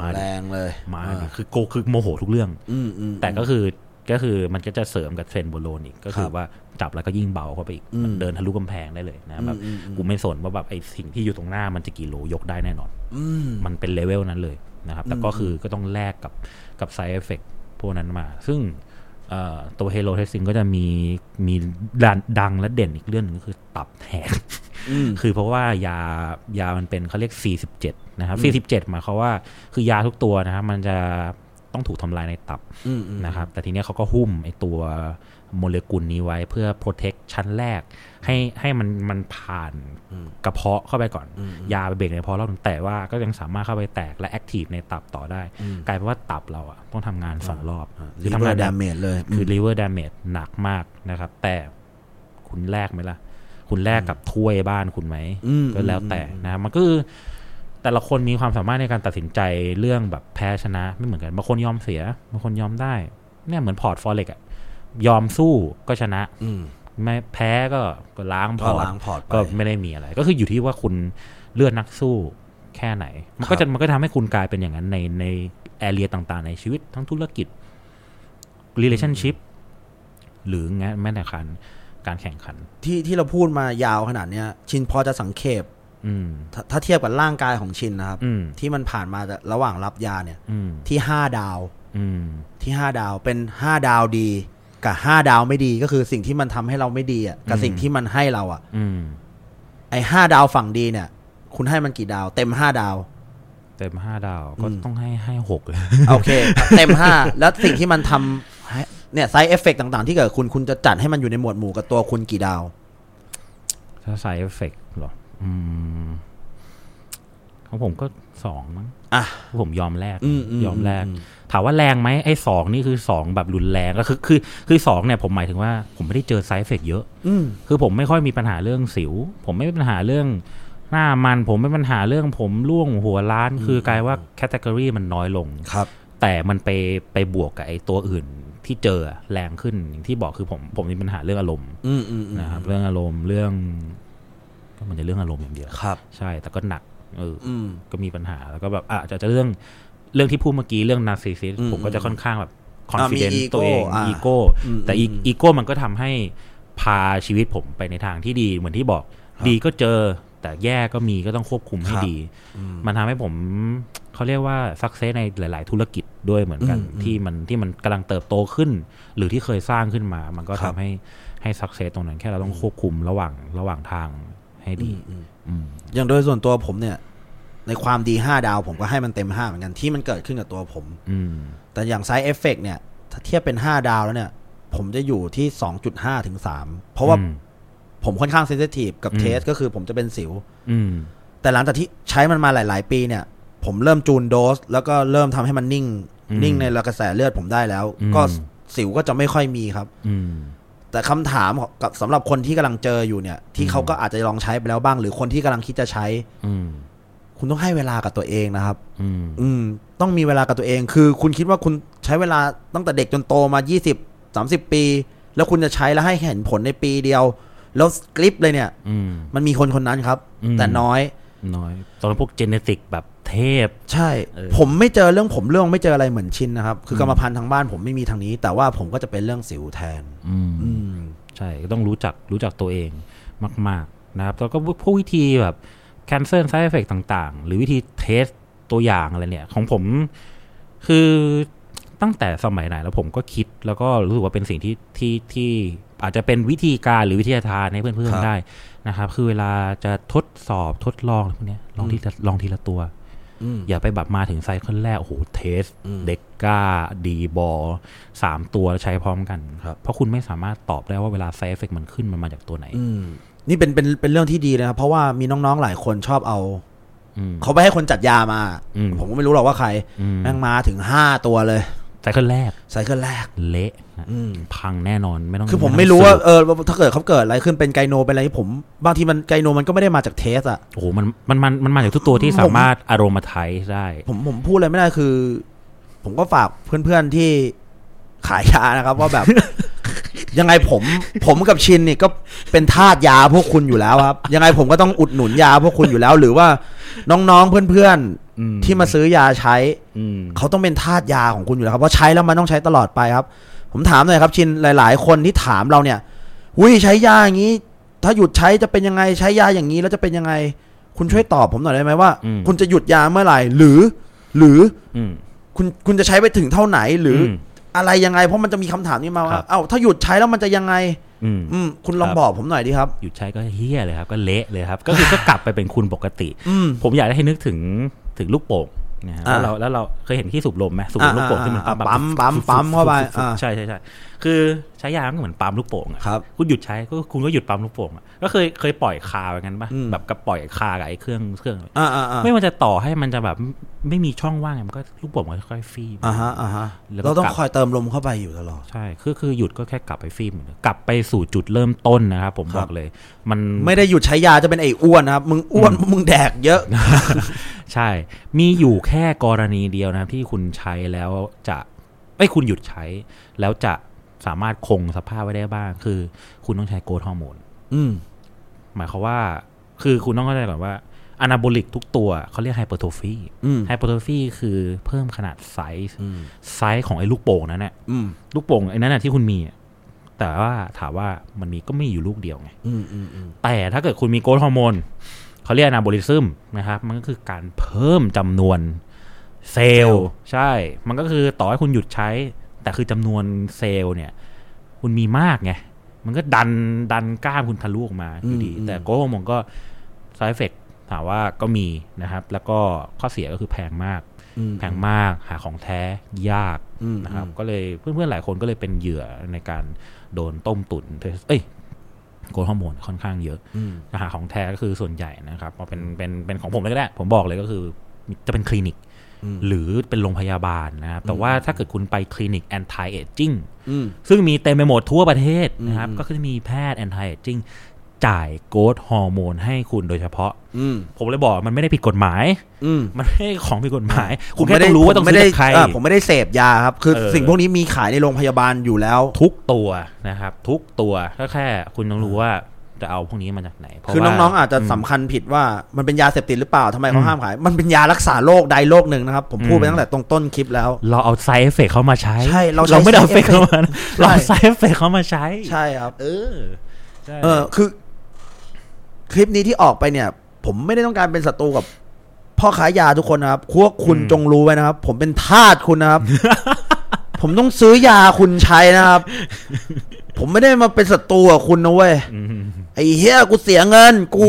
S1: มาดิ
S2: แรงเลย
S1: มา
S2: เออ
S1: คือโกคือโมโหทุกเรื่อง
S2: อืมอืม
S1: แต่ก็คือ ก็คือมันก็จะเสริมกับเทรนด์โบโลนอีกก็คื
S2: ครั
S1: อบ ว่าจับแล้วก็ยิ่งเบาเข้าไปอีก
S2: อืม
S1: มันเดินทะลุกำแพงได้เลยนะแบบ
S2: อืมอืม
S1: กูไม่สนว่าแบบไอ้สิ่งที่อยู่ตรงหน้ามันจะกี่โลยกได้แน่นอน
S2: อืม
S1: มันเป็นเลเวลนั้นเลยนะครับ แต่ก็คือก็ต้องแลกกับกับไซเอฟเฟกพวกนั้นมา ซึ่งเอ่อตัวเฮโลเทสซิงก็จะมีมีดังดังและเด่นอีกเรื่องหนึงก็คือตับแหก
S2: อืม
S1: คือเพราะว่ายายามันเป็นเขาเรียก 47 นะครับ 47หมายความว่าคือยาทุกตัวนะครับ มันจะต้องถูกทำลายในตับ
S2: อืมอืม
S1: นะครับ แต่ทีเนี้ยเขาก็หุ้มไอตัวโมเลกุลนี้ไว้เพื่อ protect ชั้นแรก ให้ให้มันมันผ่าน
S2: อืม
S1: กระเพาะเข้าไปก่อน ยาไปเบรกในกระเพาะรอบนึงแต่ว่าก็ยังสามารถเข้าไปแตกและ active ในตับต่อได้ กลายเป็นว่าตับเราอะต้องทำงานสองรอบ
S2: ลิ
S1: คือ
S2: เวอง
S1: ทำาน
S2: ร์
S1: หนั
S2: ดา
S1: ก
S2: เมจเลย
S1: คือ liver damage หนักมากนะครับ แต่คุณแลกไหมล่ะ คุณแลกกับถ้วยบ้านคุณไหม
S2: ม
S1: ก็แล้วแต่นะครับมันก็คือแต่ละคนมีความสามารถในการตัดสินใจเรื่องแบบแพ้ชนะไม่เหมือนกันบางคนยอมเสียบางคนยอมได้ เนี่ยเหมือนพอร์ตฟอเร็กอะยอมสู้ก็ชนะ
S2: อืม
S1: ไม่แพ้ก็ก็ล้างพ
S2: ก็
S1: อร์ต
S2: ล้างพอร์ตไป
S1: ก็ไม่ได้มีอะไร ก็คืออยู่ที่ว่าคุณเลือดนักสู้แค่ไหน มันก็
S2: ครับ
S1: จะมันก็ทำให้คุณกลายเป็นอย่างนั้นในในแอเรียต่างๆ ในชีวิตทั้งธุรกิจ relationship หรือแม้แม้แต่การการแข่งขัน
S2: ที่ที่เราพูดมายาวขนาดเนี้ย ชินพอจะสังเขป
S1: อืม
S2: ถาถ้าเทียบกับร่างกายของชินนะครับ
S1: อืม
S2: ที่มันผ่านมาระหว่างรับยาเนี่ย
S1: อืม
S2: ที่ห้าดาว
S1: อืม
S2: ที่ห้าดาวเป็นห้าดาวดี กับห้าดาวไม่ดีก็คือสิ่งที่มันทำให้เราไม่ดีอ่ะกับสิ่งที่มันให้เราอ่ะ
S1: อืม
S2: ไอห้าดาวฝั่งดีเนี่ย คุณให้มันกี่ดาว เต็มห้าดาว
S1: เต็มห้าดาวก็
S2: อืม
S1: ต้องให้ให้หกเลย
S2: โอเค เต็มห้าแล้วสิ่งที่มันทำให้เนี่ยไซเอฟเฟกต่างๆ ที่เกิดคุณคุณจะจัดให้มันอยู่ในหมวดหมู่กับตัวคุณกี่ดาว
S1: ถ้าใส่เอฟเฟกต์หรอ อืม ของผมก็สองมั้ง
S2: อ่ะ
S1: ผมยอมแลก
S2: อืมอืม
S1: ยอมแลก
S2: อืม
S1: ถามว่าแรงไหมไอ้สองนี่คือสองแบบรุนแรงก็คือคือคือสองเนี่ยผมหมายถึงว่าผมไม่ได้เจอไซเอฟเฟกต์เยอะ
S2: อืม
S1: คือผมไม่ค่อยมีปัญหาเรื่องสิว ผมไม่มีปัญหาเรื่องหน้ามัน ผมไม่มีปัญหาเรื่องผมร่วงหัวล้าน คือกลายว่าแคตตากรีมันน้อยลง
S2: ครับ
S1: แต่มันไปไปบวกกับไอ้ตัวอื่นที่เจอแรงขึ้นอย่างที่บอกคือผมผมมีปัญหาเรื่องอารมณ์
S2: อืมอืมอืม
S1: นะครับเรื่องอารมณ์เรื่องก็มันจะเรื่องอารมณ์อย่างเดียว
S2: ครับ
S1: ใช่ แต่ก็หนักเอออ
S2: อืม
S1: ก็มีปัญหาแล้วก็แบบอาจจะเรื่องเรื่องที่พูดเมื่อกี้เรื่องนาร์ซิซิส
S2: อืม
S1: ผมก็จะค่อนข้างแบบคอน
S2: อ่ะ
S1: ฟิ
S2: มี
S1: เ e น
S2: ego
S1: ซ์ตัวเอง
S2: อ่ะ
S1: อีโก้
S2: อืม
S1: แต่
S2: อืม
S1: อีโก้มันก็ทำให้พาชีวิตผมไปในทางที่ดีเหมือนที่บอกดีก็เจอ แต่แย่ก็มีก็ต้องควบคุมให้ดี มันทำให้ผมเขาเรียกว่าสักเซสในหลาย ๆ ธุรกิจด้วยเหมือนกัน ที่มันที่มันกำลังเติบโตขึ้น หรือที่เคยสร้างขึ้นมา มันก็
S2: ครั
S1: ทำ
S2: บ
S1: ให้ให้สักเซสตรงนั้นแค่เราต้องควบคุมระหว่างระหว่างทางให้ดี อืม
S2: อย่างโดยส่วนตัวผมเนี่ย ในความดีห้าดาวผมก็ให้มันเต็มห้าเหมือนกันที่มันเกิดขึ้นกับตัวผม
S1: อืม
S2: แต่อย่างไซเอฟเฟกเนี่ย ถ้าเทียบเป็นห้าดาวแล้วเนี่ย ผมจะอยู่ที่สองจุดห้าถึงสามเพราะว่า
S1: อืม
S2: ผมค่อนข้างเซนซิทีฟกับ
S1: อืม
S2: เทสก็คือผมจะเป็นสิว
S1: อืม
S2: แต่หลังจากที่ใช้มันมาหลาย ๆ ปีเนี่ย ผมเริ่มจูนโดส แล้วก็เริ่มทำให้มันนิ่ง
S1: อืม
S2: นิ่งในกระแสเลือดผมได้แล้ว
S1: อืม
S2: ก็สิวก็จะไม่ค่อยมีครับ
S1: อืม
S2: แต่คำถามของกับสำหรับคนที่กำลังเจออยู่เนี่ย ที่เขาก็อาจจะลองใช้ไปแล้วบ้าง หรือคนที่กำลังคิดจะใช้
S1: อืม
S2: คุณต้องให้เวลากับตัวเองนะครับ
S1: อืม
S2: อืม ต้องมีเวลากับตัวเอง คือคุณคิดว่าคุณใช้เวลาตั้งแต่เด็กจนโตมา 20 30 ปี แล้วคุณจะใช้แล้วให้เห็นผลในปีเดียว แล้วกลิปเลยเนี่ย
S1: อืม
S2: มันมีคนคนนั้นครับ
S1: อืม
S2: แต่น้อย
S1: น้อยตอนนนพวกเจเนติกแบบเทพ
S2: ใช่
S1: เออ
S2: ผมไม่เจอเรื่องผมเรื่องไม่เจออะไรเหมือนชินนะครับ คือกรรมพันธุ์ทางบ้านผมไม่มีทางนี้ แต่ว่าผมก็จะเป็นเรื่องสิวแทน
S1: อืม
S2: อืม
S1: ใช่ก็ต้องรู้จักรู้จักตัวเองมาก ๆ นะครับ แล้วก็พวกวิธีแบบ cancel side effect ต่างๆ หรือวิธีเทสตัวอย่างอะไรเนี่ย ของผมคือตั้งแต่สมัยไหนแล้วผมก็คิดแล้วก็รู้สึกว่าเป็นสิ่งที่ที่ที่อาจจะเป็นวิธีการหรือวิทยาทานให้เพื่อน
S2: ครับ
S1: ๆได้นะครับ คือเวลาจะทดสอบทดลองอะไรพวกเนี้ยลองทีละลองทีละตัว
S2: อืม
S1: อย่าไปแบบมาถึงไซเคิลแรก โอ้โห เทส
S2: อืม
S1: เด็กก้า ดีบอลสามตัวใช้พร้อมกัน
S2: ครับ
S1: เพราะคุณไม่สามารถตอบได้ว่าเวลาไซเอฟเฟกมันขึ้นมันมาจากตัวไหน
S2: อืม นี่เป็นเป็นเป็นเรื่องที่ดีนะครับ เพราะว่ามีน้องๆหลายคนชอบเอา
S1: อืม
S2: เขาไปให้คนจัดยามา
S1: อืม
S2: ผมก็ไม่รู้หรอกว่าใคร
S1: อืม
S2: แม่งมาถึงห้าตัวเลย
S1: ไซเคิลแรก
S2: ไซเคิลแรก
S1: เละนะ
S2: อืม
S1: พังแน่นอนไม่ต้อง
S2: คือผม
S1: ต้อง
S2: ไม่รู้ว่า
S1: สืบ
S2: เออว่าถ้าเกิดเขาเกิดอะไรขึ้นเป็นไกโนเป็นอะไรที่ผม บางทีมันไกโนมันก็ไม่ได้มาจากเทสอะ
S1: โอ้โหมันมันมันมันมาจากทุกตัวที่
S2: ผม
S1: สามารถอารมณ์ไทยได้
S2: ผมผมพูดอะไรไม่ได้คือ ผมก็ฝากเพื่อนๆที่ขายยานะครับ ว่าแบบ ยังไงผม ผมกับชินเนี่ยก็เป็นทาสยาพวกคุณอยู่แล้วครับ ยังไงผมก็ต้องอุดหนุนยาพวกคุณอยู่แล้ว หรือว่าน้องๆเพื่อน
S1: อืม
S2: ๆที่มาซื้อยาใช้
S1: อืม
S2: เขาต้องเป็นทาสยาของคุณอยู่แล้วครับเพราะใช้แล้วมันต้องใช้ตลอดไปครับ ผมถามหน่อยครับชินหลาย ๆ คนที่ถามเราเนี่ยวิใช้ยาอย่างนี้ ถ้าหยุดใช้จะเป็นยังไงใช้ยาอย่างนี้แล้วจะเป็นยังไง คุณช่วยตอบผมหน่อยได้ไหมว่า
S1: อืม
S2: คุณจะหยุดยาเมื่อไหร่หรือ หรือ
S1: อืม
S2: คุณคุณจะใช้ไปถึงเท่าไหนหรืออ
S1: ม
S2: อะไรยังไง เพราะมันจะมีคำถามนี้มา
S1: ครั
S2: ว่า
S1: บ
S2: เอ้าถ้าหยุดใช้แล้วมันจะยังไง
S1: อืม
S2: อืมคุณลอง
S1: ครับ
S2: บอกผมหน่อยดีครับ
S1: หยุดใช้ก็เฮี้ยเลยครับ ก็เละเลยครับ ก็คือก็กลับไปเป็นคุณปกติ
S2: อืม
S1: ผมอยากให้นึกถึงถึงลูกโป่งนะฮะ
S2: อ่า
S1: แล้วเราแล้วเราเคยเห็นที่สูบลมไหมสูบลม
S2: อ่า
S1: ลูกโป่งที่มัน
S2: อ่า
S1: ปั๊ม
S2: ปั๊มปั๊มปั๊มเข้าไปอ่า
S1: ใช่ใช่ใช่คือใช้ยามันก็เหมือนปั๊มลูกโป่งอะ
S2: ครับ
S1: คุณหยุดใช้ก็คุณก็หยุดปั๊มลูกโป่งอะก็เคยเคยปล่อยคาไว้งั้นป่ะ
S2: อืม
S1: แบบกับปล่อยคากับไอ้เครื่องเครื่อง
S2: อ่าอ่าอ่า
S1: ไม่ว่าจะต่อให้มันจะแบบไม่มีช่องว่างไงมันก็ลูกโป่งมันก็ค่อยๆฟีบ
S2: อ่าฮะอ่าฮะ
S1: แล้วก็
S2: เราต้องคอยเติมลมเข้าไปอยู่ตลอด
S1: ใช่คือคือหยุดก็แค่กลับไปฟีบเหมือนเดิมกลับไปสู่จุดเริ่มต้นนะครับผม
S2: ครับ บ
S1: อกเลย มัน
S2: ไม่ได้หยุดใช้ยาจะเป็นไอ้อ้วนนะครับ มึงอ้วนมึงแดกเยอะ
S1: ใช่ มีอยู่แค่กรณีเดียวนะครับที่คุณใช้แล้วจะไม่คุณหยุดใช้ แล้วจะสามารถคงสภาพไว้ได้บ้าง คือคุณต้องใช้โกรทฮอร์โมน
S2: อืม
S1: หมายความว่า คือคุณต้องเข้าใจก่อนว่าอนาโบลิกทุกตัวเขาเรียกไฮเปอร์โทฟี
S2: อืม
S1: ไฮเปอร์โทฟีคือเพิ่มขนาดไซส์
S2: อืม
S1: ไซส์ของไอ้ลูกโป่งนั้นแหละ
S2: อืม
S1: ลูกโป่งไอ้นั้นนะที่คุณมีอะแต่ว่าถามว่ามันมีก็มีอยู่ลูกเดียวไง
S2: อืมอืมอืม
S1: แต่ถ้าเกิดคุณมีโกรทฮอร์โมนเขาเรียกอนาโบลิซึมนะครับ มันก็คือการเพิ่มจำนวนเซลล์ใช่ มันก็คือต่อให้คุณหยุดใช้ แต่คือจำนวนเซลล์เนี่ย คุณมีมากไง มันก็ดันดันกล้ามคุณทะลุออกมาอยู่ดี แต่โกรทฮอร์โมนก็ side effect ถามว่าก็มีนะครับ แล้วก็ข้อเสียก็คือแพงมาก
S2: อืม
S1: แพงมากหาของแท้ยาก
S2: อืม
S1: นะครับก็เลยเพื่อนๆหลายคนก็เลยเป็นเหยื่อในการโดนต้มตุ๋นเทสเอ้ยโกรทฮอร์โมนค่อนข้างเยอะ
S2: อืม
S1: นะฮะของแท้ก็คือส่วนใหญ่นะครับพอเป็นเป็นเป็นของผมเลยก็ได้ ผมบอกเลยก็คือจะเป็นคลินิก
S2: อืม
S1: หรือเป็นโรงพยาบาลนะครับ แต่ว่าถ้าเกิดคุณไปคลินิกแอนตี้เอจิ้ง
S2: อืม
S1: ซึ่งมีเต็มไปหมดทั่วประเทศนะครับ
S2: อืม
S1: ก็คือมีแพทย์แอนตี้เอจิ้งจ่ายโกรทฮอร์โมนให้คุณโดยเฉพาะ
S2: อืม
S1: ผมเลยบอกมันไม่ได้ผิดกฎหมาย
S2: อืม
S1: มันไม่ใช่ของผิดกฎหมาย คุณแค่ต้องรู้ว่าต้องซื้อจากใคร
S2: เออผมไม่ได้เสพยาครับ คือ
S1: เออ
S2: สิ่งพวกนี้มีขายในโรงพยาบาลอยู่แล้ว
S1: ทุกตัวนะครับทุกตัวก็แค่คุณต้องรู้ว่าจะเอาพวกนี้มาจากไหนเพราะ
S2: คือน้องๆ
S1: ว่า
S2: อาจจะสำคัญผิดว่ามันเป็นยาเสพติดหรือเปล่าทำไมเขา
S1: อืม
S2: ห้ามขาย มันเป็นยารักษาโรคใดโรคหนึ่งนะครับ ผมพูด
S1: อื
S2: ไป
S1: ม
S2: ตั้งแต่ตรงต้นคลิปแล้ว
S1: เราเอาไซเอฟเฟกเขามาใช้
S2: ใช่เราใช้
S1: เราไม่ได้เอา
S2: side
S1: เฟก
S2: effect
S1: เขามานะเรา
S2: ใช่
S1: ไซเอฟเฟกเขามาใช้
S2: ใช่ครับ
S1: เออใช่
S2: เออคือ คลิปนี้ที่ออกไปเนี่ย ผมไม่ได้ต้องการเป็นศัตรูกับพ่อขายยาทุกคนนะครับพวกคุณจงรู้ไว้นะครับ ผมเป็นทาสคุณนะครับ ผมต้องซื้อยาคุณใช้นะครับ ผมไม่ได้มาเป็นศัตรูกับคุณนะเว้ย
S1: ม
S2: ไอ้เหี้ยกูเสียเงิน กู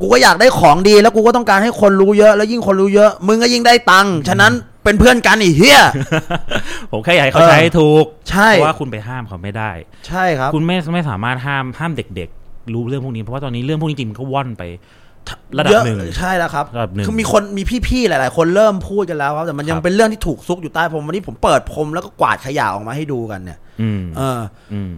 S2: กูก็อยากได้ของดี แล้วกูก็ต้องการให้คนรู้เยอะ แล้วยิ่งคนรู้เยอะ มึงก็ยิ่งได้ตังค์ฉะนั้นเป็นเพื่อนกันไอ้เหี้ย
S1: ผมแค่อยากให้เขาใช้ให้ถูก
S2: ใช่
S1: เพราะว่าคุณไปห้ามเขาไม่ได้
S2: ใช่ครับ
S1: คุณไม่ไม่สามารถห้ามห้ามเด็กๆ รู้เรื่องพวกนี้เพราะว่าตอนนี้เรื่องพวกนี้จริงๆมันก็ว่อนไประดับหนึ่ง
S2: เยอะใช่แล้วครับ
S1: ระดับหนึ่ง
S2: คือมีคนมีพี่ๆหลาย ๆ คนเริ่มพูดกันแล้วครับแต่มันยั
S1: ค
S2: ง
S1: รับ
S2: เป็นเรื่องที่ถูกซุกอยู่ใต้พรมวันนี้ผมเปิดพรมแล้วก็กวาดขยะออกมาให้ดูกันเนี่ย
S1: อืม
S2: เออ
S1: อืม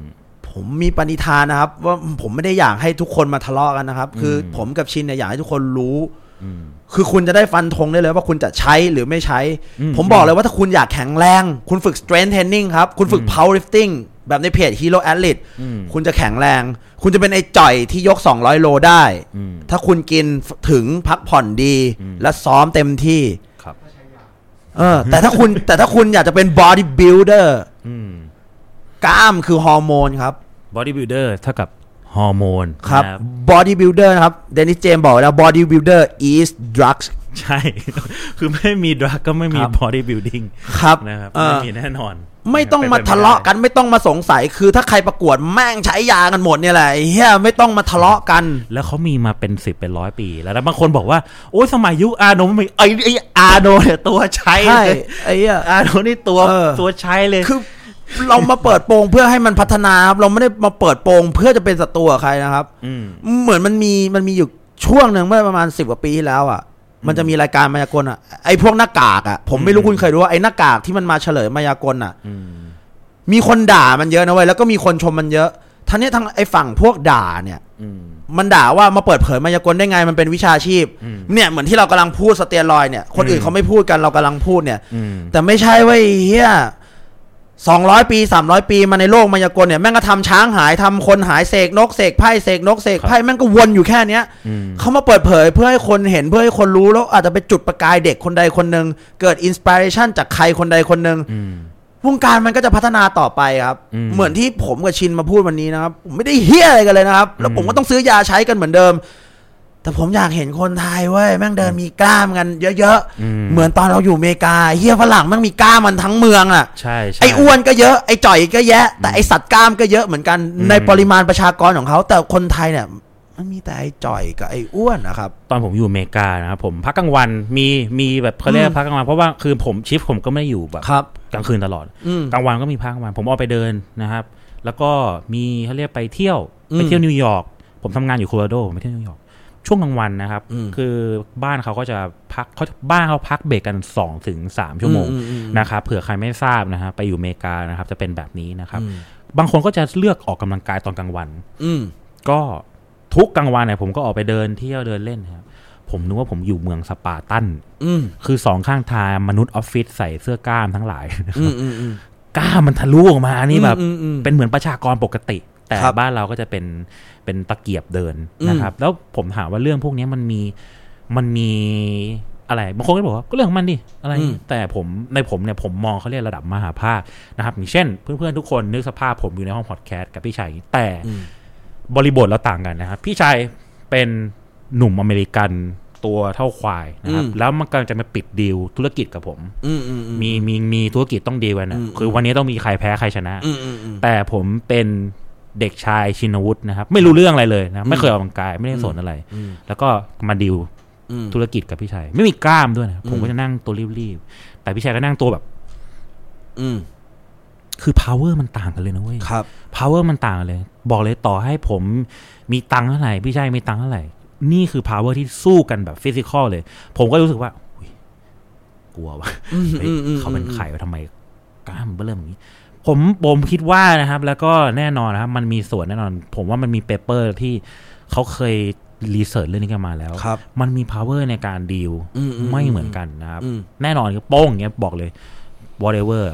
S2: ผมมีปณิธานนะครับ ว่าผมไม่ได้อยากให้ทุกคนมาทะเลาะกันนะครับ คืออผมกับชินเนี่ยอยากให้ทุกคนรู้
S1: อืม
S2: คือคุณจะได้ฟันธงได้เลยว่าคุณจะใช้หรือไม่ใช้
S1: อืม
S2: ผมบอกเลยว่าถ้าคุณอยากแข็งแรง คุณฝึก strength training ครับ คุณฝึก powerlifting แบบในเพจ hero athlete
S1: อืม
S2: คุณจะแข็งแรง คุณจะเป็นไอ้จ่อยที่ยก 200 โลได้
S1: อืม
S2: ถ้าคุณกินถึงพักผ่อนดี และซ้อมเต็มที่
S1: ครับ
S2: เออ แต่ถ้าคุณ แต่ถ้าคุณอยากจะเป็นบอดี้บิลเดอร์
S1: อืม
S2: กล้ามคือฮอร์โมนครับ
S1: บอดี้บิวเดอร์เท่ากับฮอร์โมน
S2: ครับ
S1: นะ
S2: บอดี้บิลเดอร์นะครับเดนิสเจมบอกไว้แล้วบอดี้บิลเดอร์ is drugs
S1: ใช่ คือไม่มีดรักก็ไม่มี
S2: ครับ
S1: บอดี้บิวดิ้ง
S2: ครับ
S1: นะครับ
S2: เอ
S1: ไม่
S2: อ
S1: มีแน่นอน
S2: ไม่ต้องมาทะเลาะกันไม่ต้องมาสงสัยคือถ้าใครประกวดแม่งใช้ยากันหมดเนี่ยแหละไอ้เฮียไม่ต้องมาทะเลาะกัน
S1: แล้วเขามีมาเป็นสิบเป็นร้อยปี แล้วนะบางคนบอกว่า โอ้ยสมัยยุคอาโนไม่ไอไออาโนเนี่ยตัวใช้
S2: ใช่
S1: เลย
S2: ไอ้เหี้ ย
S1: อาโนนี่ตัว
S2: เออ
S1: ตัวใช้เลย
S2: คือเรามาเปิดโปงเพื่อให้มันพัฒนาครับเราไม่ได้มาเปิดโปงเพื่อจะเป็นศัตรูกับใครนะครับ
S1: อืม
S2: เหมือนมันมีมันมีอยู่ช่วงหนึ่งเมื่อประมาณสิบกว่าปีที่แล้วอ่ะ มันจะมีรายการมายากลอ่ะไอ้พวกหน้ากากอ่ะ ผมไม่รู้คุณเคยดูว่าไอ้หน้ากากที่มันมาเฉลยมายากลอ่ะ
S1: อืม
S2: มีคนด่ามันเยอะนะเว้ยแล้วก็มีคนชมมันเยอะท่านี้ทางไอ้ฝั่งพวกด่าเนี่ย
S1: อืม
S2: มันด่าว่ามาเปิดเผยมายากลได้ไงมันเป็นวิชาชีพ
S1: อืม
S2: เนี่ยเหมือนที่เรากำลังพูดสเตียรอยด์เนี่ย คนอื่
S1: อื
S2: น
S1: ม
S2: เขาไม่พูดกันเรากำลังพูดเนี่ย
S1: อืม
S2: แต่ไม่ใช่เว้ยไอ้เฮียสองร้อยปีสามร้อยปีมาในโลกมายากลเนี่ยแม่งก็ทำช้างหายทำคนหายเสกนกเสกไพ่เสกนกเสกไพ่แม่งก็วนอยู่แค่เนี้ย
S1: อืม
S2: เขามาเปิดเผยเพื่อให้คนเห็นเพื่อให้คนรู้แล้วอาจจะไปจุดประกายเด็กคนใดคนหนึ่งเกิดอินสปิเรชันจากใครคนใดคนหนึ่ง
S1: อืม
S2: วงการมันก็จะพัฒนาต่อไปครับ
S1: อืม
S2: เหมือนที่ผมกับชินมาพูดวันนี้นะครับผมไม่ได้เฮี้ยอะไรกันเลยนะครับ แล้ว
S1: อืม
S2: ผมก็ต้องซื้อยาใช้กันเหมือนเดิม แต่ผมอยากเห็นคนไทยเว้ยแม่งเดินมีกล้ามกันเยอะๆเหมือนตอนเราอยู่อเมริกาเฮี้ยฝรั่งแมันมีกล้ามมันทั้งเมืองอ่ะ
S1: ใช่ใช่
S2: ไอ้อ้วนก็เยอะไอ้จ่อยก็แยะ แต่ไอ้สัตว์กล้ามก็เยอะเหมือนกัน
S1: อืม
S2: ในปริมาณประชากรของเขาแต่คนไทยเนี่ย มันมีแต่ไอ้จ่อยกับไอ้อ้วนนะครับ
S1: ตอนผมอยู่อเมริกานะครับผมพักกลางวันมีมีแบบเขาเรียกว่าพักกลางวันเพราะว่าคือผมชิฟผมก็ไม่ได้อยู่แบบ
S2: ครับ
S1: กลางคืนตลอด
S2: อืม
S1: กลางวันก็มีพักกลางวันผมออกไปเดินนะครับ แล้วก็มีเขาเรียกไปเที่ยว
S2: อืม
S1: ไปเที่ยวนิวยอร์กผมทำงานอยู่โคโลราโดผมไปเที่ยวนิวยอร์กช่วงกลางวันนะครับ
S2: อืม
S1: คือบ้านเขาก็จะพักเขาบ้านเขาพักเบรกกันสองถึงสามชั่วโมง
S2: อือือืม
S1: นะครับเผื่อใครไม่ทราบนะฮะไปอยู่อเมริกานะครับจะเป็นแบบนี้นะครับ
S2: อืม
S1: บางคนก็จะเลือกออกกำลังกายตอนกลางวัน
S2: อืม
S1: ก็ทุกกลางวันเนี่ยผมก็ออกไปเดินเที่ยวเดินเล่นนะครับผมนึกว่าผมอยู่เมืองสปาร์ตัน
S2: อืม
S1: คือสองข้างทางมนุษย์ออฟฟิศใส่เสื้อกล้ามทั้งหลาย
S2: อืมอืมอืม
S1: กล้ามมันทะลุออกมานี่แบบ
S2: อืมอืม
S1: เป็นเหมือนประชากรปกติ แต่
S2: ครับ
S1: บ้านเราก็จะเป็นเป็นตะเกียบเดินนะครับ แล้วผมถามว่าเรื่องพวกนี้มันมีมันมีอะไรบางคนก็บอกว่าก็เรื่องของมันดิอะไร
S2: อืม
S1: แต่ผมในผมเนี่ยผมมองเขาเรียกระดับมหาภาคนะครับอย่างเช่น เพื่อนๆทุกคนนึกสภาพผมอยู่ในห้องพอดแคสต์กับพี่ชัยแต่
S2: อืม
S1: บริบทเราต่างกันนะครับ พี่ชายเป็นหนุ่มอเมริกันตัวเท่าควายนะครับ
S2: อืม
S1: แล้วมันกำลังจะมาปิดดีลธุรกิจกับผม
S2: อืมอืมอืม
S1: มีมีมีธุรกิจต้องดีลกันนะ
S2: อืม
S1: คือวันนี้ต้องมีใครแพ้ใครชนะ
S2: อืมอืมอืม
S1: แต่ผมเป็นเด็กชายชินวุฒินะครับ ไม่รู้เรื่องอะไรเลยนะไม่เคยออกกำลังกายไม่ได้สนอะไร
S2: อืม
S1: แล้วก็มาดีล
S2: อืม
S1: ธุรกิจกับพี่ชายไม่มีกล้ามด้วยนะครับผม
S2: อืม
S1: ก็จะนั่งตัวรีบๆแต่พี่ชายก็นั่งตัวแบบ
S2: อืม
S1: คือ power มันต่างกันเลยนะเว้ย
S2: ครับ
S1: power มันต่างกันเลย บอกเลยต่อให้ผมมีตังค์เท่าไหร่พี่ชายมีตังค์เท่าไหร่ นี่คือ power ที่สู้กันแบบฟิสิกอลเลย ผมก็รู้สึกว่าอุ๊ยกลัวว่ะ
S2: อืม
S1: เฮ้ย
S2: อืมอืม
S1: เขาเป็นใครวะทำไมกล้ามเริ่มอย่างนี้ ผมผมคิดว่านะครับ แล้วก็แน่นอนนะครับ มันมีส่วนแน่นอน ผมว่ามันมีเปเปอร์ที่เขาเคยรีเสิร์ชเรื่องนี้กันมาแล้ว
S2: ครับ
S1: มันมี power ในการดีล
S2: อืมอืม
S1: ไม่เหมือนกันนะครับ
S2: อืม
S1: แน่นอนครับโป้งอย่างเงี้ยบอกเลย whatever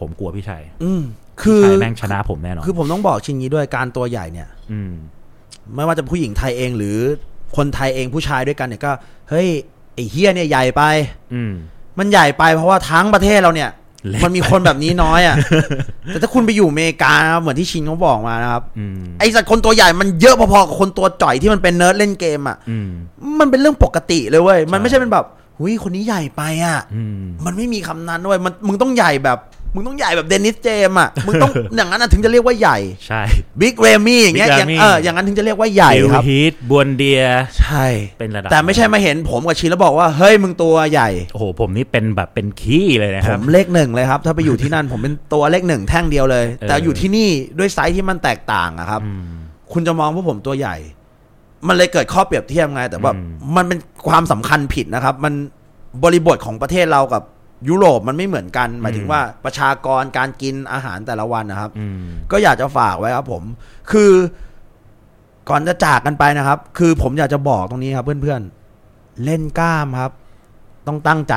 S1: ผมกลัวพี่ชัย
S2: อืมคือ
S1: ใช่แม่งชนะผมแน่นอน
S2: คือผมต้องบอกชินนี้ด้วยการตัวใหญ่เนี่ย
S1: อืม
S2: ไม่ว่าจะผู้หญิงไทยเองหรือคนไทยเองผู้ชายด้วยกันเนี่ยก็ เฮ้ยไอ้เฮียเนี่ยใหญ่ไป
S1: อืม
S2: มันใหญ่ไปเพราะว่าทั้งประเทศเราเนี่ย
S1: เล็ก
S2: มันมีคนแบบนี้น้อยอ่ะ แต่ถ้าคุณไปอยู่อเมริกานะครับเหมือนที่ชินเขาบอกมานะครับ
S1: อืม
S2: ไอสัตว์คนตัวใหญ่มันเยอะพอๆกับคนตัวจ่อยที่มันเป็นเนิร์ดเล่นเกมอ่ะ
S1: อืม
S2: มันเป็นเรื่องปกติเลยเว้ย มันไม่
S1: ใช่
S2: ใช่เป็นแบบหุยคนนี้ใหญ่ไปอ่ะ
S1: อืม
S2: มันไม่มีคำนั้นเว้ยมันมึงต้องใหญ่แบบ มึงต้องใหญ่แบบเดนิสเจมส์อ่ะ มึงต้อง อย่างนั้นอะถึงจะเรียกว่าใหญ่
S1: ใช่
S2: บิ๊กเรมี่อย่างเงี้ย
S1: Big
S2: อย่าง
S1: Ramy
S2: เออ อย่างนั้นถึงจะเรียกว่าใหญ่
S1: เดล
S2: ครับ
S1: ฮีทบวนเดีย
S2: ใช่
S1: เป็นระดับ
S2: แต่ไม่ใช่มาเห็นผมกับชินแล้วบอกว่า เฮ้ยมึงตัวใหญ่
S1: โอ้โห ผมนี่เป็นแบบเป็นขี้เลยนะ
S2: ผ
S1: ครับ
S2: มเลขหนึ่งเลยครับ ถ้าไปอยู่ที่นั่น ผมเป็นตัวเลขหนึ่งแท่งเดียวเลย
S1: เออ
S2: แต่อยู่ที่นี่ด้วยไซส์ที่มันแตกต่างอะครับ
S1: อืม
S2: คุณจะมองว่าผมตัวใหญ่ มันเลยเกิดข้อเปรียบเทียบไง แต่ว่า
S1: อืม
S2: มันเป็นความสำคัญผิดนะครับ มันบริบทของประเทศเรากับยุโรปมันไม่เหมือนกัน หมายถึงว่าประชากรการกินอาหารแต่ละวันนะครับ
S1: อืม
S2: ก็อยากจะฝากไว้ครับผม คือก่อนจะจากกันไปนะครับ คือผมอยากจะบอกตรงนี้ครับ เพื่อนๆ เล่นกล้ามครับ ต้องตั้งใจ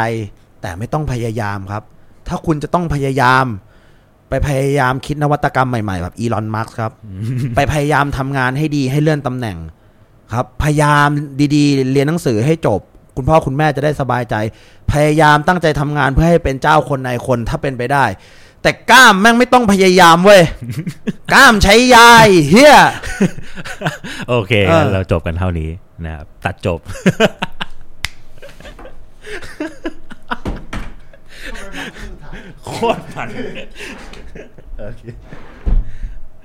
S2: แต่ไม่ต้องพยายามครับ ถ้าคุณจะต้องพยายาม ไปพยายามคิดนวัตกรรมใหม่ๆแบบอีลอนมัสครับ ไปพยายามทำงานให้ดีให้เลื่อนตำแหน่งครับ พยายามดีๆ เรียนหนังสือให้จบ คุณพ่อคุณแม่จะได้สบายใจ พยายามตั้งใจทำงานเพื่อให้เป็นเจ้าคนนายคนถ้าเป็นไปได้ แต่กล้ามแม่งไม่ต้องพยายามเว้ย กล้ามใช้ยายเฮีย
S1: โอเค
S2: เออ
S1: งั้นเราจบกันเท่านี้นะครับ ตัดจบ โคตรมันโอเค